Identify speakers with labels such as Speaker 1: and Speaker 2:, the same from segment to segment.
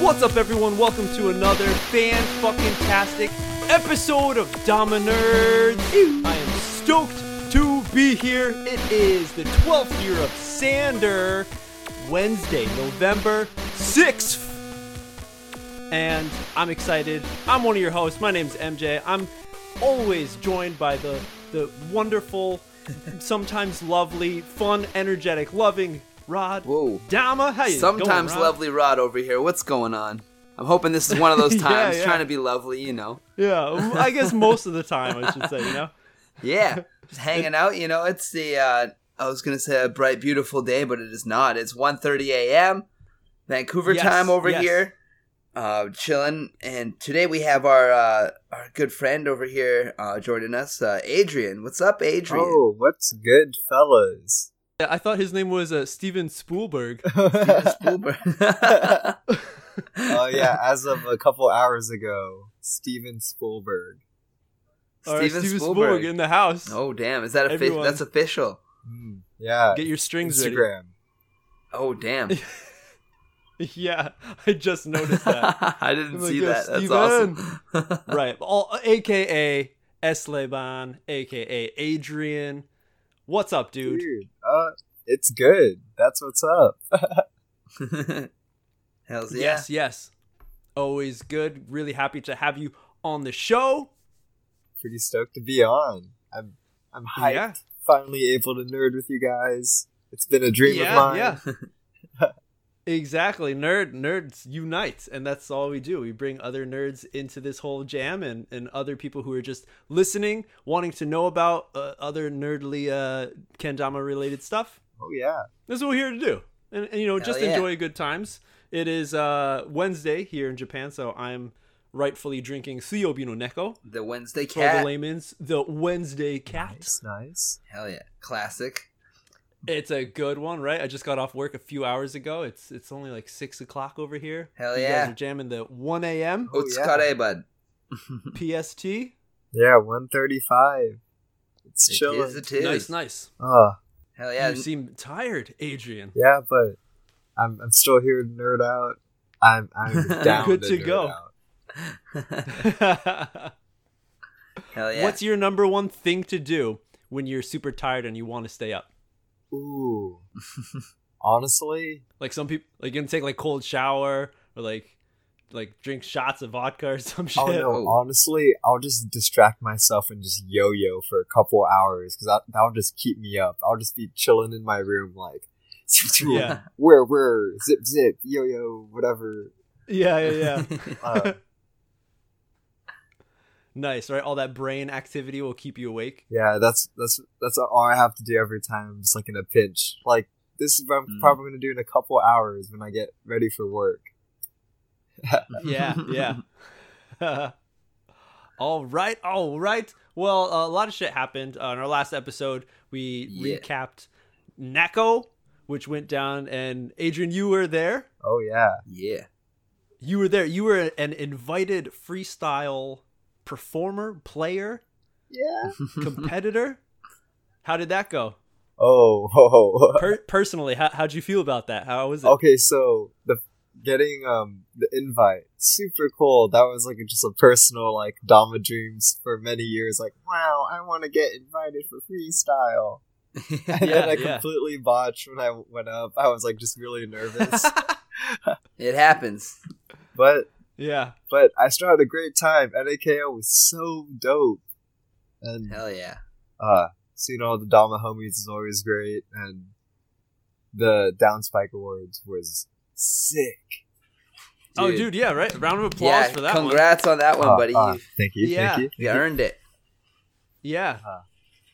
Speaker 1: What's up, everyone? Welcome to another fan fucking tastic episode of Dominerds. I am stoked to be here. It is the 12th year of Sander, Wednesday, November 6th. And I'm excited. I'm one of your hosts. My name's MJ. I'm always joined by the, the wonderful, sometimes lovely, fun, energetic, loving Rod
Speaker 2: Whoa.
Speaker 1: Dama. How you
Speaker 2: Sometimes
Speaker 1: going, Rod?
Speaker 2: lovely Rod over here. What's going on? I'm hoping this is one of those
Speaker 1: Yeah,
Speaker 2: times
Speaker 1: yeah.
Speaker 2: trying to be lovely, you know.
Speaker 1: Yeah, I guess most of the time I should say, you know.
Speaker 2: Yeah, just hanging out. You know, it's the uh, I was gonna say a bright, beautiful day, but it is not. It's 1.30 a.m. Vancouver
Speaker 1: Yes,
Speaker 2: time over
Speaker 1: yes.
Speaker 2: here. Uh, chilling, and today we have our uh, our good friend over here uh, joining us, uh, Adrian. What's up, Adrian?
Speaker 3: Oh, what's good, fellas?
Speaker 1: Yeah, I thought his name was uh, Steven Spielberg.
Speaker 2: Spielberg.
Speaker 3: oh yeah, as of a couple hours ago, Steven Spielberg.
Speaker 1: Or
Speaker 2: Steven
Speaker 1: Steven
Speaker 2: Spielberg.
Speaker 1: in the house.
Speaker 2: oh damn, is that official?
Speaker 1: Everyone.
Speaker 2: That's official.
Speaker 3: Mm, yeah,
Speaker 1: Get your strings
Speaker 3: Instagram.
Speaker 2: Oh damn.
Speaker 1: ready. Yeah, I just noticed that.
Speaker 2: I didn't
Speaker 1: I'm like,
Speaker 2: see
Speaker 1: "Yo,
Speaker 2: that. That's
Speaker 1: Steven."
Speaker 2: awesome.
Speaker 1: right. All, AKA Esleban, AKA Adrian. What's up, dude?
Speaker 3: Dude, uh, it's good. That's what's up.
Speaker 2: Hells yeah.
Speaker 1: Yes, yes. Always good. Really happy to have you on the show.
Speaker 3: Pretty stoked to be on. I'm, I'm hyped.
Speaker 1: Yeah.
Speaker 3: Finally able to nerd with you guys. It's been a dream
Speaker 1: yeah,
Speaker 3: of mine.
Speaker 1: Yeah. exactly. Nerd nerds unite, and that's all we do. We bring other nerds into this whole jam and and other people who are just listening, wanting to know about uh, other nerdly uh kendama related stuff.
Speaker 3: Oh yeah.
Speaker 1: That's what we're here to do. And, and, you know,
Speaker 2: Hell
Speaker 1: just
Speaker 2: yeah.
Speaker 1: enjoy good times. It is uh Wednesday here in Japan, so I'm rightfully drinking Suyobi no Neko
Speaker 2: The Wednesday
Speaker 1: for
Speaker 2: Cat.
Speaker 1: the layman's the Wednesday cat.
Speaker 3: It's nice.
Speaker 2: Hell yeah. Classic.
Speaker 1: It's a good one, right? I just got off work a few hours ago. It's it's only like six o'clock over here.
Speaker 2: Hell
Speaker 1: you guys
Speaker 2: yeah.
Speaker 1: are jamming the one a.m.
Speaker 3: Oh,
Speaker 2: Otsukare, bud.
Speaker 1: PST.
Speaker 3: Yeah, one thirty-five. It's
Speaker 2: It
Speaker 3: chilling.
Speaker 2: is, it is.
Speaker 1: Nice, nice.
Speaker 3: Ah,
Speaker 2: Hell yeah.
Speaker 1: You seem tired, Adrian.
Speaker 3: Yeah, but I'm I'm still here to nerd out. I'm I'm down
Speaker 1: Good to
Speaker 3: nerd
Speaker 1: go.
Speaker 3: out.
Speaker 2: Hell yeah.
Speaker 1: What's your number one thing to do when you're super tired and you want to stay up?
Speaker 3: Ooh, honestly,
Speaker 1: Like some people, like you can take like cold shower or like like drink shots of vodka or some shit.
Speaker 3: oh no,
Speaker 2: Oh.
Speaker 3: honestly, I'll just distract myself and just yo-yo for a couple hours because that'll just keep me up. I'll just be chilling in my room like,
Speaker 1: Yeah,
Speaker 3: where where zip zip yo-yo whatever.
Speaker 1: yeah, yeah, yeah.
Speaker 3: Uh,
Speaker 1: nice, right? All that brain activity will keep you awake.
Speaker 3: yeah, that's that's that's all I have to do every time. I'm just like in a pinch. Like this is what I'm
Speaker 2: Mm.
Speaker 3: probably gonna do in a couple hours when I get ready for work.
Speaker 1: yeah, yeah. all right, all right. Well, a lot of shit happened. Uh, in our last episode, we
Speaker 2: Yeah.
Speaker 1: recapped Neko, which went down, and Adrian, you were there.
Speaker 3: Oh yeah.
Speaker 2: yeah.
Speaker 1: You were there. You were an invited freestyle performer, player,
Speaker 3: Yeah.
Speaker 1: competitor. how did that go?
Speaker 3: Oh, oh.
Speaker 1: Per- personally, how, how'd you feel about that? How was it?
Speaker 3: okay. So the getting um the invite, super cool. That was like just a personal like Dama dreams for many years. Like, wow, I want to get invited for freestyle. And
Speaker 1: Yeah,
Speaker 3: then I
Speaker 1: yeah.
Speaker 3: completely botched when I went up. I was like just really nervous,
Speaker 2: it happens.
Speaker 3: but
Speaker 1: yeah.
Speaker 3: but I still had a great time. NAKO was so dope, and
Speaker 2: Hell yeah.
Speaker 3: uh, seeing all the Dama homies is always great, and the Downspike Awards was sick.
Speaker 1: Oh, dude, yeah, right. Round of applause
Speaker 2: Yeah,
Speaker 1: for that one.
Speaker 2: congrats on that one,
Speaker 3: Ah,
Speaker 2: buddy.
Speaker 3: ah,
Speaker 2: you,
Speaker 3: thank you.
Speaker 1: Yeah.
Speaker 3: Thank you.
Speaker 2: you earned it.
Speaker 1: Yeah.
Speaker 3: Uh.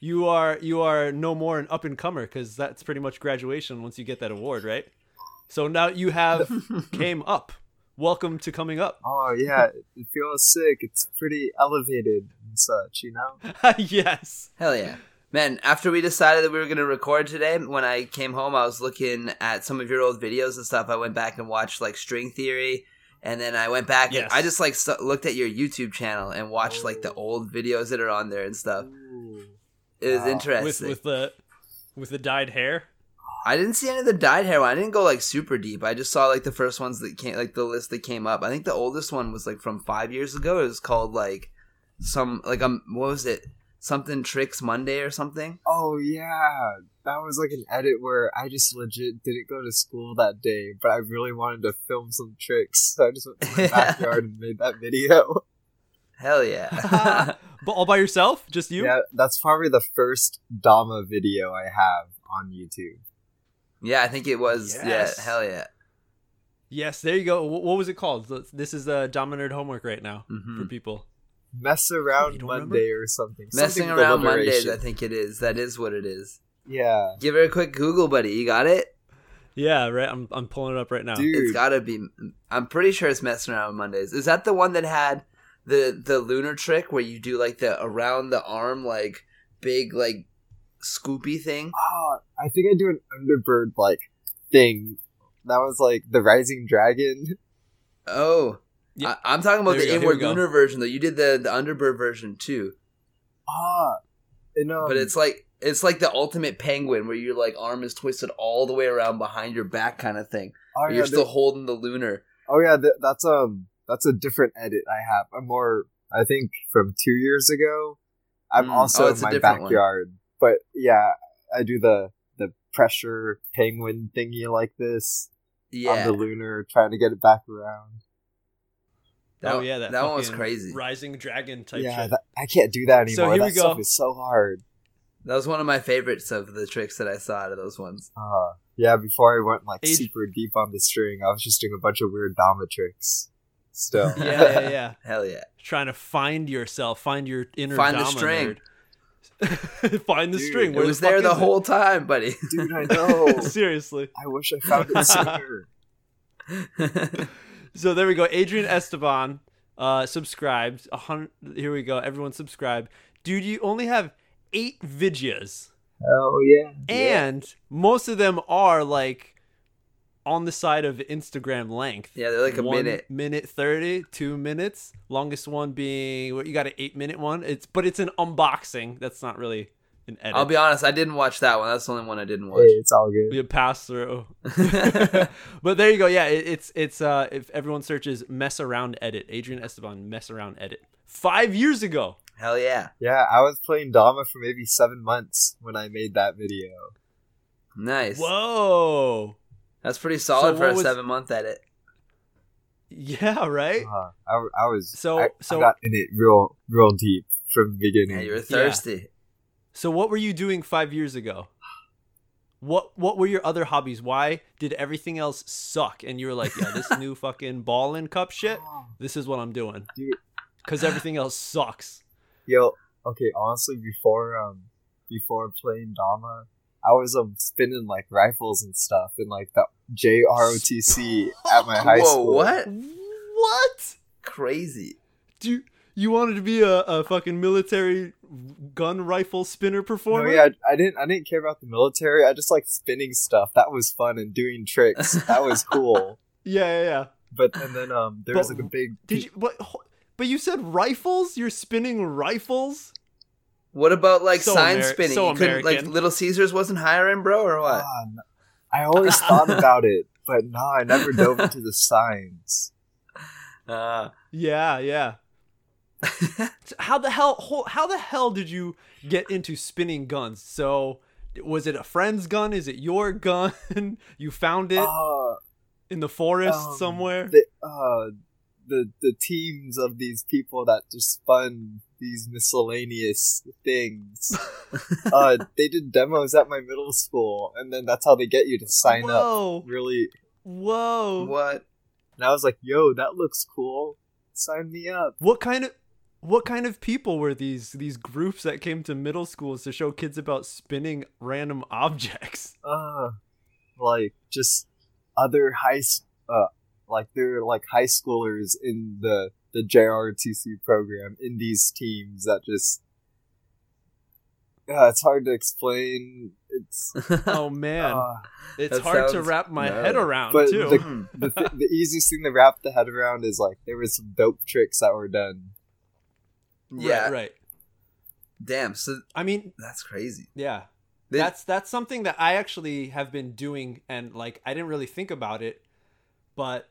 Speaker 1: you are you are no more an up and comer because that's pretty much graduation once you get that award, right? So now you have came up. Welcome to coming up.
Speaker 3: Oh yeah, it feels sick. It's pretty elevated and such, you know.
Speaker 1: yes.
Speaker 2: Hell yeah. Man, after we decided that we were going to record today, when I came home, I was looking at some of your old videos and stuff. I went back and watched like string theory And then I went back.
Speaker 1: Yes.
Speaker 2: And I just like st- looked at your YouTube channel and watched like the old videos that are on there and stuff. It was
Speaker 3: Wow. With-
Speaker 1: with
Speaker 2: interesting.
Speaker 1: with the with the dyed hair.
Speaker 2: I didn't see any of the dyed hair. One. I didn't go like super deep. I just saw like the first ones that came, like the list that came up. I think the oldest one was like from five years ago. It was called like some like um what was it? Something tricks Monday or something.
Speaker 3: Oh yeah, that was like an edit where I just legit didn't go to school that day, but I really wanted to film some tricks, so I just went to my backyard and made that video.
Speaker 2: Hell yeah!
Speaker 1: But all by yourself, just you.
Speaker 3: Yeah, that's probably the first Dama video I have on YouTube.
Speaker 2: yeah, I think it was.
Speaker 1: Yes.
Speaker 2: Yeah, hell yeah.
Speaker 1: Yes, there you go. Wh- What was it called? Th- This is uh, dominant homework right now
Speaker 2: hmm
Speaker 1: for people.
Speaker 3: Mess
Speaker 1: you
Speaker 3: around
Speaker 1: don't
Speaker 3: Monday
Speaker 1: remember?
Speaker 3: or something.
Speaker 2: Messing
Speaker 3: Something with
Speaker 2: around Mondays,
Speaker 3: alliteration.
Speaker 2: I think it is. That is what it is.
Speaker 3: Yeah,
Speaker 2: Give her a quick Google, buddy. You got it.
Speaker 1: Yeah, right. I'm I'm pulling it up right now.
Speaker 3: dude.
Speaker 2: It's gotta be. I'm pretty sure it's messing around Mondays. Is that the one that had the the lunar trick where you do like the around the arm like big like scoopy thing?
Speaker 3: Ah, I think I do an underbird like thing. That was like the Rising Dragon.
Speaker 2: Oh,
Speaker 1: Yeah.
Speaker 2: I, I'm talking about
Speaker 1: There we
Speaker 2: the
Speaker 1: go, here we
Speaker 2: inward
Speaker 1: go.
Speaker 2: lunar version though. You did the the underbird version too,
Speaker 3: Ah, and, um,
Speaker 2: but it's like it's like the ultimate penguin where your like arm is twisted all the way around behind your back kind of thing.
Speaker 3: oh,
Speaker 2: but
Speaker 3: yeah,
Speaker 2: you're
Speaker 3: there-
Speaker 2: still holding the lunar.
Speaker 3: Oh yeah, th- that's um, that's a different edit I have. A more, I think, from two years ago. I'm
Speaker 2: Mm.
Speaker 3: also
Speaker 2: Oh,
Speaker 3: in
Speaker 2: it's a
Speaker 3: my
Speaker 2: different one.
Speaker 3: backyard, but yeah, I do the the pressure penguin thingy like this on
Speaker 2: Yeah,
Speaker 3: the lunar, trying to get it back around.
Speaker 2: that,
Speaker 1: oh yeah, that,
Speaker 2: one was
Speaker 1: fucking
Speaker 2: crazy.
Speaker 1: Rising dragon type
Speaker 3: yeah,
Speaker 1: shit.
Speaker 3: that, I can't do that
Speaker 1: So
Speaker 3: anymore.
Speaker 1: here
Speaker 3: that
Speaker 1: we
Speaker 3: stuff
Speaker 1: go.
Speaker 3: is so hard.
Speaker 2: That was one of my favorites of the tricks that I saw out of those ones.
Speaker 3: Uh, yeah, before I went like
Speaker 1: Age-
Speaker 3: super deep on the string, I was just doing a bunch of weird Dama tricks. Still,
Speaker 1: yeah, yeah, yeah.
Speaker 2: Hell yeah.
Speaker 1: Trying to find yourself, find your inner
Speaker 2: Find the
Speaker 1: Dama
Speaker 2: string.
Speaker 1: nerd. find the
Speaker 3: Dude,
Speaker 1: string.
Speaker 2: It
Speaker 1: Where
Speaker 2: was
Speaker 1: the fuck
Speaker 2: there the
Speaker 1: is it?
Speaker 2: whole time, buddy.
Speaker 3: dude, I know.
Speaker 1: Seriously.
Speaker 3: I wish I found it sooner.
Speaker 1: So there we go. Adrian Esteban uh, subscribed. A hundred. Here we go. Everyone subscribe. Dude, you only have eight videos,
Speaker 3: Hell yeah.
Speaker 1: and most of them are like on the side of Instagram length.
Speaker 2: yeah, they're like a
Speaker 1: One
Speaker 2: minute.
Speaker 1: minute thirty, two minutes. Longest one being what you got an eight minute one. It's but it's an unboxing. That's not really an edit.
Speaker 2: I'll be honest, I didn't watch that one. That's the only one I didn't
Speaker 3: Hey,
Speaker 2: watch.
Speaker 3: it's all good.
Speaker 1: be a pass through. but there you go. Yeah, it, it's it's uh if everyone searches mess around edit, Adrian Esteban mess around edit. Five years ago.
Speaker 2: Hell yeah.
Speaker 3: Yeah, I was playing Dama for maybe seven months when I made that video.
Speaker 2: Nice.
Speaker 1: Whoa.
Speaker 2: That's pretty
Speaker 1: So
Speaker 2: solid for
Speaker 1: what
Speaker 2: a
Speaker 1: was-
Speaker 2: seven month edit.
Speaker 1: Yeah, right?
Speaker 3: Uh, I, I was
Speaker 1: So-
Speaker 3: I,
Speaker 1: so-
Speaker 3: I got in it real real deep from the beginning.
Speaker 2: Yeah, you were thirsty.
Speaker 1: So what were you doing five years ago? What what were your other hobbies? Why did everything else suck? And you were like, yeah, this new fucking ball and cup shit,
Speaker 3: Oh.
Speaker 1: this is what I'm doing.
Speaker 3: Dude.
Speaker 1: Cause everything else sucks.
Speaker 3: Yo, okay, honestly, before um before playing Dama, I was um spinning like rifles and stuff in like the JROTC at my high
Speaker 2: Whoa,
Speaker 3: school.
Speaker 2: what?
Speaker 1: What?
Speaker 2: Crazy.
Speaker 1: Do you wanted to be a, a fucking military gun rifle spinner
Speaker 3: No,
Speaker 1: performer?
Speaker 3: Oh, yeah, I didn't. I didn't care about the military. I just like spinning stuff. That was fun and doing tricks. That was cool.
Speaker 1: yeah, yeah, yeah.
Speaker 3: But and then um, there was
Speaker 1: But
Speaker 3: like a big.
Speaker 1: Did you? What? ho- But you said rifles. You're spinning rifles.
Speaker 2: What about like
Speaker 1: So
Speaker 2: sign
Speaker 1: Ameri-
Speaker 2: spinning?
Speaker 1: so
Speaker 2: you couldn't like
Speaker 1: American.
Speaker 2: Little Caesars wasn't hiring, bro, or what?
Speaker 3: Ah, n- I always thought about it, but no, I never dove into the signs.
Speaker 1: Oh.
Speaker 2: Uh,
Speaker 1: Yeah, yeah. So how the hell? ho- How the hell did you get into spinning guns? So was it a friend's gun? Is it your gun? you found it
Speaker 3: Uh,
Speaker 1: in the forest
Speaker 3: um,
Speaker 1: somewhere.
Speaker 3: The, uh, the the teams of these people that just spun these miscellaneous things. uh, they did demos at my middle school, and then that's how they get you to sign up.
Speaker 1: whoa,
Speaker 3: Really,
Speaker 1: whoa. What?
Speaker 2: what?
Speaker 3: and I was like, "Yo, that looks cool. Sign me up."
Speaker 1: kind of? What kind of people were these these groups that came to middle schools to show kids about spinning random objects?
Speaker 3: uh, like just other high s- uh like they're like high schoolers in the the JRTC program in these teams that just uh, it's hard to explain. It's
Speaker 1: Oh man,
Speaker 3: uh,
Speaker 1: it's
Speaker 2: that
Speaker 1: hard to
Speaker 2: sounds-
Speaker 1: wrap my
Speaker 2: no.
Speaker 1: head around
Speaker 3: But
Speaker 1: too.
Speaker 3: the-
Speaker 2: Hmm.
Speaker 3: the, th- the easiest thing to wrap the head around is like there was some dope tricks that were done.
Speaker 2: yeah.
Speaker 1: right, right.
Speaker 2: Damn. So
Speaker 1: I mean,
Speaker 2: that's crazy.
Speaker 1: yeah.
Speaker 2: They-
Speaker 1: that's that's something that I actually have been doing and like I didn't really think about it, but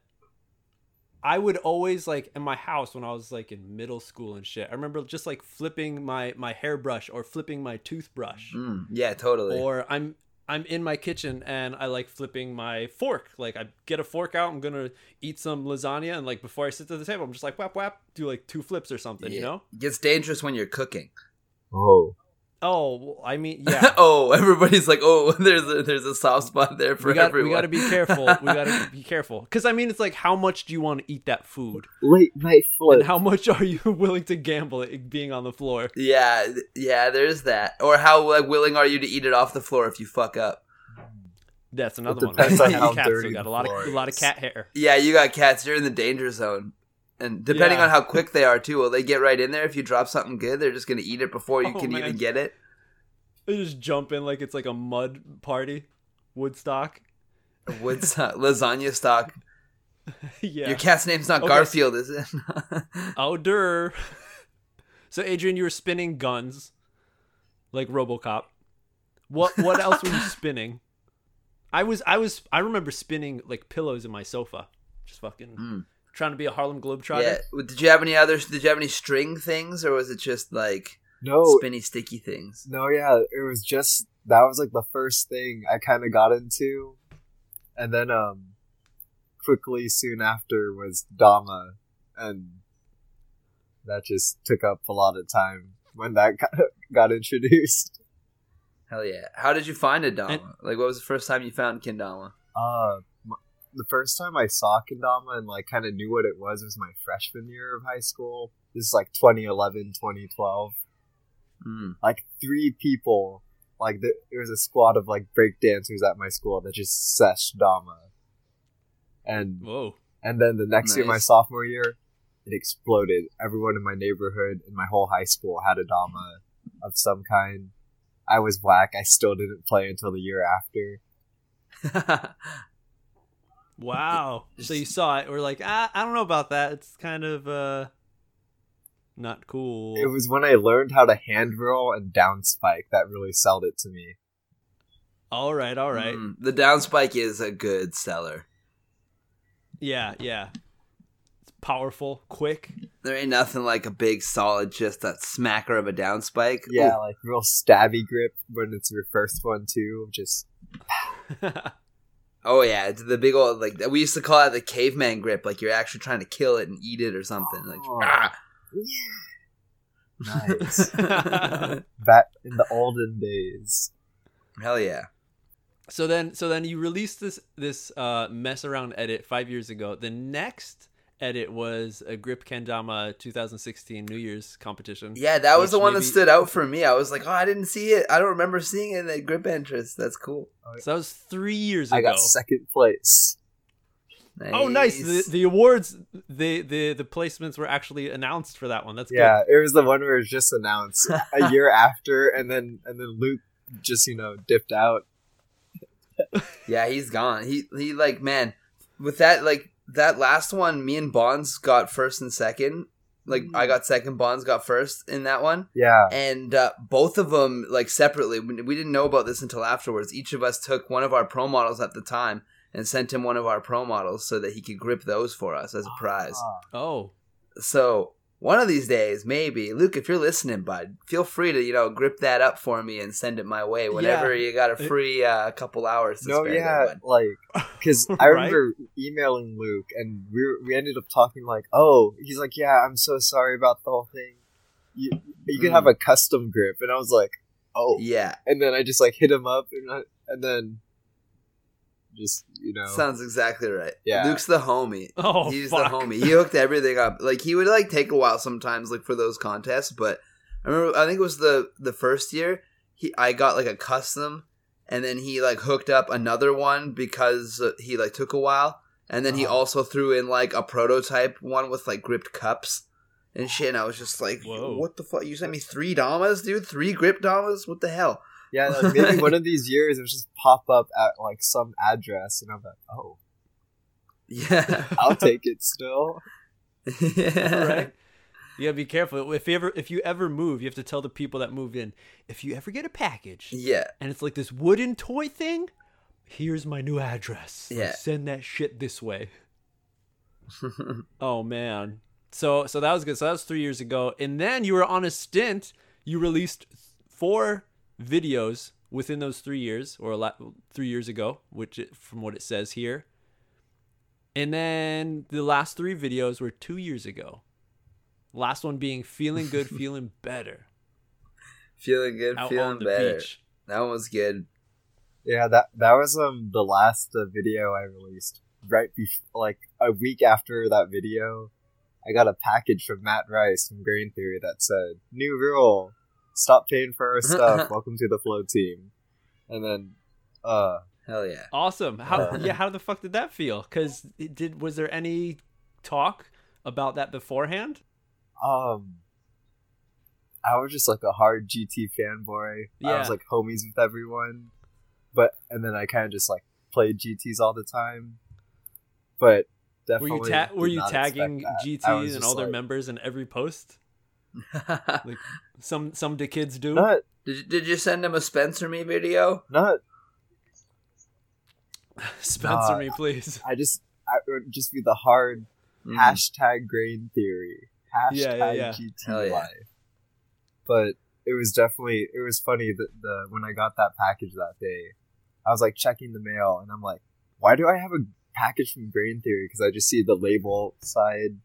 Speaker 1: I would always like in my house when I was like in middle school and shit. I remember just like flipping my my hairbrush or flipping my toothbrush.
Speaker 2: Mm, yeah, totally.
Speaker 1: or i'm i'm in my kitchen and i like flipping my fork like i get a fork out i'm gonna eat some lasagna and like before i sit to the table i'm just like whap whap do like two flips or something you
Speaker 2: Yeah.
Speaker 1: know
Speaker 2: It gets dangerous when you're cooking.
Speaker 3: Oh,
Speaker 1: oh well, i mean yeah
Speaker 2: oh, everybody's like, oh, there's a, there's a soft spot there for
Speaker 1: we got
Speaker 2: everyone.
Speaker 1: we got to be careful we got to be careful because i mean it's like how much do you want to eat that food
Speaker 3: late night
Speaker 1: and
Speaker 3: flip.
Speaker 1: how much are you willing to gamble it being on the floor
Speaker 2: yeah, th- yeah. There's that. Or how like willing are you to eat it off the floor if you fuck up?
Speaker 1: that's another one
Speaker 3: depends
Speaker 2: on
Speaker 1: You
Speaker 3: how
Speaker 1: cats, you
Speaker 3: dirty
Speaker 1: got a
Speaker 3: the
Speaker 1: lot
Speaker 3: floor
Speaker 1: of a lot of
Speaker 3: is.
Speaker 1: cat hair
Speaker 2: Yeah, you got cats. You're in the danger zone. And depending
Speaker 1: Yeah.
Speaker 2: on how quick they are too, will they get right in there? If you drop something good, they're just gonna eat it before you
Speaker 1: Oh,
Speaker 2: can
Speaker 1: man.
Speaker 2: even get it.
Speaker 1: they just jump in like it's like a mud party woodstock
Speaker 2: What's uh, lasagna stock?
Speaker 1: yeah
Speaker 2: Your cat's name's not
Speaker 1: Okay.
Speaker 2: Garfield, is it?
Speaker 1: Outer. so Adrian, you were spinning guns, like RoboCop. What what else were you spinning? I was I was I remember spinning like pillows in my sofa, just fucking
Speaker 3: Hmm.
Speaker 2: Mm.
Speaker 1: trying to be a Harlem Globetrotter.
Speaker 2: yeah. Well, Did you have any other? Did you have any string things, or was it just like
Speaker 3: No,
Speaker 2: spinny sticky things?
Speaker 3: no, yeah, it was just that was like the first thing I kind of got into, and then um, quickly soon after was Dama, and that just took up a lot of time when that got, got introduced.
Speaker 2: Hell yeah! How did you find a dama?
Speaker 1: And-
Speaker 2: like, what was the first time you found kendama?
Speaker 3: Uh, m- the first time I saw Kendama and like kind of knew what it was was my freshman year of high school. This is like 2011, 2012.
Speaker 1: Hmm.
Speaker 2: Mm.
Speaker 3: Like three people, like the, it was a squad of like break dancers at my school that just sesh Dama. And
Speaker 1: Whoa.
Speaker 3: and then the next year, my
Speaker 2: Nice.
Speaker 3: sophomore year, it exploded. Everyone in my neighborhood and my whole high school had a Dama of some kind. I was whack. I still didn't play until the year after.
Speaker 1: Wow. So you saw it. We're like, ah, I don't know about that. It's kind of uh not cool.
Speaker 3: It was when I learned how to hand roll and down spike that really sold it to me.
Speaker 1: all right, all right.
Speaker 3: Hmm.
Speaker 2: Mm. The down spike is a good seller.
Speaker 1: Yeah, yeah. It's powerful, quick.
Speaker 2: There ain't nothing like a big solid, just that smacker of a down spike.
Speaker 3: Yeah, like real stabby grip when it's your first one too. Just
Speaker 2: Ooh. Oh yeah, it's the big old like we used to call it the caveman grip. Like you're actually trying to kill it and eat it or something. Like
Speaker 3: Oh.
Speaker 2: ah.
Speaker 3: nice. Back in the olden days.
Speaker 2: Hell yeah.
Speaker 1: So then, so then you released this this uh, mess around edit five years ago. The next edit was a Grip Kendama 2016 New Year's competition.
Speaker 2: Yeah, that was
Speaker 1: Which
Speaker 2: the one that
Speaker 1: maybe-
Speaker 2: stood out for me. I was like, oh, I didn't see it. I don't remember seeing it in the grip entrance. That's cool.
Speaker 1: So that was three years
Speaker 3: I
Speaker 1: ago.
Speaker 3: got second place.
Speaker 1: oh, nice! The, the awards, the the the placements were actually announced for that one. That's
Speaker 3: yeah, it was the one where it was just announced a year after, and then and then Luke just you know dipped out.
Speaker 2: Yeah, he's gone. He he like man, with that like that last one, me and Bonds got first and second. Like
Speaker 3: Mm.
Speaker 2: I got second, Bonds got first in that one,
Speaker 3: Yeah,
Speaker 2: and uh, both of them like separately. We we didn't know about this until afterwards. Each of us took one of our pro models at the time and sent him one of our pro models so that he could grip those for us as a prize.
Speaker 3: Ah,
Speaker 1: good. Oh,
Speaker 2: So one of these days, maybe Luke, if you're listening, bud, feel free to you know grip that up for me and send it my way whenever you got a
Speaker 1: It-
Speaker 2: free uh, couple hours. To
Speaker 3: no,
Speaker 2: spare there,
Speaker 3: yeah,
Speaker 2: bud.
Speaker 3: like Because I
Speaker 1: Right?
Speaker 3: remember emailing Luke, and we were, we ended up talking like, "Oh, he's like, yeah, I'm so sorry about the whole thing. You you can have a custom grip," and I was like, "Oh,"
Speaker 2: yeah.
Speaker 3: and then I just like hit him up, and I, and then just you know,
Speaker 2: Sounds exactly right.
Speaker 3: Yeah.
Speaker 2: Luke's the homie.
Speaker 1: oh,
Speaker 2: He's
Speaker 1: fuck.
Speaker 2: the homie. He hooked everything up. Like he would like take a while sometimes, like for those contests. But I remember, I think it was the the first year he I got like a custom, and then he like hooked up another one because uh, he like took a while, and then he
Speaker 3: Oh.
Speaker 2: also threw in like a prototype one with like gripped cups. and shit. And I was just like,
Speaker 1: Whoa.
Speaker 2: what the fuck? You sent me three Damas, dude? Three grip Damas? What the hell?
Speaker 3: Yeah, like maybe one of these years it'll just pop up at like some address, and I'm like, oh,
Speaker 2: Yeah.
Speaker 3: I'll take it still.
Speaker 2: yeah.
Speaker 1: right? You gotta be careful. If you ever if you ever move, you have to tell the people that moved in. If you ever get a package
Speaker 2: Yeah.
Speaker 1: and it's like this wooden toy thing, here's my new address. Like,
Speaker 2: Yeah.
Speaker 1: send that shit this way. oh man. So so that was good. So that was three years ago. And then you were on a stint. You released four videos within those three years, or a lot, three years ago, which it, from what it says here. And then the last three videos were two years ago. Last one being feeling good, feeling better.
Speaker 2: Feeling good,
Speaker 1: Out
Speaker 2: feeling
Speaker 1: on the
Speaker 2: better.
Speaker 1: beach.
Speaker 2: That one was good.
Speaker 3: Yeah, that that was um the last uh, video I released. Right before, like a week after that video, I got a package from Matt Rice from Grain Theory that said, "New rule: stop paying for our stuff. Welcome to the Flow Team." And then, uh,
Speaker 2: Hell yeah.
Speaker 1: Awesome. How
Speaker 3: Uh.
Speaker 1: yeah? How the fuck did that feel? Cause it did was there any talk about that beforehand?
Speaker 3: um, I was just like a hard GT fanboy. I
Speaker 1: Yeah.
Speaker 3: was like homies with everyone, but and then I kind of just like played GTS all the time. But
Speaker 1: Were
Speaker 3: definitely,
Speaker 1: you ta- were
Speaker 3: did
Speaker 1: you
Speaker 3: not expect
Speaker 1: tagging
Speaker 3: that. I was
Speaker 1: GTs and
Speaker 3: just
Speaker 1: all their
Speaker 3: like-
Speaker 1: members in every post? Some some do kids do.
Speaker 3: Not
Speaker 2: did, you- did you send him a Spencer Me video?
Speaker 3: not.
Speaker 1: Sponsor
Speaker 3: Nah.
Speaker 1: me, please.
Speaker 3: I just I it would just be the hard
Speaker 2: Mm.
Speaker 3: hashtag grain theory hashtag
Speaker 1: Mm-hmm. Yeah, yeah, yeah.
Speaker 3: GT
Speaker 2: Hell yeah.
Speaker 3: life. But it was definitely it was funny that the when I got that package that day, I was like checking the mail and I'm like, why do I have a package from Grain Theory? Because I just see the label side,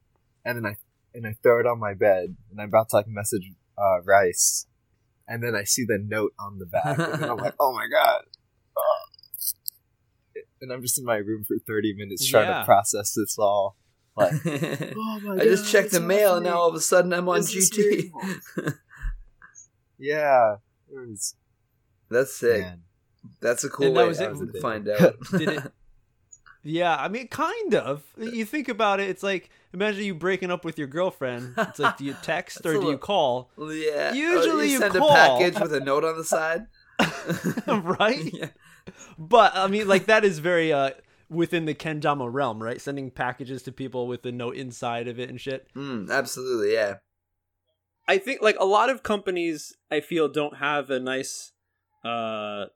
Speaker 3: and then I and I throw it on my bed and I'm about to like message uh, Rice, and then I see the note on the back and then I'm like, oh my god. Ah. And I'm just in my room for 30 minutes trying
Speaker 1: Yeah.
Speaker 3: to process this all. Like, Oh my
Speaker 2: I just
Speaker 3: God,
Speaker 2: checked the
Speaker 3: it's
Speaker 2: mail and
Speaker 3: happening.
Speaker 2: now all of a sudden I'm on
Speaker 3: This is
Speaker 2: GT.
Speaker 3: beautiful. yeah. It was,
Speaker 2: That's sick.
Speaker 3: man.
Speaker 2: That's a cool
Speaker 1: And
Speaker 2: way
Speaker 1: that was
Speaker 2: to
Speaker 1: it?
Speaker 2: to find out.
Speaker 1: Did it? Yeah, I mean, kind of. You think about it. It's like imagine you breaking up with your girlfriend. It's like do you text
Speaker 2: That's
Speaker 1: or do
Speaker 2: a
Speaker 1: you
Speaker 2: little-
Speaker 1: call?
Speaker 2: yeah.
Speaker 1: Usually
Speaker 2: or
Speaker 1: you
Speaker 2: send
Speaker 1: call.
Speaker 2: a package with a note on the side.
Speaker 1: right.
Speaker 2: yeah.
Speaker 1: But I mean, like that is very uh within the kendama realm, right? Sending packages to people with a note inside of it and shit.
Speaker 2: Mm, absolutely, yeah.
Speaker 1: I think like a lot of companies, I feel, don't have a nice uh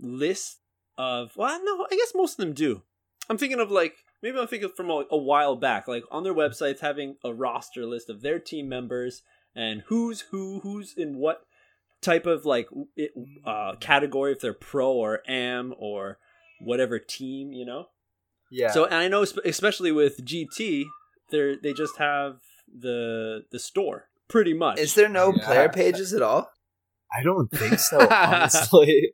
Speaker 1: list of. Well, no, I guess most of them do. I'm thinking of like maybe I'm thinking from a, a while back, like on their websites having a roster list of their team members and who's who, who's in what type of like it, uh, category if they're pro or am or whatever team, you know.
Speaker 3: Yeah.
Speaker 1: So and I know sp- especially with GT, they they just have the the store pretty much.
Speaker 2: Is there no
Speaker 3: Yeah.
Speaker 2: player pages at all?
Speaker 3: I don't think so, honestly.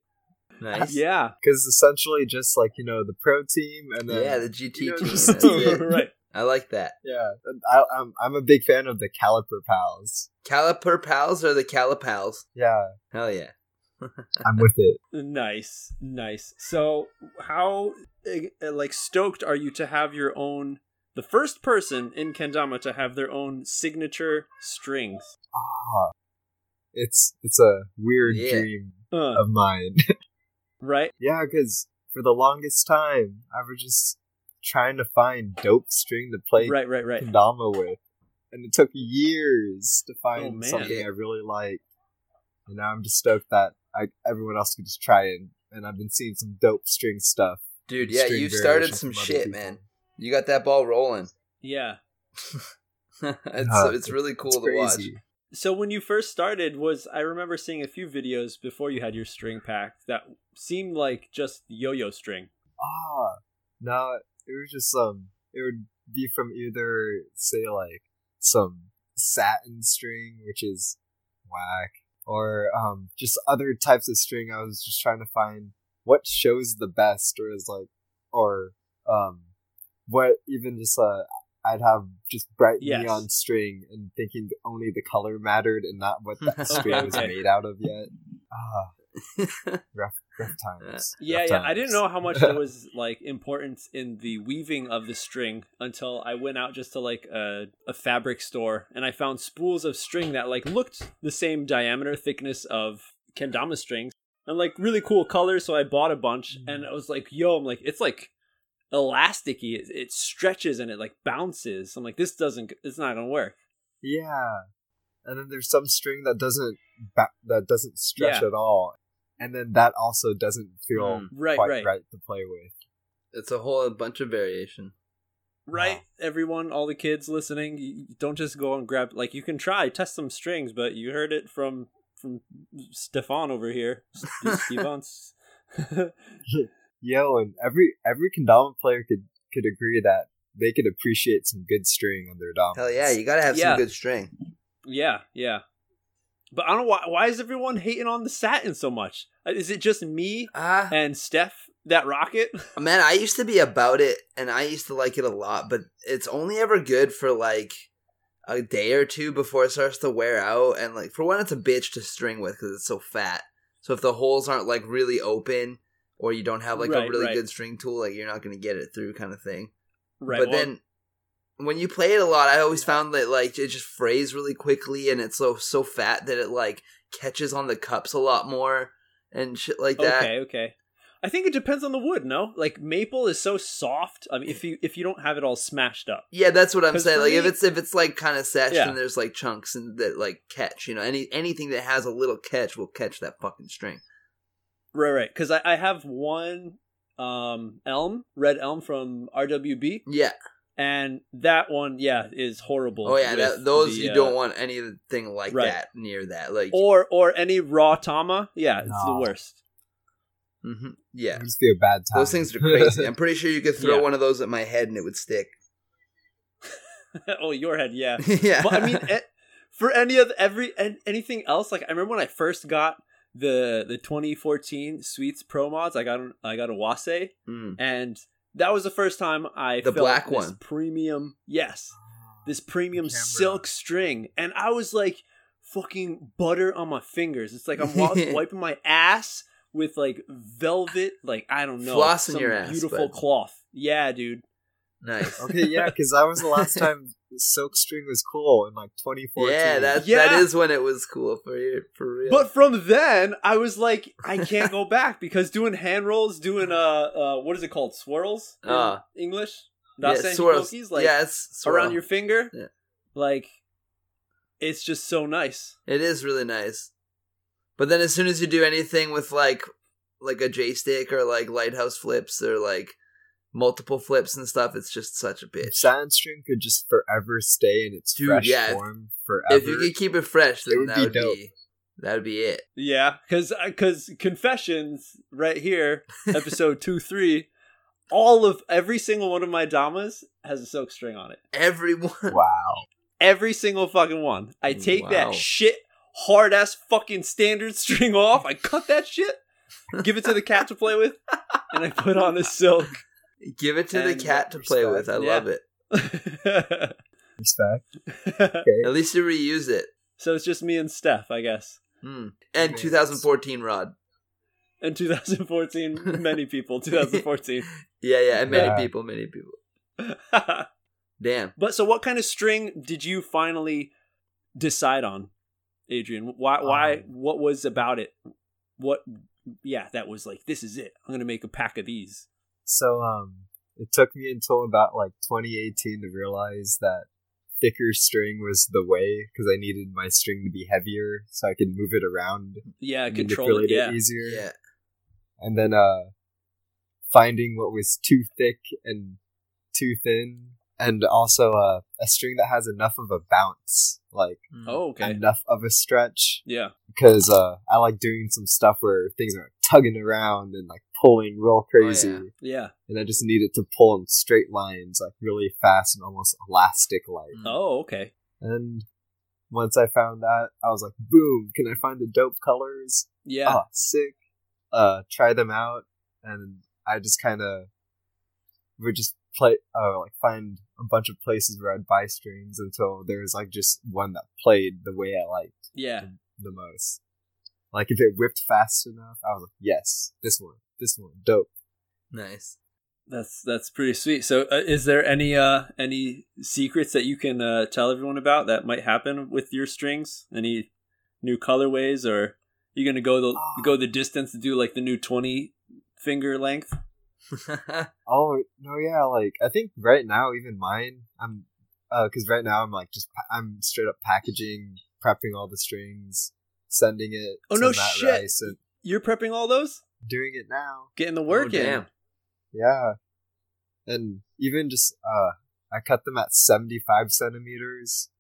Speaker 2: Nice.
Speaker 1: yeah,
Speaker 3: Because essentially, just like, you know, the pro team and then.
Speaker 2: Yeah, the GT
Speaker 3: You know,
Speaker 2: team.
Speaker 3: just-
Speaker 2: That's it.
Speaker 1: right.
Speaker 2: I like that.
Speaker 3: Yeah, I, I'm, I'm a big fan of the Caliper Pals.
Speaker 2: Caliper pals or the calipals?
Speaker 3: Yeah,
Speaker 2: Hell yeah.
Speaker 3: I'm with it.
Speaker 1: Nice, nice. So how uh, like stoked are you to have your own? The first person in Kendama to have their own signature strings.
Speaker 3: Ah, it's it's a weird
Speaker 2: Yeah.
Speaker 3: dream
Speaker 1: Uh,
Speaker 3: of mine.
Speaker 1: right?
Speaker 3: yeah, because for the longest time, I was just trying to find dope string to play
Speaker 1: Right, right,
Speaker 2: Hmm.
Speaker 1: right.
Speaker 3: kendama with, and it took years
Speaker 2: Oh,
Speaker 3: to find
Speaker 1: man.
Speaker 3: something I really like. And now I'm just stoked that I, everyone else could just try it. And I've been seeing some dope string stuff.
Speaker 2: Dude, yeah,
Speaker 3: string
Speaker 2: you've started
Speaker 3: variations
Speaker 2: some
Speaker 3: from other
Speaker 2: shit,
Speaker 3: people.
Speaker 2: man. You got that ball rolling.
Speaker 1: Yeah.
Speaker 2: it's
Speaker 3: Uh,
Speaker 2: it's really cool
Speaker 3: It's
Speaker 2: to watch.
Speaker 3: crazy.
Speaker 1: So when you first started was I remember seeing a few videos before you had your string pack that seemed like just yo-yo string.
Speaker 3: Ah, no, it was just um, it would be from either say like some satin string, which is whack, or um, just other types of string. I was just trying to find what shows the best, or is like, or um, what even just uh, I'd have just bright
Speaker 1: Yes.
Speaker 3: neon string and thinking that only the color mattered and not what that string was
Speaker 1: Okay.
Speaker 3: made out of yet. Ah, rough, rough times.
Speaker 1: Uh, Yeah,
Speaker 3: rough
Speaker 1: yeah. I didn't
Speaker 3: times.
Speaker 1: know how much there was like importance in the weaving of the string until I went out just to like a, a fabric store and I found spools of string that like looked the same diameter, thickness of kendama strings and like really cool colors. So I bought a bunch
Speaker 3: Mm-hmm.
Speaker 1: and I was like, yo, I'm like, it's like elasticy. It, it stretches and it like bounces. I'm like, this doesn't, it's not gonna work.
Speaker 3: Yeah, and then there's some string that doesn't ba- that doesn't stretch
Speaker 1: Yeah.
Speaker 3: at all, and then that also doesn't feel
Speaker 2: Mm.
Speaker 1: Right,
Speaker 3: quite
Speaker 1: right,
Speaker 3: right. to play with.
Speaker 2: It's a whole bunch of variation.
Speaker 1: right
Speaker 3: Wow.
Speaker 1: everyone all the kids listening y- y- don't just go and grab like you can try test some strings but you heard it from from stefan over here Stefan's.
Speaker 3: Yo, and every every kendama player could could agree that they could appreciate some good string on their dom.
Speaker 2: Hell yeah, you gotta have
Speaker 1: Yeah.
Speaker 2: some good string.
Speaker 1: yeah yeah but i don't know why, why is everyone hating on the satin so much Uh, is it just me
Speaker 2: Ah,
Speaker 1: and steph that rocket
Speaker 2: man, I used to be about it, and I used to like it a lot, but it's only ever good for like a day or two before it starts to wear out. And like for one, it's a bitch to string with because it's so fat. So if the holes aren't like really open, or you don't have like
Speaker 1: Right,
Speaker 2: a really
Speaker 1: right.
Speaker 2: good string tool, like you're not gonna get it through, kind of thing.
Speaker 1: right
Speaker 2: but
Speaker 1: well,
Speaker 2: then when you play it a lot, I always found that like it just frays really quickly, and it's so so fat that it like catches on the cups a lot more and shit like that.
Speaker 1: okay okay i think it depends on the wood no like maple is so soft i mean if you if you don't have it all smashed up
Speaker 2: Yeah, that's what I'm
Speaker 1: 'Cause
Speaker 2: saying.
Speaker 1: for
Speaker 2: Like if
Speaker 1: me-
Speaker 2: it's if it's like kind of session,
Speaker 1: Yeah.
Speaker 2: there's like chunks and that like catch. You know, any anything that has a little catch will catch that fucking string.
Speaker 1: Right, right. Because I, I have one um elm, red elm from RWB,
Speaker 2: Yeah.
Speaker 1: and that one, yeah, is horrible.
Speaker 2: Oh yeah.
Speaker 1: with
Speaker 2: That, those
Speaker 1: the,
Speaker 2: you
Speaker 1: uh,
Speaker 2: don't want anything like
Speaker 1: right.
Speaker 2: that near that. Like.
Speaker 1: Or or any raw tama, yeah, it's the
Speaker 3: No.
Speaker 1: worst.
Speaker 2: Mhm. Yeah.
Speaker 3: It'd just be a bad time.
Speaker 2: Those things are crazy. I'm pretty sure you could throw
Speaker 1: Yeah.
Speaker 2: one of those at my head and it would stick.
Speaker 1: oh, your head, yeah.
Speaker 2: yeah.
Speaker 1: But I mean, e- for any of every an- anything else, like I remember when I first got the the 2014 Sweets Pro mods, I got an- I got a Wase,
Speaker 2: Mm.
Speaker 1: and that was the first time I
Speaker 2: The
Speaker 1: felt
Speaker 2: black
Speaker 1: this
Speaker 2: one.
Speaker 1: premium. Yes, this premium
Speaker 3: camera.
Speaker 1: silk string and i was like fucking butter on my fingers it's like i'm wa- wiping my ass with like velvet like i don't know
Speaker 2: Floss in
Speaker 1: some
Speaker 2: your ass,
Speaker 1: beautiful
Speaker 2: bud.
Speaker 1: cloth yeah dude
Speaker 2: nice.
Speaker 3: okay, yeah, because that was the last time silk string was cool in like 2014.
Speaker 2: Yeah, that that
Speaker 1: Yeah.
Speaker 2: is when it was cool for you for real.
Speaker 1: but from then i was like i can't go back because doing hand rolls doing uh uh what is it called swirls in
Speaker 2: Ah.
Speaker 1: english not saying
Speaker 2: swirls.
Speaker 1: hikoki's, like
Speaker 2: yeah, it's swirl.
Speaker 1: around your finger
Speaker 2: Yeah.
Speaker 1: like it's just so nice
Speaker 2: It is really nice. But then as soon as you do anything with like like a J stick or like lighthouse flips or like multiple flips and stuff, it's just such a bitch.
Speaker 3: satin string could just forever stay in its
Speaker 2: Dude,
Speaker 3: fresh
Speaker 2: yeah, if-
Speaker 3: form forever.
Speaker 2: If you could keep it fresh, then
Speaker 3: It would
Speaker 2: that
Speaker 3: be
Speaker 2: would
Speaker 3: dope.
Speaker 2: be that would be it.
Speaker 1: Yeah, because because confessions right here, episode two three, all of every single one of my damas has a silk string on it.
Speaker 2: Everyone
Speaker 3: wow.
Speaker 1: Every single fucking one. I take
Speaker 2: Wow.
Speaker 1: that shit hard ass fucking standard string off. I cut that shit, give it to the cat to play with, and I put on a silk.
Speaker 2: give it to
Speaker 1: And
Speaker 2: the cat to play with. I
Speaker 1: respect.
Speaker 2: love it.
Speaker 3: Respect.
Speaker 2: At least you reuse it.
Speaker 1: so it's just me and Steph, I guess.
Speaker 2: Hmm. And
Speaker 3: Yes.
Speaker 2: 2014 rod.
Speaker 1: In 2014, many people. 2014.
Speaker 2: Yeah, yeah. And many
Speaker 3: Yeah.
Speaker 2: people, many people. Damn.
Speaker 1: But so, what kind of string did you finally decide on, Adrian? Why? Why?
Speaker 3: Um,
Speaker 1: what was about it? What? Yeah, that was like this is it. I'm gonna make a pack of these.
Speaker 3: So um it took me until about like 2018 to realize that thicker string was the way because I needed my string to be heavier so I could move it around
Speaker 1: Yeah,
Speaker 3: and
Speaker 1: control it.
Speaker 3: manipulate
Speaker 1: Yeah,
Speaker 3: easier.
Speaker 2: Yeah.
Speaker 3: And then uh finding what was too thick and too thin and also uh, a string that has enough of a bounce like
Speaker 2: Hmm.
Speaker 1: Oh, okay.
Speaker 3: enough of a stretch
Speaker 1: yeah,
Speaker 3: because uh, I like doing some stuff where things are tugging around and like pulling real crazy,
Speaker 2: yeah.
Speaker 1: Oh, yeah.
Speaker 3: and I just needed to pull in straight lines, like really fast and almost elastic like.
Speaker 2: Hmm.
Speaker 1: Oh, okay.
Speaker 3: And once I found that, I was like, boom! Can I find the dope colors?
Speaker 1: Yeah,
Speaker 3: Oh, sick! Uh, try them out, and I just kind of would just play, uh, like find a bunch of places where I'd buy strings until there was like just one that played the way I liked
Speaker 1: yeah.
Speaker 3: the most. Like if it whipped fast enough, I was like, yes, this one, this one, dope.
Speaker 2: Nice.
Speaker 1: That's that's pretty sweet. So, uh, is there any uh any secrets that you can uh, tell everyone about that might happen with your strings? Any new colorways, or you gonna go the
Speaker 3: Oh.
Speaker 1: go the distance to do like the new twenty finger length?
Speaker 3: Oh no, yeah, like I think right now even mine, I'm, uh, because right now I'm like just pa- I'm straight up packaging, prepping all the strings, sending it.
Speaker 1: Oh,
Speaker 3: to
Speaker 1: no
Speaker 3: Matt
Speaker 1: shit.
Speaker 3: Rice and
Speaker 1: You're prepping all those,
Speaker 3: doing it now.
Speaker 1: getting the work in.
Speaker 2: Oh, damn.
Speaker 3: Yeah. And even just uh I cut them at seventy five centimeters.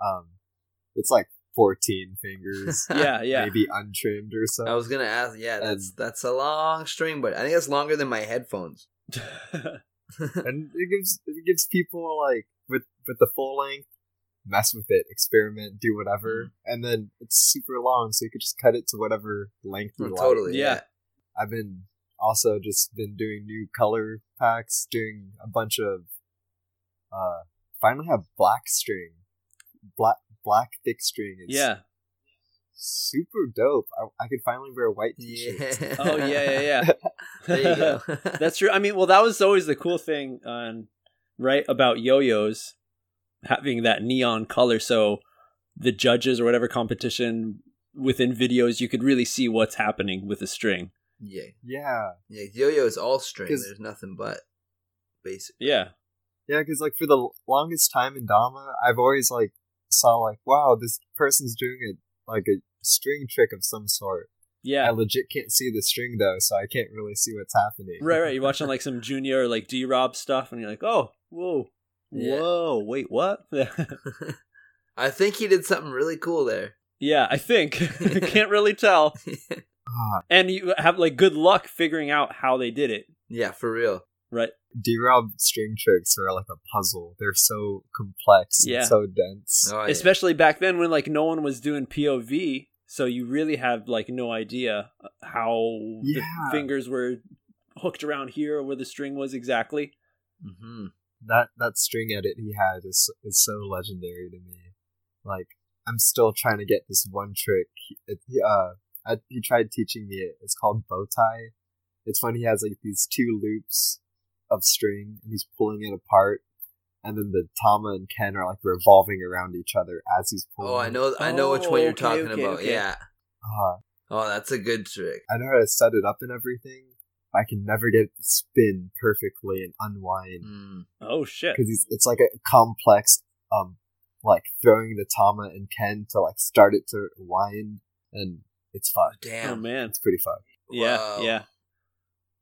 Speaker 3: Um it's like fourteen fingers.
Speaker 1: Yeah, yeah.
Speaker 3: Maybe untrimmed or
Speaker 2: I
Speaker 3: so.
Speaker 2: was gonna ask. Yeah, that's that's a long string, but I think that's longer than my headphones.
Speaker 3: and it gives it gives people like with with the full length, mess with it, experiment, do whatever.
Speaker 2: Mm-hmm.
Speaker 3: And then it's super long, so you could just cut it to whatever length you
Speaker 2: Oh,
Speaker 3: like.
Speaker 2: totally.
Speaker 1: Yeah.
Speaker 2: Yeah.
Speaker 3: I've been also just been doing new color packs, doing a bunch of uh finally have black string. Black black thick string. It's
Speaker 1: yeah.
Speaker 3: super dope. I, I could finally wear white
Speaker 2: Yeah.
Speaker 3: t-shirts.
Speaker 1: Oh yeah, yeah, yeah.
Speaker 2: there you go.
Speaker 1: That's true. I mean, well, that was always the cool thing on right about yo-yos having that neon color. So the judges or whatever competition within videos, you could really see what's happening with the string.
Speaker 2: yeah.
Speaker 3: Yeah.
Speaker 2: Yeah. Yo-yo is all string.
Speaker 3: 'Cause-
Speaker 2: There's nothing but basic.
Speaker 1: Yeah,
Speaker 3: Yeah, cuz like for the l- longest time in Dama, I've always like saw like wow, this person's doing it like a string trick of some sort. I
Speaker 1: yeah.
Speaker 3: legit can't see the string though, so I can't really see what's happening.
Speaker 1: Right, right. You're watching like some junior or like D Rob stuff, and you're like, oh, whoa,
Speaker 2: Yeah.
Speaker 1: whoa, wait, what?
Speaker 2: I think he did something really cool there.
Speaker 1: yeah, I think can't really tell.
Speaker 3: Ah,
Speaker 1: And you have like good luck figuring out how they did it.
Speaker 2: yeah, for real.
Speaker 1: Right.
Speaker 3: D-Rob string tricks are like a puzzle. They're so complex
Speaker 1: Yeah.
Speaker 3: and so dense.
Speaker 2: Oh, yeah.
Speaker 1: especially back then when like no one was doing POV, so you really had like no idea uh, how the
Speaker 3: Yeah.
Speaker 1: fingers were hooked around here or where the string was exactly.
Speaker 2: hmm
Speaker 3: That that string edit he had is is so legendary to me. Like I'm still trying to get this one trick. He, it- he, uh, I, he tried teaching me it. It's called bow tie. It's when he has like these two loops of string and he's pulling it apart, and then the Tama and Ken are like revolving around each other as he's pulling.
Speaker 2: Oh, I
Speaker 3: it.
Speaker 2: know. I know which one
Speaker 1: Oh,
Speaker 2: you're
Speaker 1: okay,
Speaker 2: talking
Speaker 1: okay,
Speaker 2: about.
Speaker 1: okay.
Speaker 2: Yeah.
Speaker 3: Ah,
Speaker 2: Oh, that's a good trick.
Speaker 3: I know how to set it up and everything, but I can never get it to spin perfectly and unwind
Speaker 2: Mm.
Speaker 1: Oh shit!
Speaker 3: because it's like a complex, um, like throwing the Tama and Ken to like start it to wind, and it's fun.
Speaker 1: Oh
Speaker 2: Damn.
Speaker 1: man,
Speaker 3: It's pretty fun.
Speaker 1: yeah,
Speaker 2: Wow.
Speaker 1: yeah.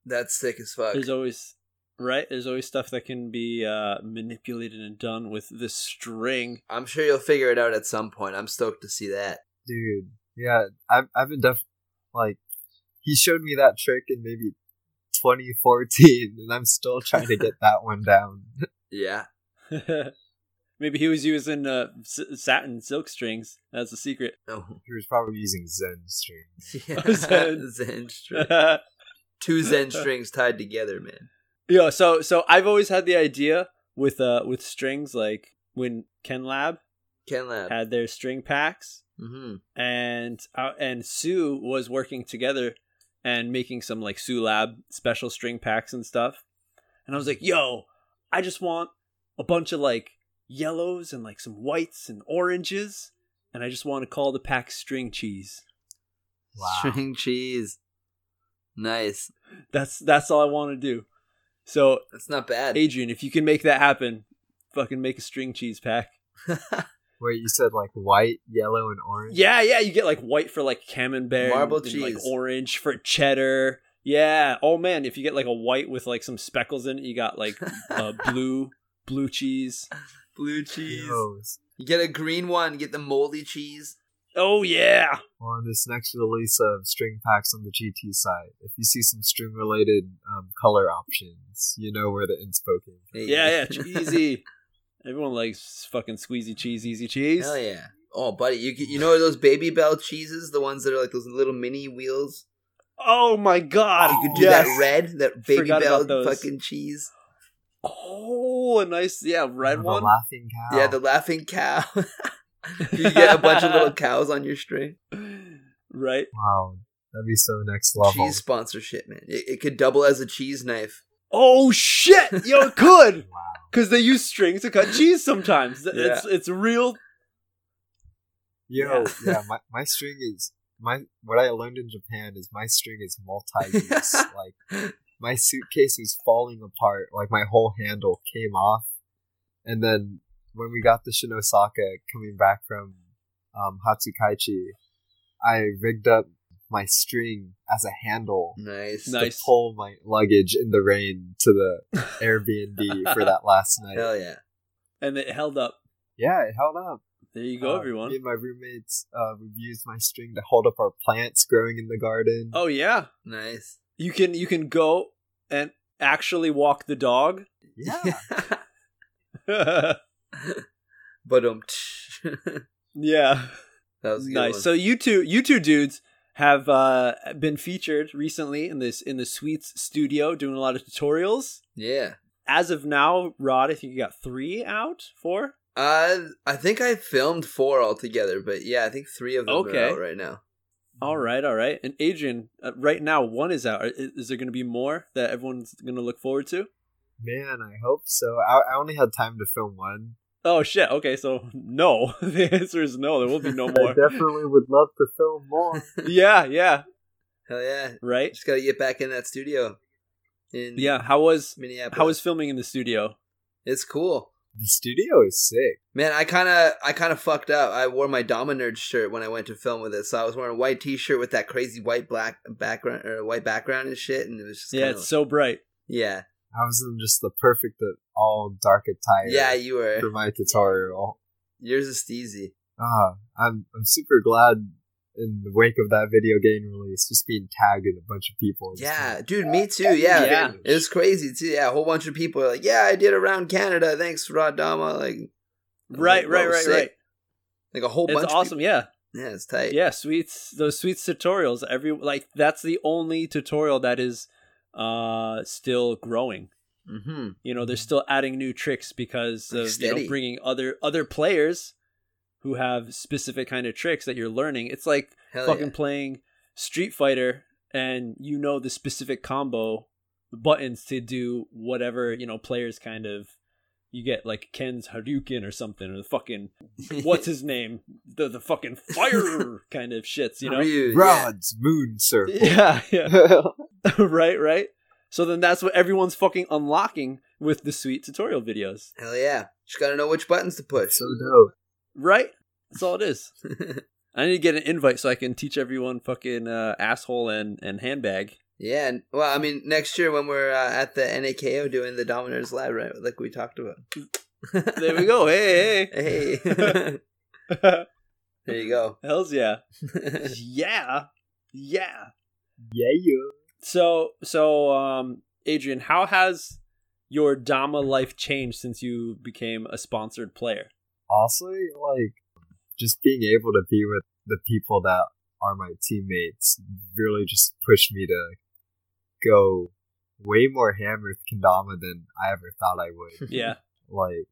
Speaker 2: That's sick as fuck.
Speaker 1: There's always right. There's always stuff that can be uh, manipulated and done with the string.
Speaker 2: I'm sure you'll figure it out at some point. I'm stoked to see that.
Speaker 3: dude. Yeah, I've I've been def like he showed me that trick in maybe 2014, and I'm still trying to get that one down.
Speaker 2: Yeah.
Speaker 1: Maybe he was using uh, s- satin silk strings. That's a secret.
Speaker 2: Oh.
Speaker 3: He was probably using Zen string.
Speaker 2: Yeah.
Speaker 1: Zen.
Speaker 2: Zen string. Two Zen strings tied together, man.
Speaker 1: Yeah, so so I've always had the idea with uh with strings like when Ken Lab
Speaker 2: Ken Lab.
Speaker 1: had their string packs
Speaker 2: hmm
Speaker 1: and uh, and Sue was working together and making some like Sue Lab special string packs and stuff. And I was like, "Yo, I just want a bunch of like yellows and like some whites and oranges and I just want to call the pack string cheese."
Speaker 2: String cheese. Nice.
Speaker 1: That's that's all I want to do. So,
Speaker 2: That's not bad.
Speaker 1: Adrian, if you can make that happen, fucking make a string cheese pack.
Speaker 3: Where you said like white, yellow, and orange.
Speaker 1: Yeah, yeah, you get like white for like camembert,
Speaker 2: Marble
Speaker 1: and, like
Speaker 2: cheese.
Speaker 1: orange for cheddar. Yeah. Oh man, if you get like a white with like some speckles in it, you got like uh, blue blue cheese.
Speaker 2: Blue cheese.
Speaker 3: Those.
Speaker 2: You get a green one. Get the moldy cheese.
Speaker 1: Oh yeah.
Speaker 3: on this next release of string packs on the GT side. If you see some string related um, color options, you know where the inspo came from.
Speaker 2: Hey.
Speaker 1: Yeah, yeah, cheesy. Everyone likes fucking squeezy cheese, easy cheese.
Speaker 2: Hell yeah. Oh, buddy, you get- you know those baby bell cheeses, the ones that are like those little mini wheels.
Speaker 1: Oh my god.
Speaker 2: You could do
Speaker 1: yes.
Speaker 2: that red, that baby
Speaker 1: Forgot
Speaker 2: bell
Speaker 1: about those.
Speaker 2: fucking cheese.
Speaker 1: Oh, a nice yeah, red
Speaker 3: the
Speaker 1: one.
Speaker 3: laughing cow.
Speaker 2: Yeah, the laughing cow. you get a bunch of little cows on your string.
Speaker 1: right?
Speaker 3: Wow, that'd be so next level.
Speaker 2: Cheese sponsorship, man. It, it could double as a cheese knife.
Speaker 1: Oh shit! Yo, it could
Speaker 3: Wow.
Speaker 1: because they use strings to cut cheese sometimes. Th-
Speaker 2: Yeah.
Speaker 1: It's it's real.
Speaker 3: Yo,
Speaker 1: Yeah.
Speaker 3: yeah, my, my string is my what I learned in Japan is my string is multi-use. like my suitcase was falling apart, like my whole handle came off. And then when we got the Shinosaka coming back from um, Hatsukaichi, I rigged up my string as a handle
Speaker 2: Nice.
Speaker 1: Nice.
Speaker 3: to pull my luggage in the rain to the Airbnb for that last night.
Speaker 2: Hell yeah.
Speaker 1: And it held up.
Speaker 3: Yeah, it held up.
Speaker 1: There you go,
Speaker 2: Ah,
Speaker 3: Uh,
Speaker 1: everyone.
Speaker 3: Me and my roommates, uh, we've used my string to hold up our plants growing in the garden.
Speaker 1: Oh yeah,
Speaker 2: Nice.
Speaker 1: you can you can go and actually walk the dog.
Speaker 3: yeah.
Speaker 2: but um.
Speaker 1: yeah.
Speaker 2: that was a good
Speaker 1: nice.
Speaker 2: One.
Speaker 1: So you two, you two dudes have uh, been featured recently in this in the Sweets studio doing a lot of tutorials.
Speaker 2: yeah.
Speaker 1: As of now, Rod, I think you got three out, four.
Speaker 2: Uh, I think I filmed four altogether, but yeah, I think three of them
Speaker 1: Okay.
Speaker 2: are out right now.
Speaker 1: All right, all right. And Adrian, uh, right now one is out. Are- Is, is there going to be more that everyone's going to look forward to?
Speaker 3: Man, I hope so. I, I only had time to film one.
Speaker 1: Oh shit. Okay, so no. the answer is no. There will be no
Speaker 3: I
Speaker 1: more.
Speaker 3: definitely would love to film more.
Speaker 1: yeah, yeah.
Speaker 2: Hell yeah!
Speaker 1: Right.
Speaker 2: Just gotta get back in that studio. In
Speaker 1: Yeah. How was
Speaker 2: Minneapolis.
Speaker 1: how was filming in the studio?
Speaker 2: it's cool,
Speaker 3: The studio is sick.
Speaker 2: man. I kind of I kind of fucked up. I wore my Dominerd shirt when I went to film with it, so I was wearing a white T-shirt with that crazy white black background or white background and shit, and it was just
Speaker 1: Yeah,
Speaker 2: kinda
Speaker 1: it's so bright.
Speaker 2: yeah,
Speaker 3: I was in just the perfect uh, all dark attire
Speaker 2: yeah. You were
Speaker 3: for my tutorial.
Speaker 2: yours is steezy.
Speaker 3: Ah, I'm I'm super glad in the wake of that video game release, just being tagged in a bunch of people. Just
Speaker 2: Yeah,
Speaker 3: like,
Speaker 2: dude, me too. Yeah,
Speaker 1: Yeah.
Speaker 2: it was crazy too. Yeah, a whole bunch of people are like, "Yeah, I did around Canada. Thanks, Rod Dama." Like,
Speaker 1: Right, right,
Speaker 2: like, bro,
Speaker 1: right,
Speaker 2: sick.
Speaker 1: right.
Speaker 2: Like a whole bunch.
Speaker 1: It's
Speaker 2: of
Speaker 1: awesome. Yeah.
Speaker 2: people- Yeah, it's tight.
Speaker 1: yeah sweets those sweets tutorials every like that's the only tutorial that is uh still growing
Speaker 2: Mm-hmm.
Speaker 1: you know they're still adding new tricks because
Speaker 2: Like
Speaker 1: of you know
Speaker 2: steady.
Speaker 1: bringing other other players who have specific kind of tricks that you're learning it's like
Speaker 2: Hell
Speaker 1: fucking playing street fighter and you know the specific combo buttons to do whatever you know players kind of you get like ken's hadouken or something or the fucking
Speaker 2: yeah.
Speaker 1: what's his name the the fucking fire kind of shits you know
Speaker 2: Ryu, yeah.
Speaker 3: Rod's Moon Circle.
Speaker 1: yeah, yeah. right, right. So then that's what everyone's fucking unlocking with the sweet tutorial videos.
Speaker 2: Hell yeah! Just gotta know which buttons to push.
Speaker 3: so dope.
Speaker 1: Right? That's all it is. I need to get an invite so I can teach everyone fucking uh, asshole and, and handbag.
Speaker 2: yeah. and- Well, I mean, next year when we're uh, at the NAKO doing the Dominators Lab, right? Like we talked about.
Speaker 1: There we go. Hey,
Speaker 2: Hey.
Speaker 1: hey.
Speaker 2: there you go.
Speaker 1: Hells yeah. yeah. Yeah.
Speaker 3: Yeah, yeah.
Speaker 1: So so um Adrian, how has your Dama life changed since you became a sponsored player?
Speaker 3: honestly, like just being able to be with the people that are my teammates really just pushed me to go way more ham with kendama than I ever thought I would.
Speaker 1: Yeah.
Speaker 3: like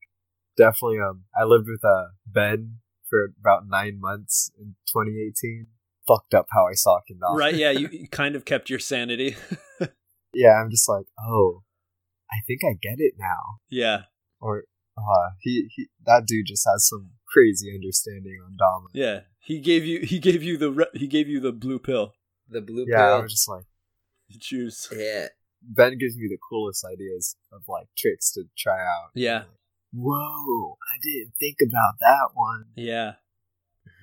Speaker 3: definitely um I lived with uh Ben for about nine months in twenty eighteen. Fucked up how I saw kendama.
Speaker 1: right, yeah, you, you kind of kept your sanity.
Speaker 3: Yeah, I'm just like, oh, I think I get it now.
Speaker 1: yeah.
Speaker 3: Or uh he, he that dude just has some crazy understanding on Dama.
Speaker 1: Yeah, he gave you he gave you the re- he gave you the blue pill.
Speaker 2: The blue
Speaker 3: yeah, I
Speaker 2: pill.
Speaker 3: was just like
Speaker 1: You choose.
Speaker 2: Yeah.
Speaker 3: Ben gives me the coolest ideas of like tricks to try out.
Speaker 1: Yeah.
Speaker 3: Whoa, I didn't think about that one.
Speaker 1: Yeah.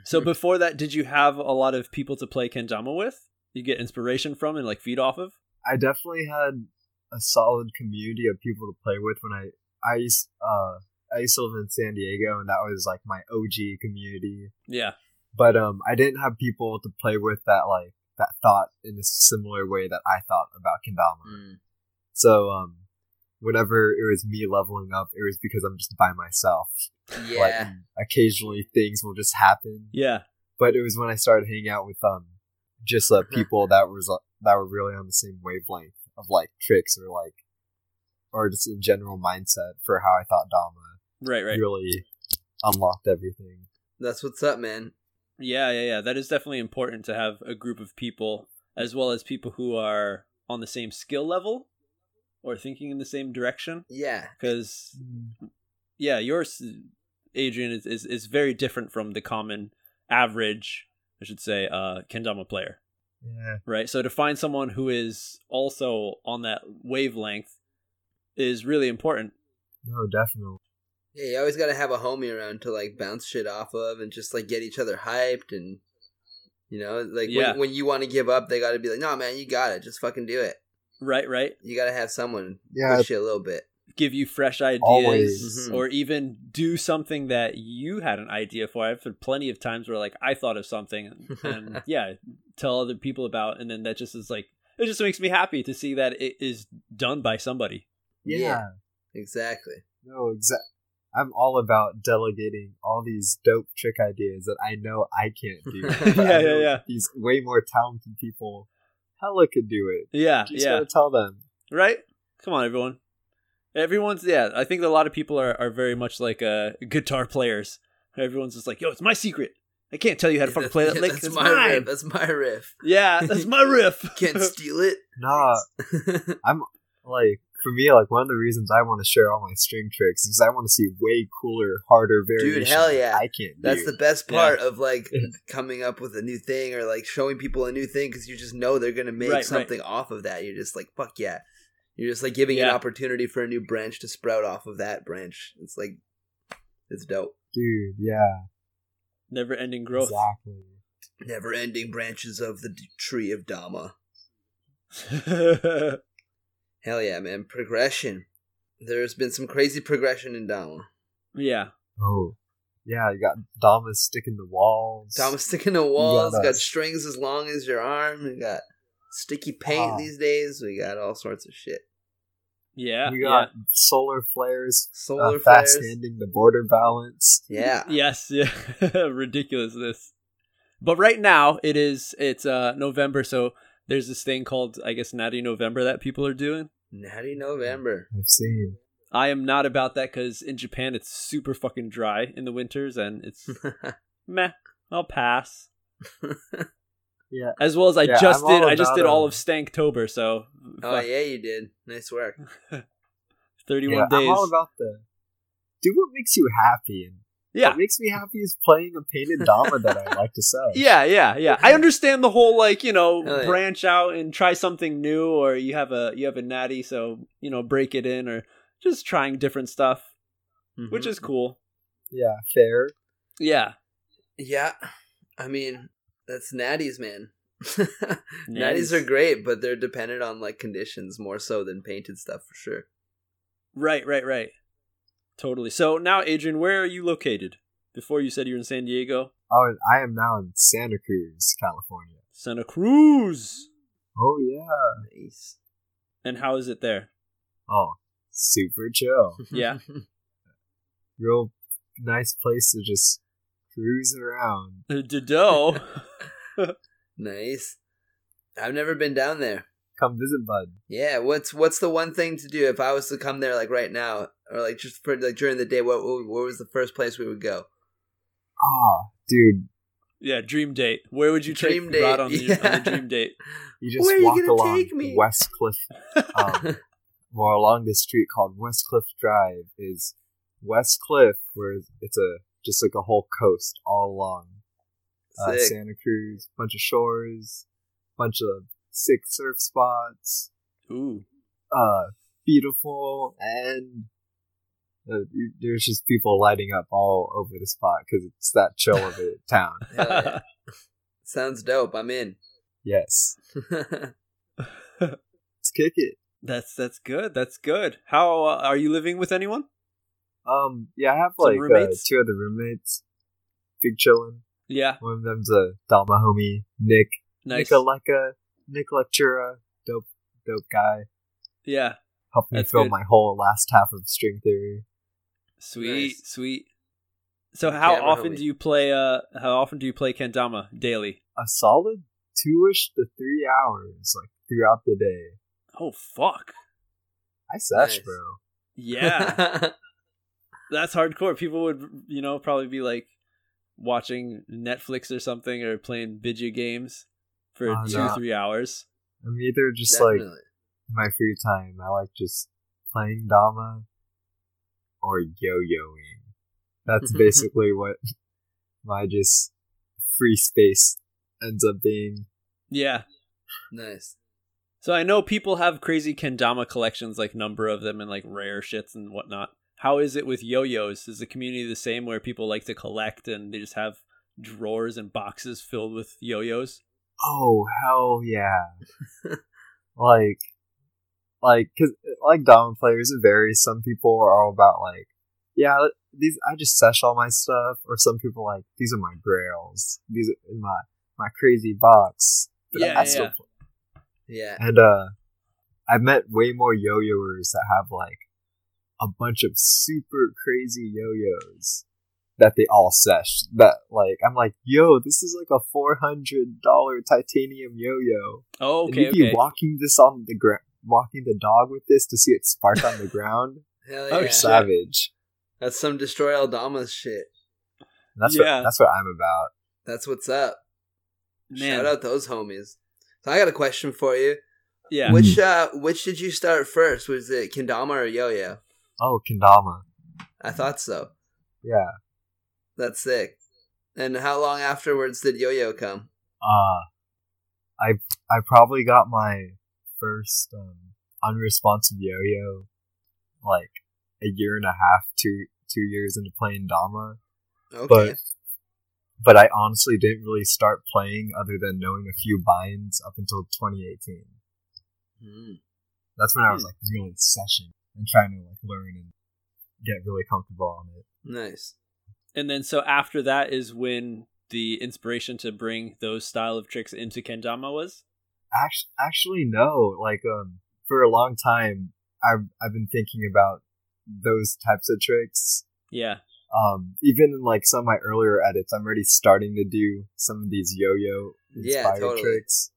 Speaker 1: So before that, did you have a lot of people to play kendama with? You get inspiration from and like feed off of.
Speaker 3: I definitely had a solid community of people to play with when I I used uh I used to live in San Diego and that was like my OG community.
Speaker 1: Yeah.
Speaker 3: But um I didn't have people to play with that like that thought in a similar way that I thought about Kendama.
Speaker 2: Mm.
Speaker 3: So um whenever it was me leveling up, it was because I'm just by myself.
Speaker 2: Yeah.
Speaker 3: Like occasionally things will just happen.
Speaker 1: Yeah.
Speaker 3: but it was when I started hanging out with um just
Speaker 1: Uh-huh.
Speaker 3: uh, people that was uh, that were really on the same wavelength of like tricks or like or just in general mindset for how I thought Dama
Speaker 1: Right. Right.
Speaker 3: really unlocked everything.
Speaker 2: That's what's up, man.
Speaker 1: Yeah, yeah, yeah. That is definitely important to have a group of people as well as people who are on the same skill level or thinking in the same direction
Speaker 2: Yeah.
Speaker 1: because yeah, yours Adrian is, is is very different from the common average, I should say, uh kendama player,
Speaker 3: Yeah.
Speaker 1: right? So to find someone who is also on that wavelength is really important.
Speaker 3: No, definitely.
Speaker 2: Yeah, you always got to have a homie around to like bounce shit off of and just like get each other hyped and you know, like
Speaker 1: Yeah.
Speaker 2: when, when you want to give up, they got to be like, "No, man, you got it. Just fucking do it."
Speaker 1: Right, right.
Speaker 2: You got to have someone
Speaker 3: Yeah.
Speaker 2: push you a little bit.
Speaker 1: Give you fresh ideas
Speaker 3: Always.
Speaker 2: Mhm.
Speaker 1: or even do something that you had an idea for. I've had plenty of times where like I thought of something and yeah, tell other people about and then that just is like it just makes me happy to see that it is done by somebody.
Speaker 3: Yeah.
Speaker 2: exactly.
Speaker 3: No, exactly. I'm all about delegating all these dope trick ideas that I know I can't do. but I
Speaker 1: Yeah, yeah,
Speaker 3: know
Speaker 1: yeah.
Speaker 3: These way more talented people, hella could do it.
Speaker 1: Yeah,
Speaker 3: You just
Speaker 1: yeah.
Speaker 3: gotta tell them.
Speaker 1: right? Come on, everyone. Everyone's yeah. I think a lot of people are, are very much like uh, guitar players. Everyone's just like, yo, it's my secret. I can't tell you how to fucking play that
Speaker 2: Yeah,
Speaker 1: lick.
Speaker 2: That's
Speaker 1: It's
Speaker 2: my riff.
Speaker 1: mine.
Speaker 2: That's my riff.
Speaker 1: Yeah, that's my riff.
Speaker 2: Can't steal it.
Speaker 3: Nah, like for me, like one of the reasons I want to share all my string tricks is I want to see way cooler, harder variations.
Speaker 2: hell yeah.
Speaker 3: I can't.
Speaker 2: That's
Speaker 3: do.
Speaker 2: the best
Speaker 1: Yeah.
Speaker 2: part of like coming up with a new thing or like showing people a new thing because you just know they're gonna make
Speaker 1: Right, right.
Speaker 2: something off of that. You're just like, fuck yeah. You're just like giving an
Speaker 1: Yeah.
Speaker 2: opportunity for a new branch to sprout off of that branch. It's like, it's dope.
Speaker 3: dude. Yeah,
Speaker 1: Never ending growth.
Speaker 3: exactly.
Speaker 2: Never ending branches of the d- tree of Dhamma. Hell yeah, man. Progression. There's been some crazy progression in Dhamma.
Speaker 1: yeah.
Speaker 3: Oh, yeah. You got Dama sticking the walls.
Speaker 2: Dhamma's sticking to walls,
Speaker 3: that's-
Speaker 2: got strings as long as your arm, we got sticky paint
Speaker 1: Ah.
Speaker 3: Wow.
Speaker 2: these days, we got all sorts of shit.
Speaker 1: Yeah.
Speaker 3: you
Speaker 1: yeah.
Speaker 3: got solar flares.
Speaker 2: Solar
Speaker 3: Uh,
Speaker 2: flares.
Speaker 3: fast handing the border balance.
Speaker 2: Yeah.
Speaker 1: Yes. Yeah. Ridiculousness. But right now it is it's uh November, so there's this thing called I guess Natty November that people are doing.
Speaker 2: Natty November.
Speaker 3: I've seen.
Speaker 1: I am not about that because in Japan it's super fucking dry in the winters and it's meh. I'll pass.
Speaker 3: Yeah.
Speaker 1: As well as I
Speaker 3: Yeah,
Speaker 1: just
Speaker 3: I'm
Speaker 1: did.
Speaker 3: all
Speaker 1: I just
Speaker 3: about
Speaker 1: did all
Speaker 3: them.
Speaker 1: of Stanktober, so
Speaker 2: oh
Speaker 1: fuck,
Speaker 2: yeah, you did. Nice work.
Speaker 1: 31
Speaker 3: yeah,
Speaker 1: days.
Speaker 3: I'm all about the do what makes you happy. And
Speaker 1: yeah.
Speaker 3: what makes me happy is playing a painted Dama that I like to sell.
Speaker 1: Yeah, yeah, yeah. I understand the whole like, you know,
Speaker 2: Hell yeah.
Speaker 1: branch out and try something new or you have a you have a natty so, you know, break it in or just trying different stuff, which
Speaker 2: Mm-hmm.
Speaker 1: is cool.
Speaker 3: yeah, fair.
Speaker 1: Yeah.
Speaker 2: yeah. I mean, that's natties, man. natties
Speaker 1: Natties.
Speaker 2: are great, but they're dependent on like conditions more so than painted stuff for sure.
Speaker 1: Right, right, right. Totally. So now Adrian, where are you located? Before you said you're in San Diego,
Speaker 3: Oh, and I am now in Santa Cruz, California.
Speaker 1: Santa Cruz.
Speaker 3: Oh yeah.
Speaker 2: Nice.
Speaker 1: And how is it there?
Speaker 3: Oh, super chill.
Speaker 1: Yeah.
Speaker 3: Real nice place to just cruise around.
Speaker 1: Dodo.
Speaker 2: nice. I've never been down there.
Speaker 3: Come visit, bud.
Speaker 2: Yeah, what's what's the one thing to do if I was to come there like right now or like just for like during the day? What what, what was the first place we would go?
Speaker 3: Ah, dude,
Speaker 1: yeah, dream date. Where would you take
Speaker 2: Dream date,
Speaker 1: Rod on, the,
Speaker 2: yeah.
Speaker 1: on the dream date?
Speaker 3: you just
Speaker 2: Where are you
Speaker 3: walk
Speaker 2: gonna
Speaker 3: along
Speaker 2: take me?
Speaker 3: Westcliff um, or along this street called Westcliff Drive is Westcliff, where it's a just like a whole coast all along uh,
Speaker 2: Sick.
Speaker 3: Santa Cruz, bunch of shores, bunch of sick surf spots,
Speaker 1: Ooh.
Speaker 3: uh, beautiful, and uh, you- there's just people lighting up all over the spot because it's that chill of a town.
Speaker 2: Hell yeah. Sounds dope. I'm in.
Speaker 3: Yes, let's kick it.
Speaker 1: that's that's good. That's good. How uh, are you living with anyone?
Speaker 3: Um, yeah, I have
Speaker 1: Some
Speaker 3: like uh,
Speaker 1: roommates?
Speaker 3: two other roommates, big chillin'.
Speaker 1: Yeah.
Speaker 3: One of them's a Dalma homie, Nick.
Speaker 1: Nice.
Speaker 3: Nicoleka, Nick Lectura, dope, dope guy.
Speaker 1: Yeah.
Speaker 3: Helped me
Speaker 1: That's
Speaker 3: fill
Speaker 1: good.
Speaker 3: my whole last half of string theory.
Speaker 1: Sweet.
Speaker 2: Nice.
Speaker 1: Sweet. So how
Speaker 2: Camera
Speaker 1: often
Speaker 2: homie.
Speaker 1: do you play uh how often do you play kendama daily?
Speaker 3: A solid two-ish to three hours, like throughout the day.
Speaker 1: Oh fuck.
Speaker 3: I sesh,
Speaker 2: Nice.
Speaker 3: bro.
Speaker 1: Yeah. that's hardcore. People would, you know, probably be like, watching Netflix or something or playing video games for
Speaker 3: Oh,
Speaker 1: two,
Speaker 3: no.
Speaker 1: three hours.
Speaker 3: I'm either just like
Speaker 2: Definitely.
Speaker 3: in my free time, I like just playing Dama or yo-yoing. That's basically what my just free space ends up being.
Speaker 1: Yeah.
Speaker 2: nice.
Speaker 1: So I know people have crazy kendama collections, like number of them and like rare shits and whatnot. How is it with yo-yos? Is the community the same where people like to collect and they just have drawers and boxes filled with yo-yos?
Speaker 3: Oh hell yeah! like, like, cause like Dama players it varies. Some people are all about like, yeah, let- these I just sesh all my stuff, or some people like these are my grails. These are in my my crazy box. that I
Speaker 1: Yeah,
Speaker 3: still
Speaker 1: yeah.
Speaker 3: play."
Speaker 2: Yeah.
Speaker 3: And uh I've met way more yo-yoers that have like a bunch of super crazy yo-yos that they all sesh. That like I'm like, yo, this is like a four hundred dollar titanium yo-yo.
Speaker 1: Oh,
Speaker 3: and
Speaker 1: okay,
Speaker 3: you'd be
Speaker 1: okay.
Speaker 3: walking this on the ground, walking the dog with this to see it spark on the ground.
Speaker 2: Hell
Speaker 1: Oh,
Speaker 2: yeah.
Speaker 1: shit.
Speaker 3: Savage.
Speaker 2: That's some destroy Aldama's shit.
Speaker 3: And that's
Speaker 1: Yeah.
Speaker 3: what that's what I'm about.
Speaker 2: That's what's up.
Speaker 1: Man,
Speaker 2: Shout out those homies. So I got a question for you.
Speaker 1: yeah.
Speaker 2: Which uh which did you start first? Was it Kendama or Yo-Yo?
Speaker 3: Oh, kendama.
Speaker 2: I thought so.
Speaker 3: Yeah.
Speaker 2: That's sick. And how long afterwards did Yo-Yo come?
Speaker 3: uh I I probably got my first um unresponsive yo-yo like a year and a half, two two years into playing Dama.
Speaker 2: Okay.
Speaker 3: But but I honestly didn't really start playing other than knowing a few binds up until twenty eighteen.
Speaker 2: Hmm.
Speaker 3: That's when I was like really session and trying to like learn and get really comfortable on it.
Speaker 2: Nice.
Speaker 1: and then so after that is when the inspiration to bring those style of tricks into kendama was
Speaker 3: Actually, actually no. Like um, for a long time, I've I've been thinking about those types of tricks.
Speaker 1: yeah
Speaker 3: Um, even in like some of my earlier edits, I'm already starting to do some of these yo-yo
Speaker 2: Yeah,
Speaker 3: inspired
Speaker 2: totally.
Speaker 3: tricks.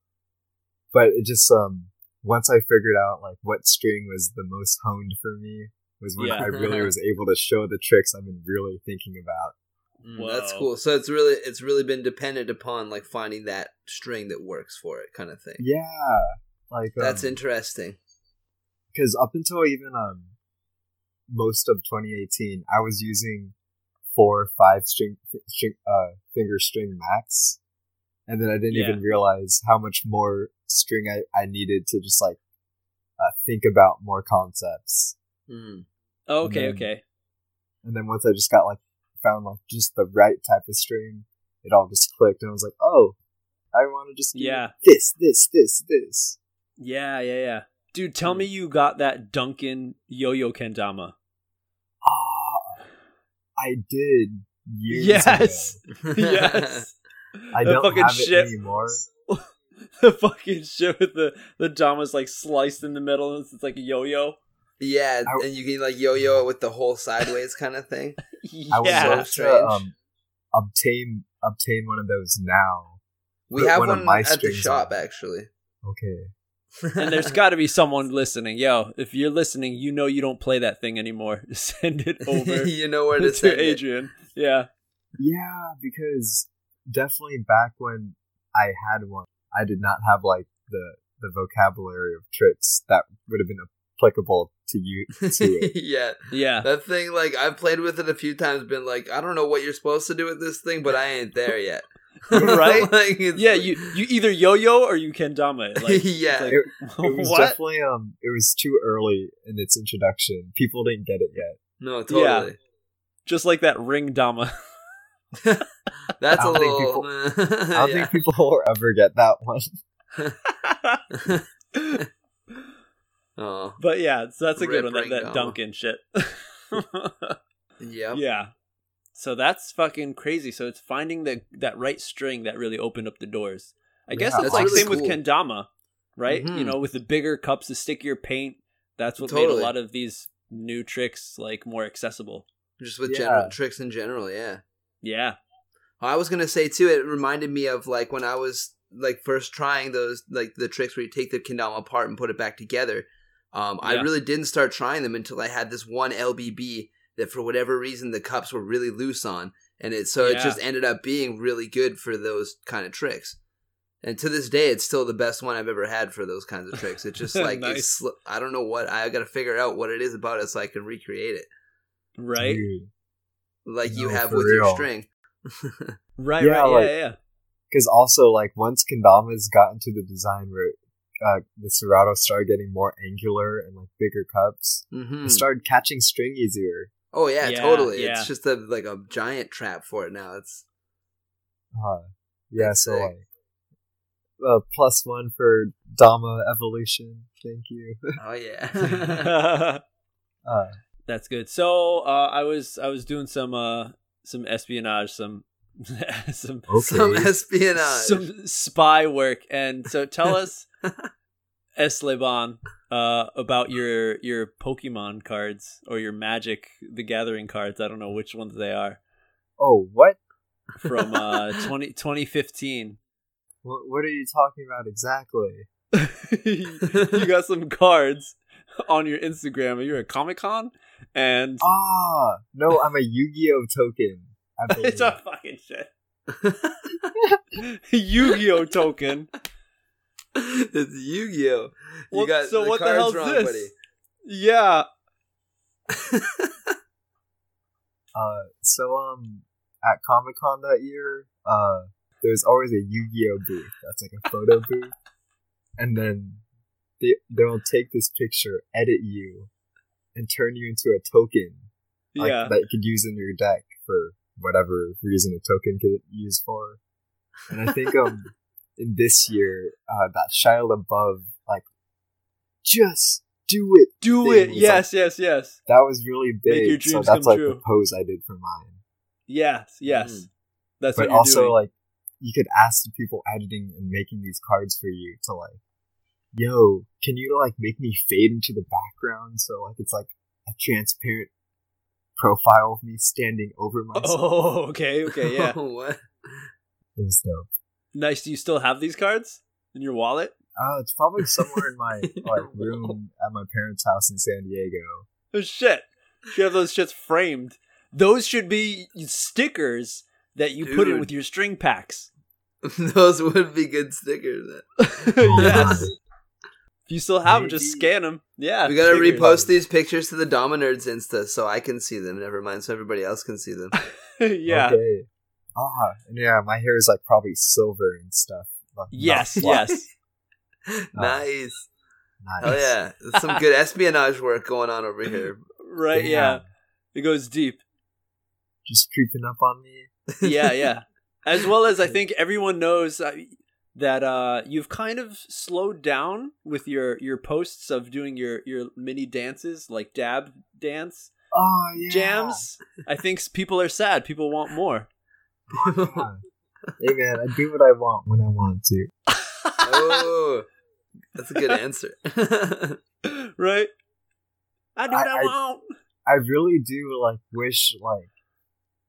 Speaker 3: But it just um, once I figured out like what string was the most honed for me was when
Speaker 1: Yeah.
Speaker 3: I really was able to show the tricks I've been really thinking about.
Speaker 2: Mm, that's
Speaker 1: Whoa.
Speaker 2: cool. So it's really it's really been dependent upon like finding that string that works for it kind of thing.
Speaker 3: Yeah, like
Speaker 2: That's
Speaker 3: um,
Speaker 2: interesting.
Speaker 3: because up until even um most of 2018 i was using four or five string, string uh finger string max and then i didn't
Speaker 1: Yeah.
Speaker 3: even realize how much more string i, I needed to just like uh, think about more concepts
Speaker 2: Mm.
Speaker 1: oh, okay
Speaker 3: And then-
Speaker 1: okay
Speaker 3: and then once i just got like found like just the right type of string it all just clicked and i was like oh i want to just do
Speaker 1: Yeah.
Speaker 3: this this this this
Speaker 1: yeah yeah yeah dude tell me you got that duncan yo-yo kendama
Speaker 3: ah i did years ago.
Speaker 1: yes yes
Speaker 3: I
Speaker 1: The
Speaker 3: don't
Speaker 1: fucking
Speaker 3: have
Speaker 1: shit.
Speaker 3: it anymore.
Speaker 1: the fucking shit with the the dama's like sliced in the middle and it's like a yo-yo
Speaker 2: Yeah,
Speaker 3: I-
Speaker 2: and you can like yo-yo it with the whole sideways kind of thing.
Speaker 3: I would
Speaker 1: yeah
Speaker 3: love
Speaker 2: strange.
Speaker 3: to um, obtain obtain one of those now.
Speaker 2: We
Speaker 3: Put
Speaker 2: have
Speaker 3: one of
Speaker 2: one
Speaker 3: my
Speaker 2: at the
Speaker 3: strings
Speaker 2: shop
Speaker 3: on.
Speaker 2: actually.
Speaker 3: Okay,
Speaker 1: and there's got to be someone listening yo if you're listening you know you don't play that thing anymore send it over
Speaker 2: you know where to
Speaker 1: to
Speaker 2: send it.
Speaker 1: adrian yeah
Speaker 3: yeah, because definitely back when I had one, I did not have like the the vocabulary of tricks that would have been applicable to you to it.
Speaker 2: yeah,
Speaker 1: yeah
Speaker 2: that thing. Like I've played with it a few times. Been like, I don't know what you're supposed to do with this thing, but I ain't there yet.
Speaker 1: Right?
Speaker 2: Like, it's
Speaker 1: yeah,
Speaker 2: like-
Speaker 1: you you either yo-yo or you kendama. it. Like,
Speaker 2: yeah.
Speaker 1: like,
Speaker 3: It- It was
Speaker 1: what?
Speaker 3: definitely um, it was too early in its introduction. People didn't get it yet.
Speaker 2: no,
Speaker 1: Yeah.
Speaker 2: totally.
Speaker 1: Just like that ring dama.
Speaker 2: That's
Speaker 3: I
Speaker 2: a
Speaker 3: don't think
Speaker 2: little.
Speaker 3: I don't
Speaker 2: yeah.
Speaker 3: think people will ever get that one.
Speaker 2: oh,
Speaker 1: but yeah, so that's a
Speaker 2: Rip
Speaker 1: good one. That,
Speaker 2: ring
Speaker 1: that
Speaker 2: dama.
Speaker 1: Duncan shit.
Speaker 2: yep.
Speaker 1: yeah. So that's fucking crazy. So it's finding that that right string that really opened up the doors. I guess
Speaker 3: Yeah,
Speaker 1: it's
Speaker 2: that's
Speaker 1: like
Speaker 2: really
Speaker 1: same
Speaker 2: cool.
Speaker 1: with kendama, right? You
Speaker 3: Mm-hmm.
Speaker 2: Mhm.
Speaker 1: know, with the bigger cups, the stickier paint. That's what made
Speaker 2: Totally.
Speaker 1: a lot of these new tricks like more accessible.
Speaker 2: Just with
Speaker 3: Yeah.
Speaker 2: general tricks in general. Yeah.
Speaker 1: Yeah.
Speaker 2: I was gonna say too. It reminded me of like when I was like first trying those like the tricks where you take the kendama apart and put it back together. Um, I
Speaker 1: Yeah.
Speaker 2: really didn't start trying them until I had this one LBB that for whatever reason the cups were really loose on, and it so it
Speaker 1: Yeah.
Speaker 2: just ended up being really good for those kind of tricks. And to this day, it's still the best one I've ever had for those kinds of tricks. It's just like
Speaker 1: Nice.
Speaker 2: it's sl- I don't know what I got to figure out what it is about it so I can recreate it
Speaker 1: Right?
Speaker 2: like you
Speaker 3: No,
Speaker 2: have
Speaker 3: for
Speaker 2: with your
Speaker 3: real.
Speaker 2: string.
Speaker 1: Right,
Speaker 3: Yeah,
Speaker 1: right,
Speaker 3: like-
Speaker 1: yeah, yeah.
Speaker 3: Because also, like, once Kendama's got into the design route, uh, the Serato started getting more angular and, like, bigger cups.
Speaker 2: hmm
Speaker 3: It started catching string easier.
Speaker 2: Oh yeah,
Speaker 1: Yeah,
Speaker 2: totally.
Speaker 1: yeah.
Speaker 2: It's just a like a giant trap for it now. It's
Speaker 3: Uh, yeah,
Speaker 2: That's
Speaker 3: so,
Speaker 2: sick.
Speaker 3: like, uh, plus one for Dama evolution. Thank you.
Speaker 2: oh yeah.
Speaker 1: That's
Speaker 3: Uh,
Speaker 1: good. So uh, I was I was doing some uh, some espionage, some some
Speaker 2: Some espionage.
Speaker 1: some spy work, and so tell us, Esleban, uh, about your your Pokemon cards or your Magic the Gathering cards. I don't know which ones they are
Speaker 3: oh, what?
Speaker 1: from uh, 20, 2015.
Speaker 3: Wh- What are you talking about exactly?
Speaker 1: you got some cards on your Instagram. You're at Comic Con, and
Speaker 3: Ah, no, I'm a Yu-Gi-Oh token. I
Speaker 1: it's
Speaker 3: believe.
Speaker 1: a fucking shit. Yu-Gi-Oh token.
Speaker 2: it's Yu-Gi-Oh.
Speaker 1: What- so what the hell's this? Yeah.
Speaker 3: Uh, so um, at Comic Con that year, uh, there was always a Yu-Gi-Oh booth. That's like a photo booth, and then they they'll take this picture, edit you, and turn you into a token like,
Speaker 1: Yeah.
Speaker 3: that you could use in your deck for whatever reason a token could use for. And I think um, in this year, uh, that Shia LaBeouf like just do it.
Speaker 1: Do
Speaker 3: thing
Speaker 1: it.
Speaker 3: was
Speaker 1: Yes, yes, yes.
Speaker 3: That was really
Speaker 1: Make
Speaker 3: big.
Speaker 1: your
Speaker 3: so
Speaker 1: dreams
Speaker 3: that's
Speaker 1: come
Speaker 3: like the
Speaker 1: true.
Speaker 3: pose I did for mine.
Speaker 1: Yes, yes.
Speaker 2: Mhm.
Speaker 1: That's what
Speaker 3: Mm. but
Speaker 1: you're
Speaker 3: also
Speaker 1: doing.
Speaker 3: like you could ask the people editing and making these cards for you to like yo can you like make me fade into the background so like it's like a transparent profile of me standing over myself
Speaker 1: oh, okay, okay, yeah.
Speaker 2: what?
Speaker 3: it was dope
Speaker 1: nice. Do you still have these cards in your wallet?
Speaker 3: oh it's probably somewhere in my like room at my parents house in san diego
Speaker 1: Oh shit! You should have those shits framed. Those should be stickers that you put in
Speaker 2: Dude.
Speaker 1: with your string packs.
Speaker 2: Those would be good stickers.
Speaker 1: yes. If you still have them, just
Speaker 3: Maybe.
Speaker 1: scan them. Yeah.
Speaker 2: we gotta
Speaker 1: stickers.
Speaker 2: repost these pictures to the Dominerds Insta so I can see them. Never mind, so everybody else can see them.
Speaker 1: yeah.
Speaker 3: okay. ah and yeah my hair is like probably silver and stuff like, not
Speaker 1: Yes.
Speaker 3: black.
Speaker 1: Yes. Oh,
Speaker 2: nice.
Speaker 3: Nice.
Speaker 2: Hell yeah. That's some good espionage work going on over here.
Speaker 1: Right.
Speaker 3: Damn.
Speaker 1: Yeah. It goes deep.
Speaker 3: just creeping up on me
Speaker 1: yeah, yeah. As well as I think everyone knows uh, that uh, you've kind of slowed down with your your posts of doing your your mini dances like dab dance
Speaker 3: oh yeah
Speaker 1: jams. I think s- people are sad. People want more.
Speaker 3: Yeah. hey man, I do what I want when I want to.
Speaker 2: oh, that's a good answer.
Speaker 1: right? I do what I,
Speaker 3: I- I-
Speaker 1: want.
Speaker 3: I really do like wish like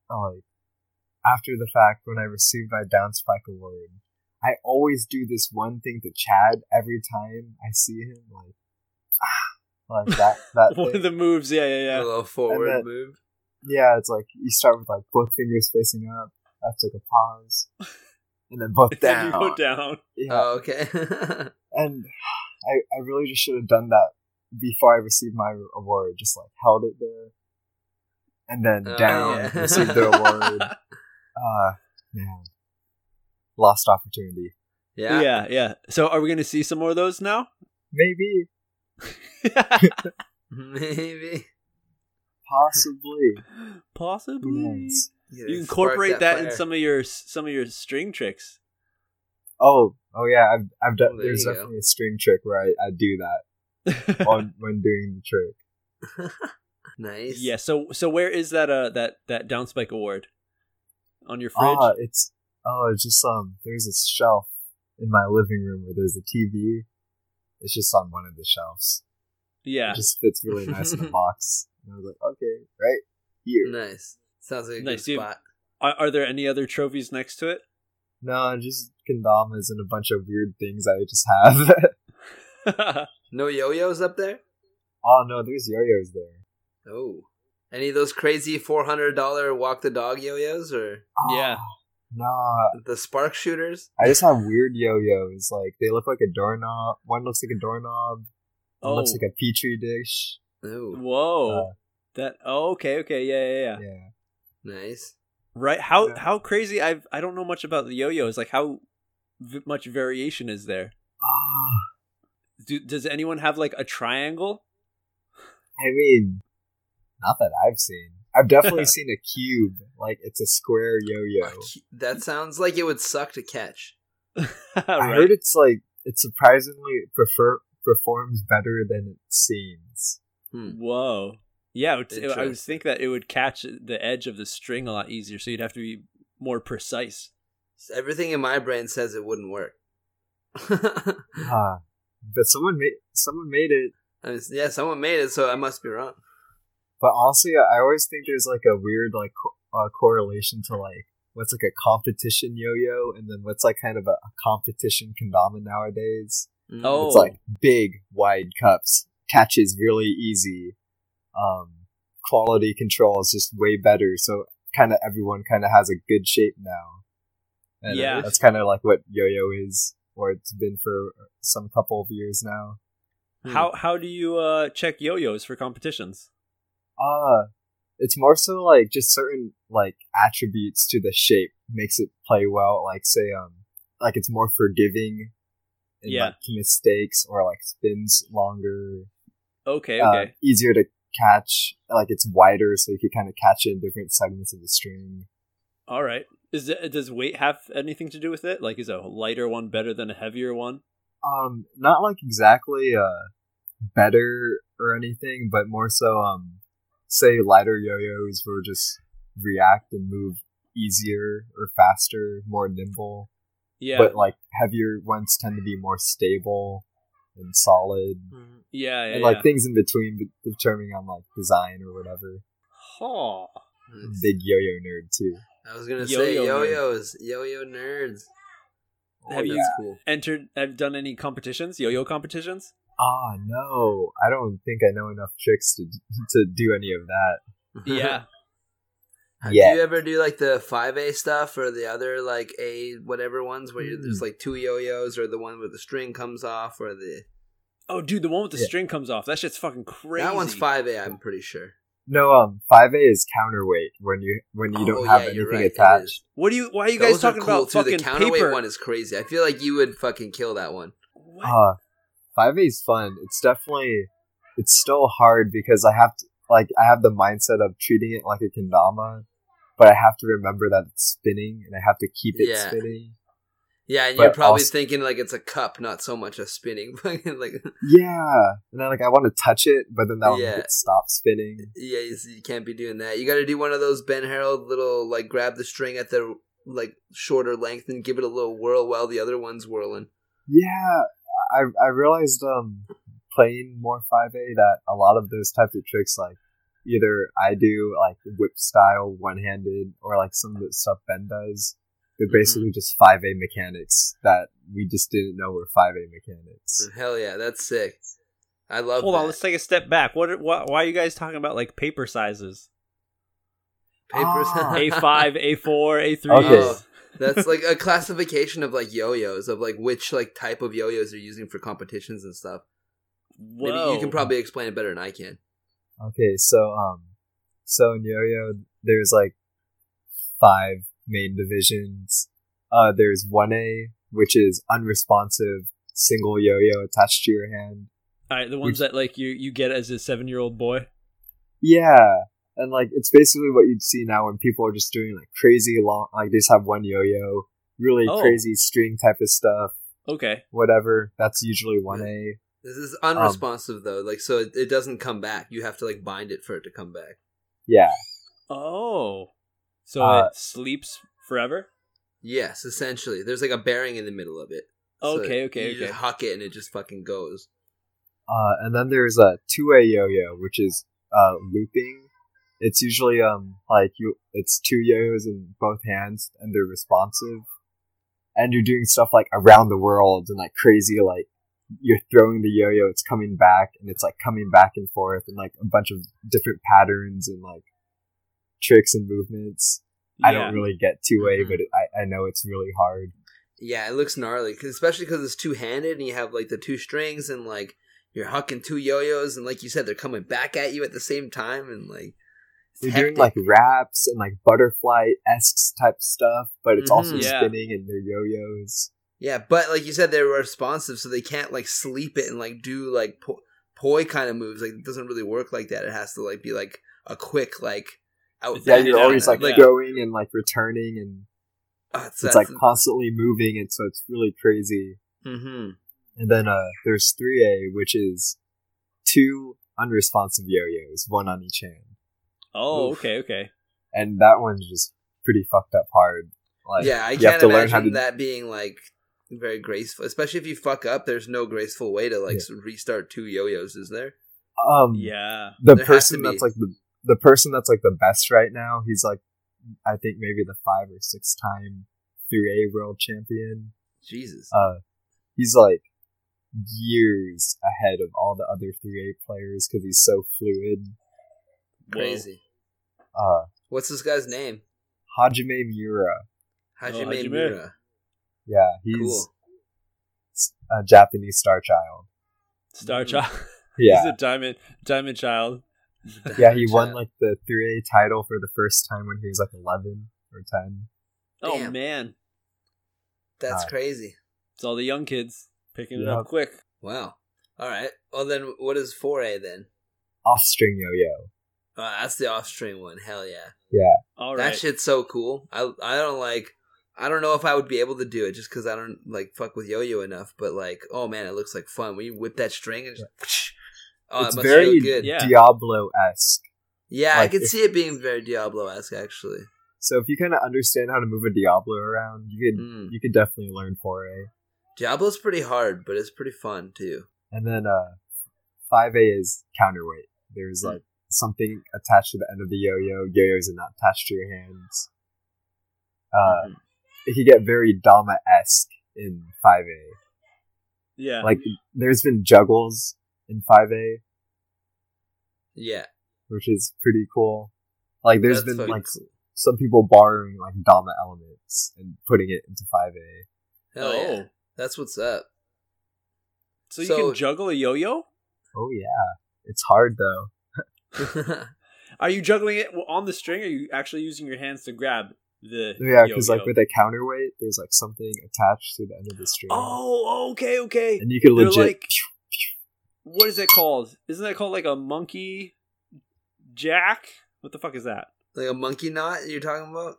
Speaker 3: like after the fact when I received my down spike award, I always do this one thing to Chad every time I see him, like ah like that that
Speaker 1: One of
Speaker 3: thing.
Speaker 1: the moves. Yeah,
Speaker 2: a
Speaker 1: yeah, yeah.
Speaker 2: little forward
Speaker 3: And that-
Speaker 2: move.
Speaker 3: Yeah, it's like you start with like both fingers facing up, that's like a pause. And then both
Speaker 1: Then you
Speaker 3: down.
Speaker 1: go down.
Speaker 3: Yeah.
Speaker 2: Oh, okay.
Speaker 3: and I, I really just should have done that before I received my award. Just like held it there, and then
Speaker 2: Oh,
Speaker 3: down
Speaker 2: yeah.
Speaker 3: received the award. Uh, man, lost opportunity.
Speaker 2: yeah.
Speaker 1: Yeah. yeah, So are we going to see some more of those now?
Speaker 3: Maybe,
Speaker 2: Maybe.
Speaker 3: possibly.
Speaker 1: Possibly.
Speaker 3: Who knows?
Speaker 1: You incorporate that, in some of your some of your string tricks.
Speaker 3: Oh, oh yeah. I've I've done.
Speaker 2: Oh, there
Speaker 3: there's
Speaker 2: you go.
Speaker 3: definitely a string trick where I, I do that on, when doing the trick.
Speaker 2: some. nice.
Speaker 1: Yeah. So so where is that uh that that downspike award on your fridge?
Speaker 3: Ah, it's oh, it's just um. There's a shelf in my living room where there's a TV. It's just on one of the shelves.
Speaker 1: yeah.
Speaker 3: It just fits really nice in a box. And I was like, okay, right here.
Speaker 2: Nice. Sounds like a
Speaker 1: Nice,
Speaker 2: good
Speaker 1: dude.
Speaker 2: spot.
Speaker 1: Are, are there any other trophies next to it?
Speaker 3: No, just kendamas and a bunch of weird things I just have.
Speaker 2: No yo-yos up there?
Speaker 3: oh no, there's yo-yos there.
Speaker 2: Oh. Any of those crazy four hundred dollar walk the dog yo-yos or
Speaker 1: Yeah.
Speaker 3: Nah,
Speaker 2: the spark shooters?
Speaker 3: Ah, I just have weird yo-yos. Like they look like a doorknob. One looks like a doorknob. One
Speaker 1: Oh,
Speaker 3: looks like a petri dish.
Speaker 2: Ooh,
Speaker 1: whoa.
Speaker 3: Uh,
Speaker 1: that oh, okay, okay, yeah, yeah, yeah.
Speaker 3: Yeah.
Speaker 2: nice.
Speaker 1: Right? How
Speaker 3: Yeah.
Speaker 1: how crazy? I I don't know much about the yo-yos. Like how v- much variation is there?
Speaker 3: Ah,
Speaker 1: Do, does anyone have like a triangle?
Speaker 3: I mean, not that I've seen. I've definitely seen a cube. Like it's a square yo-yo.
Speaker 2: That sounds like it would suck to catch.
Speaker 3: I heard it's like it surprisingly prefer performs better than it seems.
Speaker 1: Whoa. Yeah, it, it- I would
Speaker 2: Interesting.
Speaker 1: think that it would catch the edge of the string a lot easier, so you'd have to be more precise.
Speaker 2: Everything in my brain says it wouldn't work.
Speaker 3: Ah, but someone made someone made it.
Speaker 2: I mean, yeah, someone made it, so I must be wrong.
Speaker 3: But honestly, I always think there's like a weird like co- uh, correlation to like what's like a competition yo-yo, and then what's like kind of a, a competition condom nowadays.
Speaker 2: Mm.
Speaker 1: Oh.
Speaker 3: It's like big, wide cups, catches really easy. Um, quality control is just way better, so kind of everyone kind of has a good shape now. And uh,
Speaker 1: Yeah.
Speaker 3: that's kind of like what yo-yo is, or it's been for some couple of years now.
Speaker 2: Hmm.
Speaker 1: How how do you uh, check yo-yos for competitions?
Speaker 3: Uh it's more so like just certain like attributes to the shape makes it play well. Like say um like it's more forgiving and
Speaker 1: Yeah.
Speaker 3: like to mistakes or like spins longer.
Speaker 1: Okay,
Speaker 3: uh,
Speaker 1: okay.
Speaker 3: easier to catch. Like it's wider so you can kinda catch it in different segments of the string.
Speaker 1: All right. Is it, does weight have anything to do with it? Like is a lighter one better than a heavier one?
Speaker 3: Um not like exactly uh better or anything, but more so um say lighter yo-yos will just react and move easier or faster, more nimble.
Speaker 1: Yeah.
Speaker 3: but like heavier ones tend to be more stable and solid
Speaker 2: Mm.
Speaker 1: yeah, yeah.
Speaker 3: and like
Speaker 1: yeah.
Speaker 3: things in between de- determining on like design or whatever
Speaker 1: Huh.
Speaker 2: mm.
Speaker 3: big yo-yo nerd too
Speaker 2: I was gonna
Speaker 1: Yo-yo
Speaker 2: say
Speaker 1: nerd.
Speaker 2: yo-yos, yo-yo nerds.
Speaker 1: Have
Speaker 2: that's
Speaker 1: you-
Speaker 2: cool.
Speaker 1: Entered have done any competitions? Yo-yo competitions?
Speaker 3: ah no i don't think i know enough tricks to to do any of that
Speaker 1: Yeah.
Speaker 3: Yeah.
Speaker 2: Do you ever do like the five A stuff or the other like A whatever ones where you're,
Speaker 1: Mm.
Speaker 2: there's like two yo-yos or the one where the string comes off or the
Speaker 1: oh dude, the one with the
Speaker 3: Yeah.
Speaker 1: string comes off. That shit's fucking crazy.
Speaker 2: that one's five A. I'm pretty sure.
Speaker 3: no um 5a is counterweight when you when you don't
Speaker 2: Oh,
Speaker 3: have
Speaker 2: yeah,
Speaker 3: anything
Speaker 2: you're right, it
Speaker 3: attached
Speaker 2: is.
Speaker 1: What do you why are you guys
Speaker 2: Those are
Speaker 1: talking
Speaker 2: cool,
Speaker 1: about fucking
Speaker 2: The counterweight
Speaker 1: paper?
Speaker 2: one is crazy. I feel like you would fucking kill that one.
Speaker 1: What?
Speaker 3: ah 5a is fun it's definitely it's still hard because i have to like i have the mindset of treating it like a kendama but i have to remember that it's spinning and i have to keep it
Speaker 2: Yeah.
Speaker 3: spinning
Speaker 2: Yeah, and
Speaker 3: But
Speaker 2: you're probably
Speaker 3: also-
Speaker 2: thinking like it's a cup, not so much a spinning. fucking like
Speaker 3: Yeah, and then like I want to touch it, but then that one
Speaker 2: Yeah.
Speaker 3: would stop spinning.
Speaker 2: yeah, you, see, you can't be doing that. You got to do one of those Ben Harold little like grab the string at the like shorter length and give it a little whirl while the other one's whirling.
Speaker 3: Yeah, I I realized um playing more five A that a lot of those types of tricks like either I do like whip style one handed or like some of the stuff Ben does. They're
Speaker 2: Mhm.
Speaker 3: basically just five A mechanics that we just didn't know were five A mechanics.
Speaker 2: Hell yeah, that's sick. I
Speaker 3: Uh,
Speaker 2: love.
Speaker 1: Hold
Speaker 2: that.
Speaker 1: on, let's take a step back. What, are- why, why are you guys talking about like paper sizes?
Speaker 2: Papers.
Speaker 3: Ah.
Speaker 1: A five, A four, A three.
Speaker 2: Oh,
Speaker 3: Okay.
Speaker 2: That's like a classification of like yo-yos of like which like type of yo-yos you're using for competitions and stuff.
Speaker 1: Whoa.
Speaker 2: Maybe you can probably explain it better than I can.
Speaker 3: Okay, so um, so in Yo-Yo, there's like five main divisions. Uh, there's one A, which is unresponsive single Yo-Yo attached to your hand.
Speaker 1: All right, the ones that like you you get as a seven year old boy.
Speaker 3: Yeah, and like it's basically what you'd see now when people are just doing like crazy long, like they just have one Yo-Yo, really
Speaker 1: Oh.
Speaker 3: crazy string type of stuff,
Speaker 1: Okay.
Speaker 3: whatever. That's usually one A.
Speaker 2: This is unresponsive though, like so it, it doesn't come back. You have to like bind it for it to come back.
Speaker 3: Yeah,
Speaker 1: Oh. So
Speaker 3: Uh,
Speaker 1: it sleeps forever.
Speaker 2: Yes, essentially. There's like a bearing in the middle of it. So
Speaker 1: Okay, okay,
Speaker 2: You just
Speaker 1: okay.
Speaker 2: huck it and it just fucking goes.
Speaker 3: Uh, and then there's a two-way yo-yo, which is uh, looping. It's usually um like you, it's two yo-yos in both hands, and they're responsive. And you're doing stuff like around the world and like crazy like you're throwing the yo-yo, it's coming back, and it's like coming back and forth, and like a bunch of different patterns and like tricks and movements. I
Speaker 1: Yeah.
Speaker 3: don't really get two way, but it, I, I know it's really hard.
Speaker 2: Yeah, it looks gnarly, 'cause- especially because it's two handed and you have like the two strings and like you're hucking two yo-yos and like you said they're coming back at you at the same time and like it's
Speaker 3: You're doing
Speaker 2: hectic.
Speaker 3: like raps and like butterfly esque type stuff, but it's also
Speaker 2: Mhm.
Speaker 1: Yeah.
Speaker 3: spinning and they're yo-yos.
Speaker 2: yeah, but like you said they're responsive, so they can't like sleep it and like do like po- poi kind of moves. Like it doesn't really work like that. It has to like be like a quick like out.
Speaker 1: It's
Speaker 3: Yeah,
Speaker 1: Yeah,
Speaker 3: you're
Speaker 1: yeah,
Speaker 3: always like
Speaker 1: yeah.
Speaker 3: going and like returning, and
Speaker 2: oh, it's,
Speaker 3: it's
Speaker 2: like
Speaker 3: like constantly moving, and so it's really crazy.
Speaker 2: hmm
Speaker 3: And then uh, there's 3A, which is two unresponsive yo-yos, one on each hand.
Speaker 1: Oh,
Speaker 2: Oof.
Speaker 1: okay, okay.
Speaker 3: And that one's just pretty fucked up hard. Like,
Speaker 2: yeah, I
Speaker 3: you have
Speaker 2: can't
Speaker 3: to learn how
Speaker 2: imagine
Speaker 3: to-
Speaker 2: that being like very graceful, especially if you fuck up. There's no graceful way to like restart two yo-yos, is there?
Speaker 3: um,
Speaker 1: Yeah.
Speaker 3: the
Speaker 2: There has
Speaker 3: person
Speaker 2: to be.
Speaker 3: that's like the the person that's like the best right now, he's like, I think maybe the five or six time 3A world champion.
Speaker 2: Jesus.
Speaker 3: Uh, he's like years ahead of all the other 3A players because he's so fluid.
Speaker 1: Whoa.
Speaker 2: Crazy.
Speaker 3: Uh,
Speaker 2: What's this guy's name?
Speaker 3: Hajime Miura.
Speaker 2: Hajime,
Speaker 1: Oh, Hajime.
Speaker 2: Miura.
Speaker 3: Yeah, he's
Speaker 2: Cool.
Speaker 3: a Japanese star child.
Speaker 1: Star
Speaker 2: Mm.
Speaker 1: Child.
Speaker 3: Yeah.
Speaker 1: Mm-hmm. He's a diamond diamond child.
Speaker 3: Yeah, he won
Speaker 2: Child.
Speaker 3: like the 3A title for the first time when he was like 11 or 10.
Speaker 1: Oh
Speaker 2: Damn.
Speaker 1: man.
Speaker 2: That's
Speaker 3: uh,
Speaker 2: crazy.
Speaker 1: It's all the young kids picking it
Speaker 3: Yeah.
Speaker 1: up quick.
Speaker 2: Wow. All right. Well, then, what is 4A then?
Speaker 3: Off string yo yo.
Speaker 2: Uh, that's the off-string one. Hell yeah.
Speaker 1: All
Speaker 2: that
Speaker 1: right.
Speaker 2: shit's so cool. I I don't like. I don't know if I would be able to do it just because I don't like fuck with yo-yo enough. But like, oh man, it looks like fun when you whip that string and. Just, oh,
Speaker 3: It's
Speaker 2: it must
Speaker 3: very-
Speaker 2: feel good. Yeah,
Speaker 1: yeah.
Speaker 3: Diablo esque.
Speaker 2: I
Speaker 3: Like,
Speaker 2: could
Speaker 3: if-
Speaker 2: see it being very Diablo-esque actually.
Speaker 3: So if you kind of understand how to move a Diablo around, you could
Speaker 2: Mm.
Speaker 3: you could definitely learn 4A.
Speaker 2: Diablo's pretty hard, but it's pretty fun too.
Speaker 3: And then uh 5A is counterweight. There's
Speaker 2: Mm.
Speaker 3: like something attached to the end of the yo yo. Yo yos are not attached to your hands. Uh,
Speaker 2: Mhm.
Speaker 3: It could get very Dama esque in 5A.
Speaker 1: yeah.
Speaker 3: Like there's been juggles in 5A,
Speaker 2: Yeah,
Speaker 3: which is pretty cool. Like there's
Speaker 2: that's
Speaker 3: been
Speaker 2: fucking
Speaker 3: like
Speaker 2: cool.
Speaker 3: some people borrowing like Dama elements and putting it into 5A.
Speaker 2: Hell
Speaker 1: oh.
Speaker 2: yeah. that's what's up.
Speaker 1: So you
Speaker 2: So-
Speaker 1: can juggle a yo-yo?
Speaker 3: Oh yeah, it's hard though.
Speaker 1: Are you juggling it on the string? Or are you actually using your hands to grab the
Speaker 3: Yeah, because like
Speaker 1: yo-yo?
Speaker 3: with a counterweight, there's like something attached to the end of the string,
Speaker 1: Oh, okay, okay.
Speaker 3: and you could
Speaker 1: they're
Speaker 3: legit.
Speaker 1: like- What is that called? Isn't that called like a monkey jack? What the fuck is that?
Speaker 2: like a monkey knot you're talking about?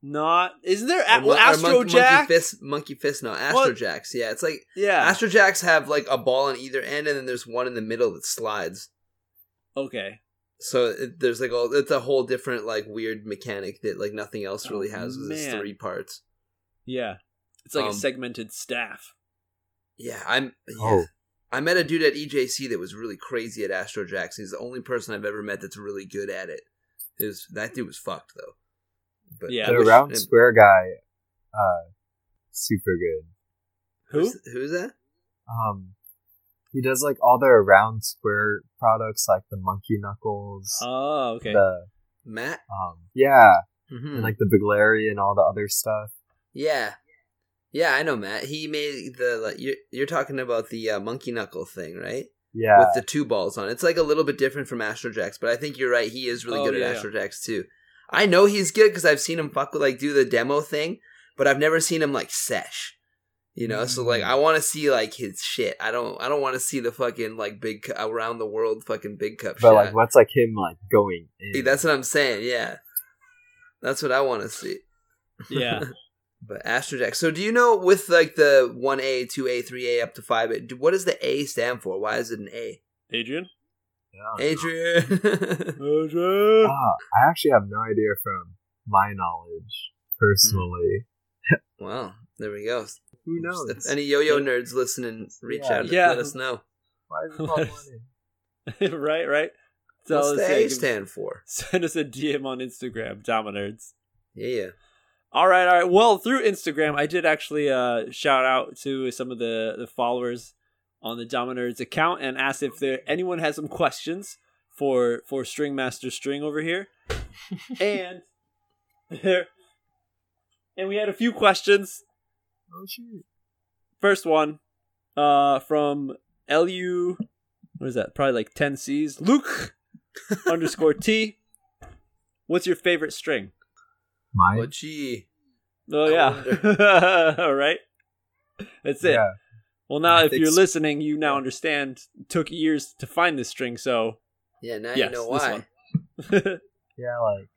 Speaker 1: Not isn't there
Speaker 2: Or
Speaker 1: a-
Speaker 2: mon- or
Speaker 1: well, Astro
Speaker 2: monkey,
Speaker 1: Jack?
Speaker 2: monkey fist, monkey fist knot,
Speaker 1: What?
Speaker 2: astrojacks. Yeah, it's like
Speaker 1: yeah.
Speaker 2: astrojacks have like a ball on either end, and then there's one in the middle that slides.
Speaker 1: okay.
Speaker 2: So it, there's like all it's a whole different like weird mechanic that like nothing else really
Speaker 1: Oh,
Speaker 2: has. 'cause It's
Speaker 1: man.
Speaker 2: three parts.
Speaker 1: Yeah. It's like
Speaker 2: Um,
Speaker 1: a segmented staff.
Speaker 2: Yeah, I'm. Yeah.
Speaker 3: Oh.
Speaker 2: I met a dude at EJC that was really crazy at astrojacks. He's the only person I've ever met that's really good at it. It was that dude was fucked though. But
Speaker 1: Yeah.
Speaker 2: I
Speaker 3: the
Speaker 2: wish-
Speaker 3: round
Speaker 2: and-
Speaker 3: square guy, uh, super good.
Speaker 1: Who?
Speaker 2: Who's, who's that?
Speaker 3: Um, he does like all their round square products, like the monkey knuckles,
Speaker 1: Oh, okay. Hmm.
Speaker 3: the
Speaker 2: Matt.
Speaker 3: um, yeah,
Speaker 2: Mm-hmm.
Speaker 3: and like the Biglari and all the other stuff.
Speaker 2: Yeah, yeah, I know, Matt. He made the like, you're you're talking about the uh, monkey knuckle thing, right?
Speaker 3: Yeah,
Speaker 2: With the two balls on. It's like a little bit different from Astrojax, but I think you're right. He is really
Speaker 1: Oh,
Speaker 2: good
Speaker 1: yeah,
Speaker 2: at
Speaker 1: yeah.
Speaker 2: Astrojax too. I know he's good because I've seen him fuck with, like do the demo thing, but I've never seen him like sesh. You know, so like
Speaker 3: Mm.
Speaker 2: I want to see like his shit. I don't. I don't want to see the fucking like big cu- around the world fucking big cup.
Speaker 3: but
Speaker 2: shot.
Speaker 3: like, what's like him like going?
Speaker 2: See,
Speaker 3: In?
Speaker 2: that's what I'm saying. Yeah, that's what I want to see.
Speaker 1: yeah.
Speaker 2: But Astrojack. So do you know with like the 1A, 2A, 3A up to 5A, do- what does the A stand for? Why is it an A?
Speaker 1: Adrian?
Speaker 3: Yeah.
Speaker 2: Adrian.
Speaker 1: Adrian.
Speaker 3: Ah, I actually have no idea from my knowledge
Speaker 1: Hmm.
Speaker 3: personally.
Speaker 2: wow, there we go.
Speaker 3: Who
Speaker 2: If
Speaker 3: knows?
Speaker 2: any yo-yo nerds listening, reach
Speaker 3: Yeah.
Speaker 2: out and
Speaker 1: Yeah.
Speaker 2: let us know.
Speaker 3: Why is it called
Speaker 1: What?
Speaker 3: money?
Speaker 1: right, right. Tell
Speaker 2: What's
Speaker 1: us,
Speaker 2: the
Speaker 1: yeah,
Speaker 2: A
Speaker 1: give-
Speaker 2: stand for?
Speaker 1: Send us a DM on Instagram, Dominerds.
Speaker 2: Yeah.
Speaker 1: All right, all right. Well, through Instagram, I did actually uh, shout out to some of the, the followers on the Dominerd's account and asked if there anyone has some questions for for String Master String over here. and there and we had a few questions.
Speaker 3: Oh shoot.
Speaker 1: First one uh from LU what is that? Probably like 10 C's. Luke underscore T. What's your favorite string?
Speaker 3: Mine.
Speaker 2: Oh, gee.
Speaker 1: Oh
Speaker 2: I
Speaker 1: yeah. All right. That's it.
Speaker 3: Yeah.
Speaker 1: Well, now
Speaker 3: I
Speaker 1: if
Speaker 3: think
Speaker 1: you're
Speaker 3: so.
Speaker 1: listening, you now understand. Took years to find this string, so
Speaker 2: Yeah, now
Speaker 1: Yes,
Speaker 2: you know
Speaker 1: this
Speaker 2: why.
Speaker 1: one.
Speaker 3: Yeah, like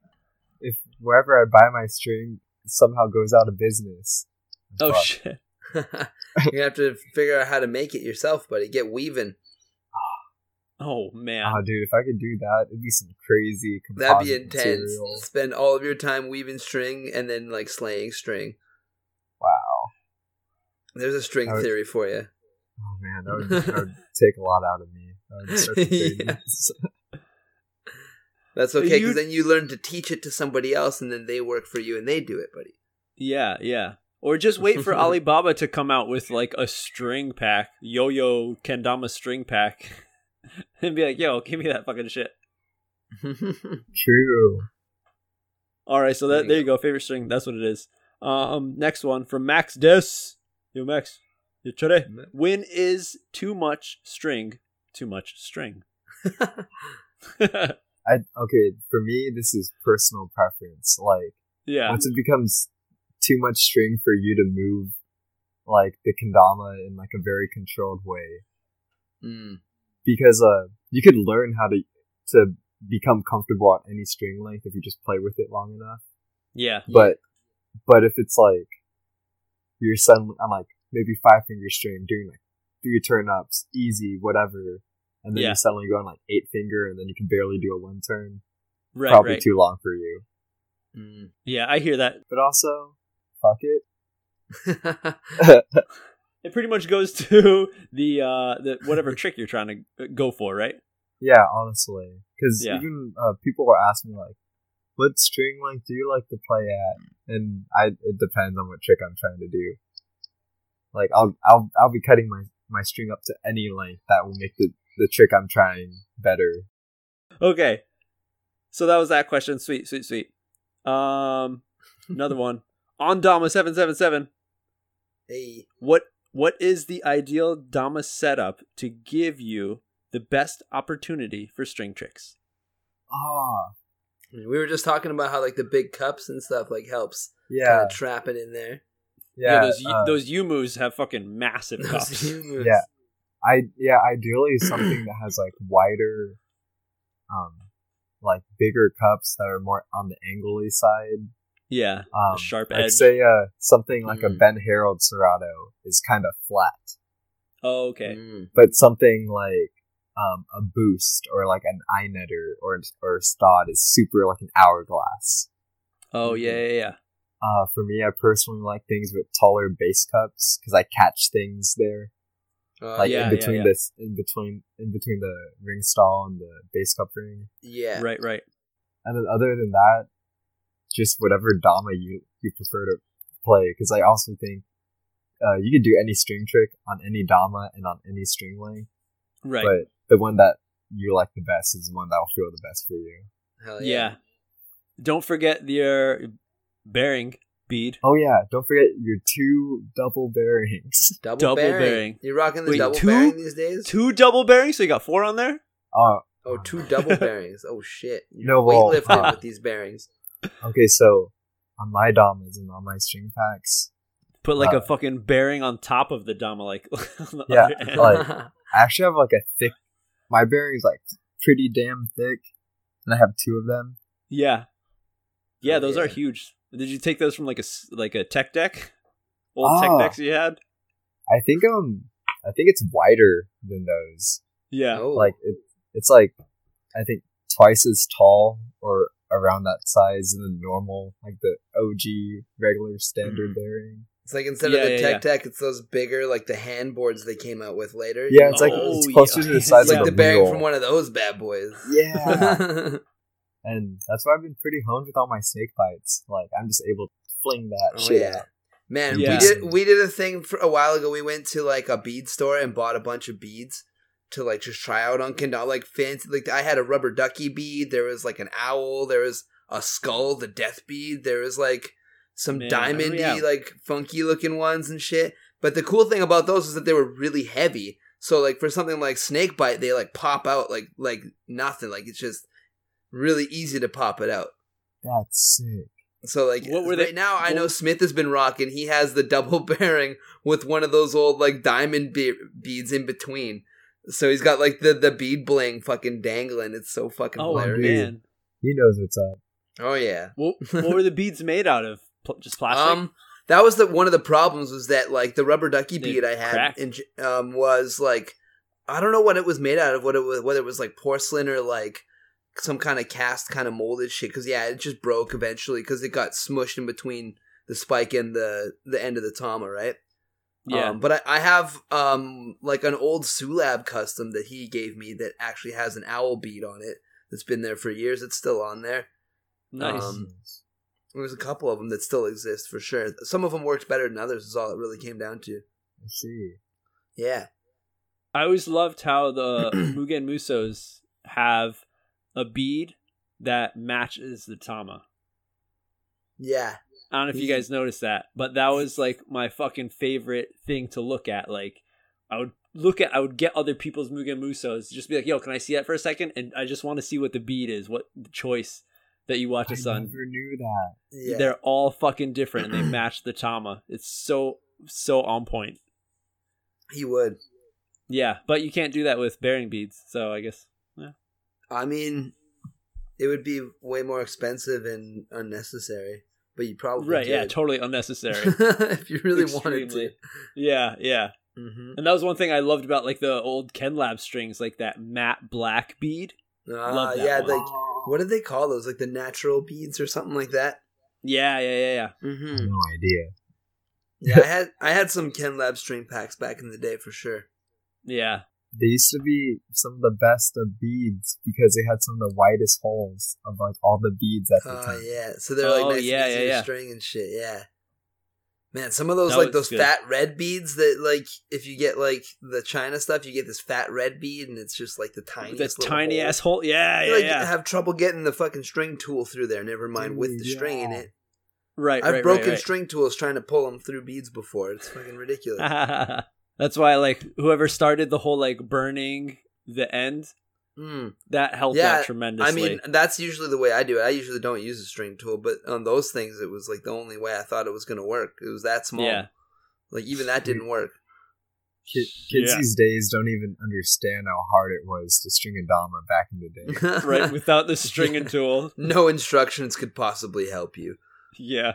Speaker 3: if wherever I buy my string it somehow goes out of business.
Speaker 1: oh
Speaker 3: Fuck.
Speaker 1: shit.
Speaker 2: You're gonna have to figure out how to make it yourself, buddy. Get weaving.
Speaker 1: Oh man.
Speaker 3: Ah, dude, if I could do that, it'd be some crazy.
Speaker 2: That'd be
Speaker 3: composite
Speaker 2: intense.
Speaker 3: material.
Speaker 2: Spend all of your time weaving string and then like slaying string.
Speaker 3: Wow.
Speaker 2: There's a string
Speaker 3: I would-
Speaker 2: theory for you.
Speaker 3: Oh man, that would, that would take a lot out of me. That would start to fade.
Speaker 2: That's okay,
Speaker 1: You-
Speaker 2: because then you learn to teach it to somebody else, and then they work for you and they do it, buddy.
Speaker 1: Yeah, yeah. Or just wait for Alibaba to come out with like a string pack, yo-yo kendama string pack, and be like, "Yo, give me that fucking shit."
Speaker 3: True.
Speaker 1: All right, so
Speaker 2: There
Speaker 1: that,
Speaker 2: you
Speaker 1: there you go. Favorite string. That's what it is. Um, next one from Max Des. Yo, Max. Yo, Chore. When is too much string too much string?
Speaker 3: I okay. For me, this is personal preference. Like
Speaker 1: yeah.
Speaker 3: once it becomes too much string for you to move, like the kendama in like a very controlled way,
Speaker 2: Mm.
Speaker 3: because uh, you could learn how to to become comfortable at any string length if you just play with it long enough.
Speaker 1: Yeah.
Speaker 3: But but if it's like you're suddenly on like maybe five finger string doing like three turn ups, easy, whatever, and then
Speaker 1: Yeah.
Speaker 3: you suddenly go on like eight finger and then you can barely do a one turn.
Speaker 1: Right,
Speaker 3: probably
Speaker 1: right.
Speaker 3: too long for you.
Speaker 2: Mm.
Speaker 1: Yeah, I hear that.
Speaker 3: But also, fuck it.
Speaker 2: Hmm.
Speaker 1: It pretty much goes to the uh the whatever trick you're trying to uh, go for, right?
Speaker 3: Yeah, honestly, because
Speaker 1: Yeah.
Speaker 3: even uh, people were asking me like, "What string length do you like to play at?" And I, it depends on what trick I'm trying to do. Like, I'll I'll I'll be cutting my my string up to any length that will make the the trick I'm trying better.
Speaker 1: Okay. So that was that question. Sweet, sweet, sweet. Um another one. On Dama seven seven seven.
Speaker 2: hey,
Speaker 1: What what is the ideal Dama setup to give you the best opportunity for string tricks?
Speaker 3: Ah,
Speaker 2: we were just talking about how like the big cups and stuff like helps kind
Speaker 3: yeah,
Speaker 2: of trap it in there.
Speaker 1: Yeah,
Speaker 3: yeah,
Speaker 1: those U-
Speaker 3: uh,
Speaker 1: those U moves have fucking massive
Speaker 2: Those
Speaker 1: cups.
Speaker 2: humors.
Speaker 3: Yeah. I yeah, ideally something that has like wider, um, like bigger cups that are more on the angly side.
Speaker 1: yeah,
Speaker 3: Um,
Speaker 1: a sharp
Speaker 3: like
Speaker 1: edge.
Speaker 3: say uh, something like a
Speaker 1: Hmm.
Speaker 2: Mm.
Speaker 3: Ben Harold Serrato is kind of flat,
Speaker 1: oh, okay.
Speaker 2: Mm.
Speaker 3: but something like um, a boost or like an eye netter or or Stod is super like an hourglass. Mm-hmm.
Speaker 1: Oh yeah, yeah, yeah.
Speaker 3: Uh, for me, I personally like things with taller base cups because I catch things there,
Speaker 2: Uh,
Speaker 3: like
Speaker 1: yeah,
Speaker 3: in between
Speaker 1: yeah.
Speaker 3: this, in between, in between the ring stall and the base cup ring.
Speaker 2: yeah.
Speaker 1: Right, right.
Speaker 3: And then other than that, just whatever dama you you prefer to play. Because I also think uh, you could do any string trick on any dama and on any string length,
Speaker 1: Right.
Speaker 3: but the one that you like the best is the one that will feel the best for you.
Speaker 2: Hell
Speaker 1: yeah. Don't forget your bearing bead.
Speaker 3: Oh yeah, don't forget your two double bearings.
Speaker 2: Double,
Speaker 1: Double
Speaker 2: bearing.
Speaker 1: bearing.
Speaker 2: You're rocking the
Speaker 1: Wait,
Speaker 2: double
Speaker 1: two?
Speaker 2: bearing these days?
Speaker 1: Two double bearings, so you got four on there?
Speaker 3: Oh,
Speaker 2: Oh, two double bearings. Oh shit.
Speaker 3: No, well,
Speaker 2: weightlifting
Speaker 3: huh.
Speaker 2: with these bearings.
Speaker 3: okay, so on my damas and on my string packs,
Speaker 1: Put like
Speaker 3: Uh,
Speaker 1: a fucking bearing on top of the dama like on the
Speaker 3: Yeah,
Speaker 1: other end.
Speaker 3: like-
Speaker 2: Oh.
Speaker 3: I actually have like a thick. My bearing's like pretty damn thick, and I have two of them.
Speaker 1: Yeah. Yeah,
Speaker 2: Oh,
Speaker 1: those are
Speaker 2: yeah.
Speaker 1: huge. Did you take those from like a s- like a tech deck? Old tech
Speaker 3: Ah.
Speaker 1: decks you had?
Speaker 3: I think um I think it's wider than those.
Speaker 1: Yeah.
Speaker 2: oh,
Speaker 3: Like it, it's like I think twice as tall or around that size than the normal, like the OG regular standard
Speaker 2: Mhm.
Speaker 3: bearing.
Speaker 2: it's like instead
Speaker 1: Yeah,
Speaker 2: of the
Speaker 1: yeah,
Speaker 2: tech
Speaker 1: yeah.
Speaker 2: deck, it's those bigger like the hand boards they came out with later.
Speaker 3: Yeah, it's like
Speaker 1: Oh,
Speaker 3: it's closer to
Speaker 1: yeah.
Speaker 3: the size
Speaker 2: like
Speaker 3: of
Speaker 2: the
Speaker 3: a
Speaker 2: bearing
Speaker 3: wheel.
Speaker 2: from one of those bad boys.
Speaker 3: Yeah, and that's why I've been pretty honed with all my snake bites. Like I'm just able to fling that
Speaker 2: oh
Speaker 3: shit
Speaker 2: yeah.
Speaker 3: out.
Speaker 2: Man,
Speaker 1: Yeah.
Speaker 2: we did we did a thing for a while ago. We went to like a bead store and bought a bunch of beads to like just try out on Kindle. Like fancy, like I had a rubber ducky bead. There was like an owl. There was a skull, the death bead. There was like some
Speaker 1: Man, I remember,
Speaker 2: diamondy,
Speaker 1: yeah.
Speaker 2: like funky looking ones and shit. But the cool thing about those is that they were really heavy. So like for something like snake bite, they like pop out like like nothing. Like it's just really easy to pop it out.
Speaker 3: That's sick.
Speaker 2: So like
Speaker 1: What were
Speaker 2: right
Speaker 1: they-
Speaker 2: now, I
Speaker 1: what-
Speaker 2: know Smith has been rocking. He has the double bearing with one of those old like diamond be- beads in between. So he's got like the the bead bling fucking dangling. It's so fucking
Speaker 1: Oh
Speaker 2: hilarious.
Speaker 3: dude.
Speaker 1: man,
Speaker 3: He knows what's up.
Speaker 2: Oh yeah.
Speaker 1: what, what were the beads made out of? Pl- just plastic.
Speaker 2: Um, that was the one of the problems was that like the rubber ducky
Speaker 1: They
Speaker 2: bead I had
Speaker 1: cracked.
Speaker 2: in, J- um was like I don't know what it was made out of. What it was, whether it was like porcelain or like some kind of cast, kind of molded shit. Because yeah, it just broke eventually because it got smushed in between the spike and the the end of the tama, right?
Speaker 1: yeah.
Speaker 2: Um, but I, I have um like an old Sulab custom that he gave me that actually has an owl bead on it. That's been there for years. It's still on there.
Speaker 1: nice.
Speaker 2: um, There's a couple of them that still exist for sure. Some of them worked better than others. Is all it really came down to.
Speaker 3: I see.
Speaker 2: Yeah,
Speaker 1: I always loved how the Mugen Musos have a bead that matches the Tama.
Speaker 2: yeah.
Speaker 1: I don't know if you guys noticed that, but that was like my fucking favorite thing to look at. Like, I would look at, I would get other people's Mugen Musos, just be like, "Yo, can I see that for a second? And I just want to see what the bead is, what the choice that you watch
Speaker 3: I
Speaker 1: us on.
Speaker 3: never knew that.
Speaker 2: yeah.
Speaker 1: They're all fucking different, and they match the Tama. It's so so on point.
Speaker 2: he would.
Speaker 1: Yeah, but you can't do that with bearing beads, so I guess
Speaker 2: I mean, it would be way more expensive and unnecessary, but you probably
Speaker 1: right. Yeah,
Speaker 2: Oh, did.
Speaker 1: totally unnecessary.
Speaker 2: if you really wanted to.
Speaker 1: Extremely. yeah, yeah.
Speaker 2: Mm-hmm.
Speaker 1: And that was one thing I loved about like the old Ken Lab strings, like that matte black bead.
Speaker 2: Uh,
Speaker 1: Love that
Speaker 2: yeah,
Speaker 1: one.
Speaker 2: like what did they call those? Like the natural beads or something like that.
Speaker 1: Yeah, yeah, yeah, yeah.
Speaker 2: Mm-hmm.
Speaker 3: No idea.
Speaker 2: Yeah, I had I had some Ken Lab string packs back in the day for sure.
Speaker 1: Yeah.
Speaker 3: They used to be some of the best of beads because they had some of the widest holes of like all the beads at the
Speaker 2: Oh
Speaker 3: time.
Speaker 2: yeah, so they're like
Speaker 1: Oh,
Speaker 2: nice
Speaker 1: yeah,
Speaker 2: and
Speaker 1: yeah,
Speaker 2: easy to
Speaker 1: yeah.
Speaker 2: string and shit. Yeah, man, some of those
Speaker 1: That
Speaker 2: like
Speaker 1: was
Speaker 2: those
Speaker 1: good.
Speaker 2: fat red beads that like if you get like the China stuff, you get this fat red bead and it's just like the
Speaker 1: With
Speaker 2: tiniest.
Speaker 1: that
Speaker 2: little
Speaker 1: tiny
Speaker 2: hole.
Speaker 1: ass hole. Yeah,
Speaker 2: You,
Speaker 1: yeah,
Speaker 2: like "Ah,
Speaker 1: yeah.
Speaker 2: have trouble getting the fucking string tool through there. Never mind with the
Speaker 3: Dude,
Speaker 2: string in
Speaker 3: yeah.
Speaker 2: it.
Speaker 1: right,
Speaker 2: I've
Speaker 1: right,
Speaker 2: broken
Speaker 1: right,
Speaker 2: string tools trying to pull them through beads before. It's fucking ridiculous.
Speaker 1: right. That's why, like, whoever started the whole like burning the end
Speaker 2: Mm.
Speaker 1: that helped
Speaker 2: Yeah,
Speaker 1: out
Speaker 2: I
Speaker 1: tremendously.
Speaker 2: mean, that's usually the way I do it. I usually don't use a string tool, but on those things, it was like the only way I thought it was going to work. It was that small.
Speaker 1: yeah,
Speaker 2: Like even that didn't work.
Speaker 3: Ki- Kids
Speaker 1: Yeah.
Speaker 3: these days don't even understand how hard it was to string a dama back in the day.
Speaker 1: right. Without the string and tool.
Speaker 2: no instructions could possibly help you.
Speaker 1: Yeah,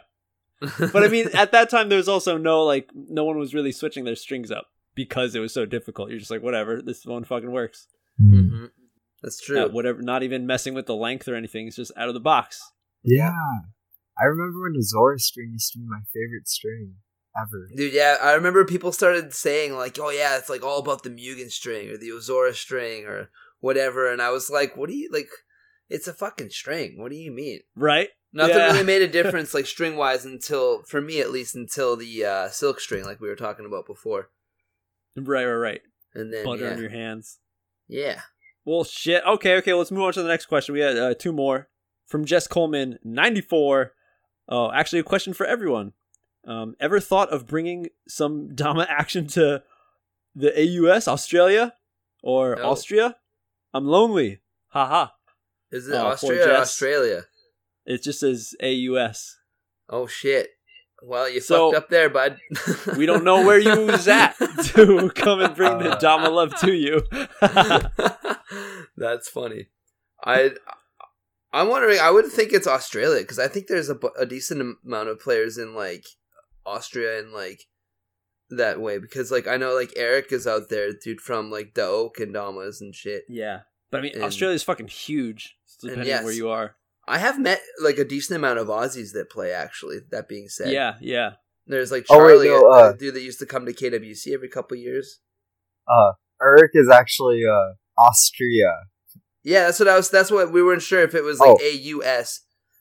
Speaker 1: but I mean, at that time, there was also no like, no one was really switching their strings up because it was so difficult. You're just like, whatever, this one fucking works.
Speaker 2: Mhm. that's true.
Speaker 1: Uh, whatever, not even messing with the length or anything. It's just out of the box.
Speaker 3: Yeah. I remember when the Zora string used to be my favorite string ever.
Speaker 2: Dude, yeah, I remember people started saying like, "Oh yeah, it's like all about the Mugen string or the Ozora string or whatever," and I was like, "What do you like? It's a fucking string. What do you mean?"
Speaker 1: Right?
Speaker 2: Nothing
Speaker 1: Yeah.
Speaker 2: really made a difference, like string wise, until for me at least, until the uh, silk string, like we were talking about before,
Speaker 1: Right, right, right.
Speaker 2: and then
Speaker 1: Butter
Speaker 2: yeah,
Speaker 1: on your hands.
Speaker 2: yeah,
Speaker 1: Well, shit. Okay, okay. Let's move on to the next question. We had uh, two more from Jess Coleman, ninety-four. Oh, actually, a question for everyone. Um, ever thought of bringing some Dama action to the AUS, Australia, or
Speaker 2: No.
Speaker 1: Austria? I'm lonely. Haha.
Speaker 2: is it
Speaker 1: Oh, poor
Speaker 2: Austria or
Speaker 1: Jess.
Speaker 2: Australia?
Speaker 1: It just says AUS.
Speaker 2: Oh shit! Well, you
Speaker 1: So-
Speaker 2: fucked up there, bud.
Speaker 1: We don't know where you was at to come and bring the
Speaker 3: Uh.
Speaker 1: Dama love to you.
Speaker 2: That's funny. I I'm wondering. I would think it's Australia because I think there's a, bu- a decent amount of players in like Austria and like that way because like I know like Eric is out there, dude from like the Oak and Damas and shit.
Speaker 1: yeah, but I mean,
Speaker 2: And-
Speaker 1: Australia's fucking huge. Depending
Speaker 2: yes.
Speaker 1: where you are.
Speaker 2: I have met like a decent amount of Aussies that play. Actually, that being said,
Speaker 1: Yeah, yeah.
Speaker 2: there's like
Speaker 3: Oh, wait,
Speaker 2: Charlie,
Speaker 3: no, uh,
Speaker 2: a dude that used to come to KWC every couple years.
Speaker 3: Uh, Eric is actually uh, Austria.
Speaker 2: Yeah, that's what I was. That's what we weren't sure if it was like
Speaker 3: Oh.
Speaker 2: A U S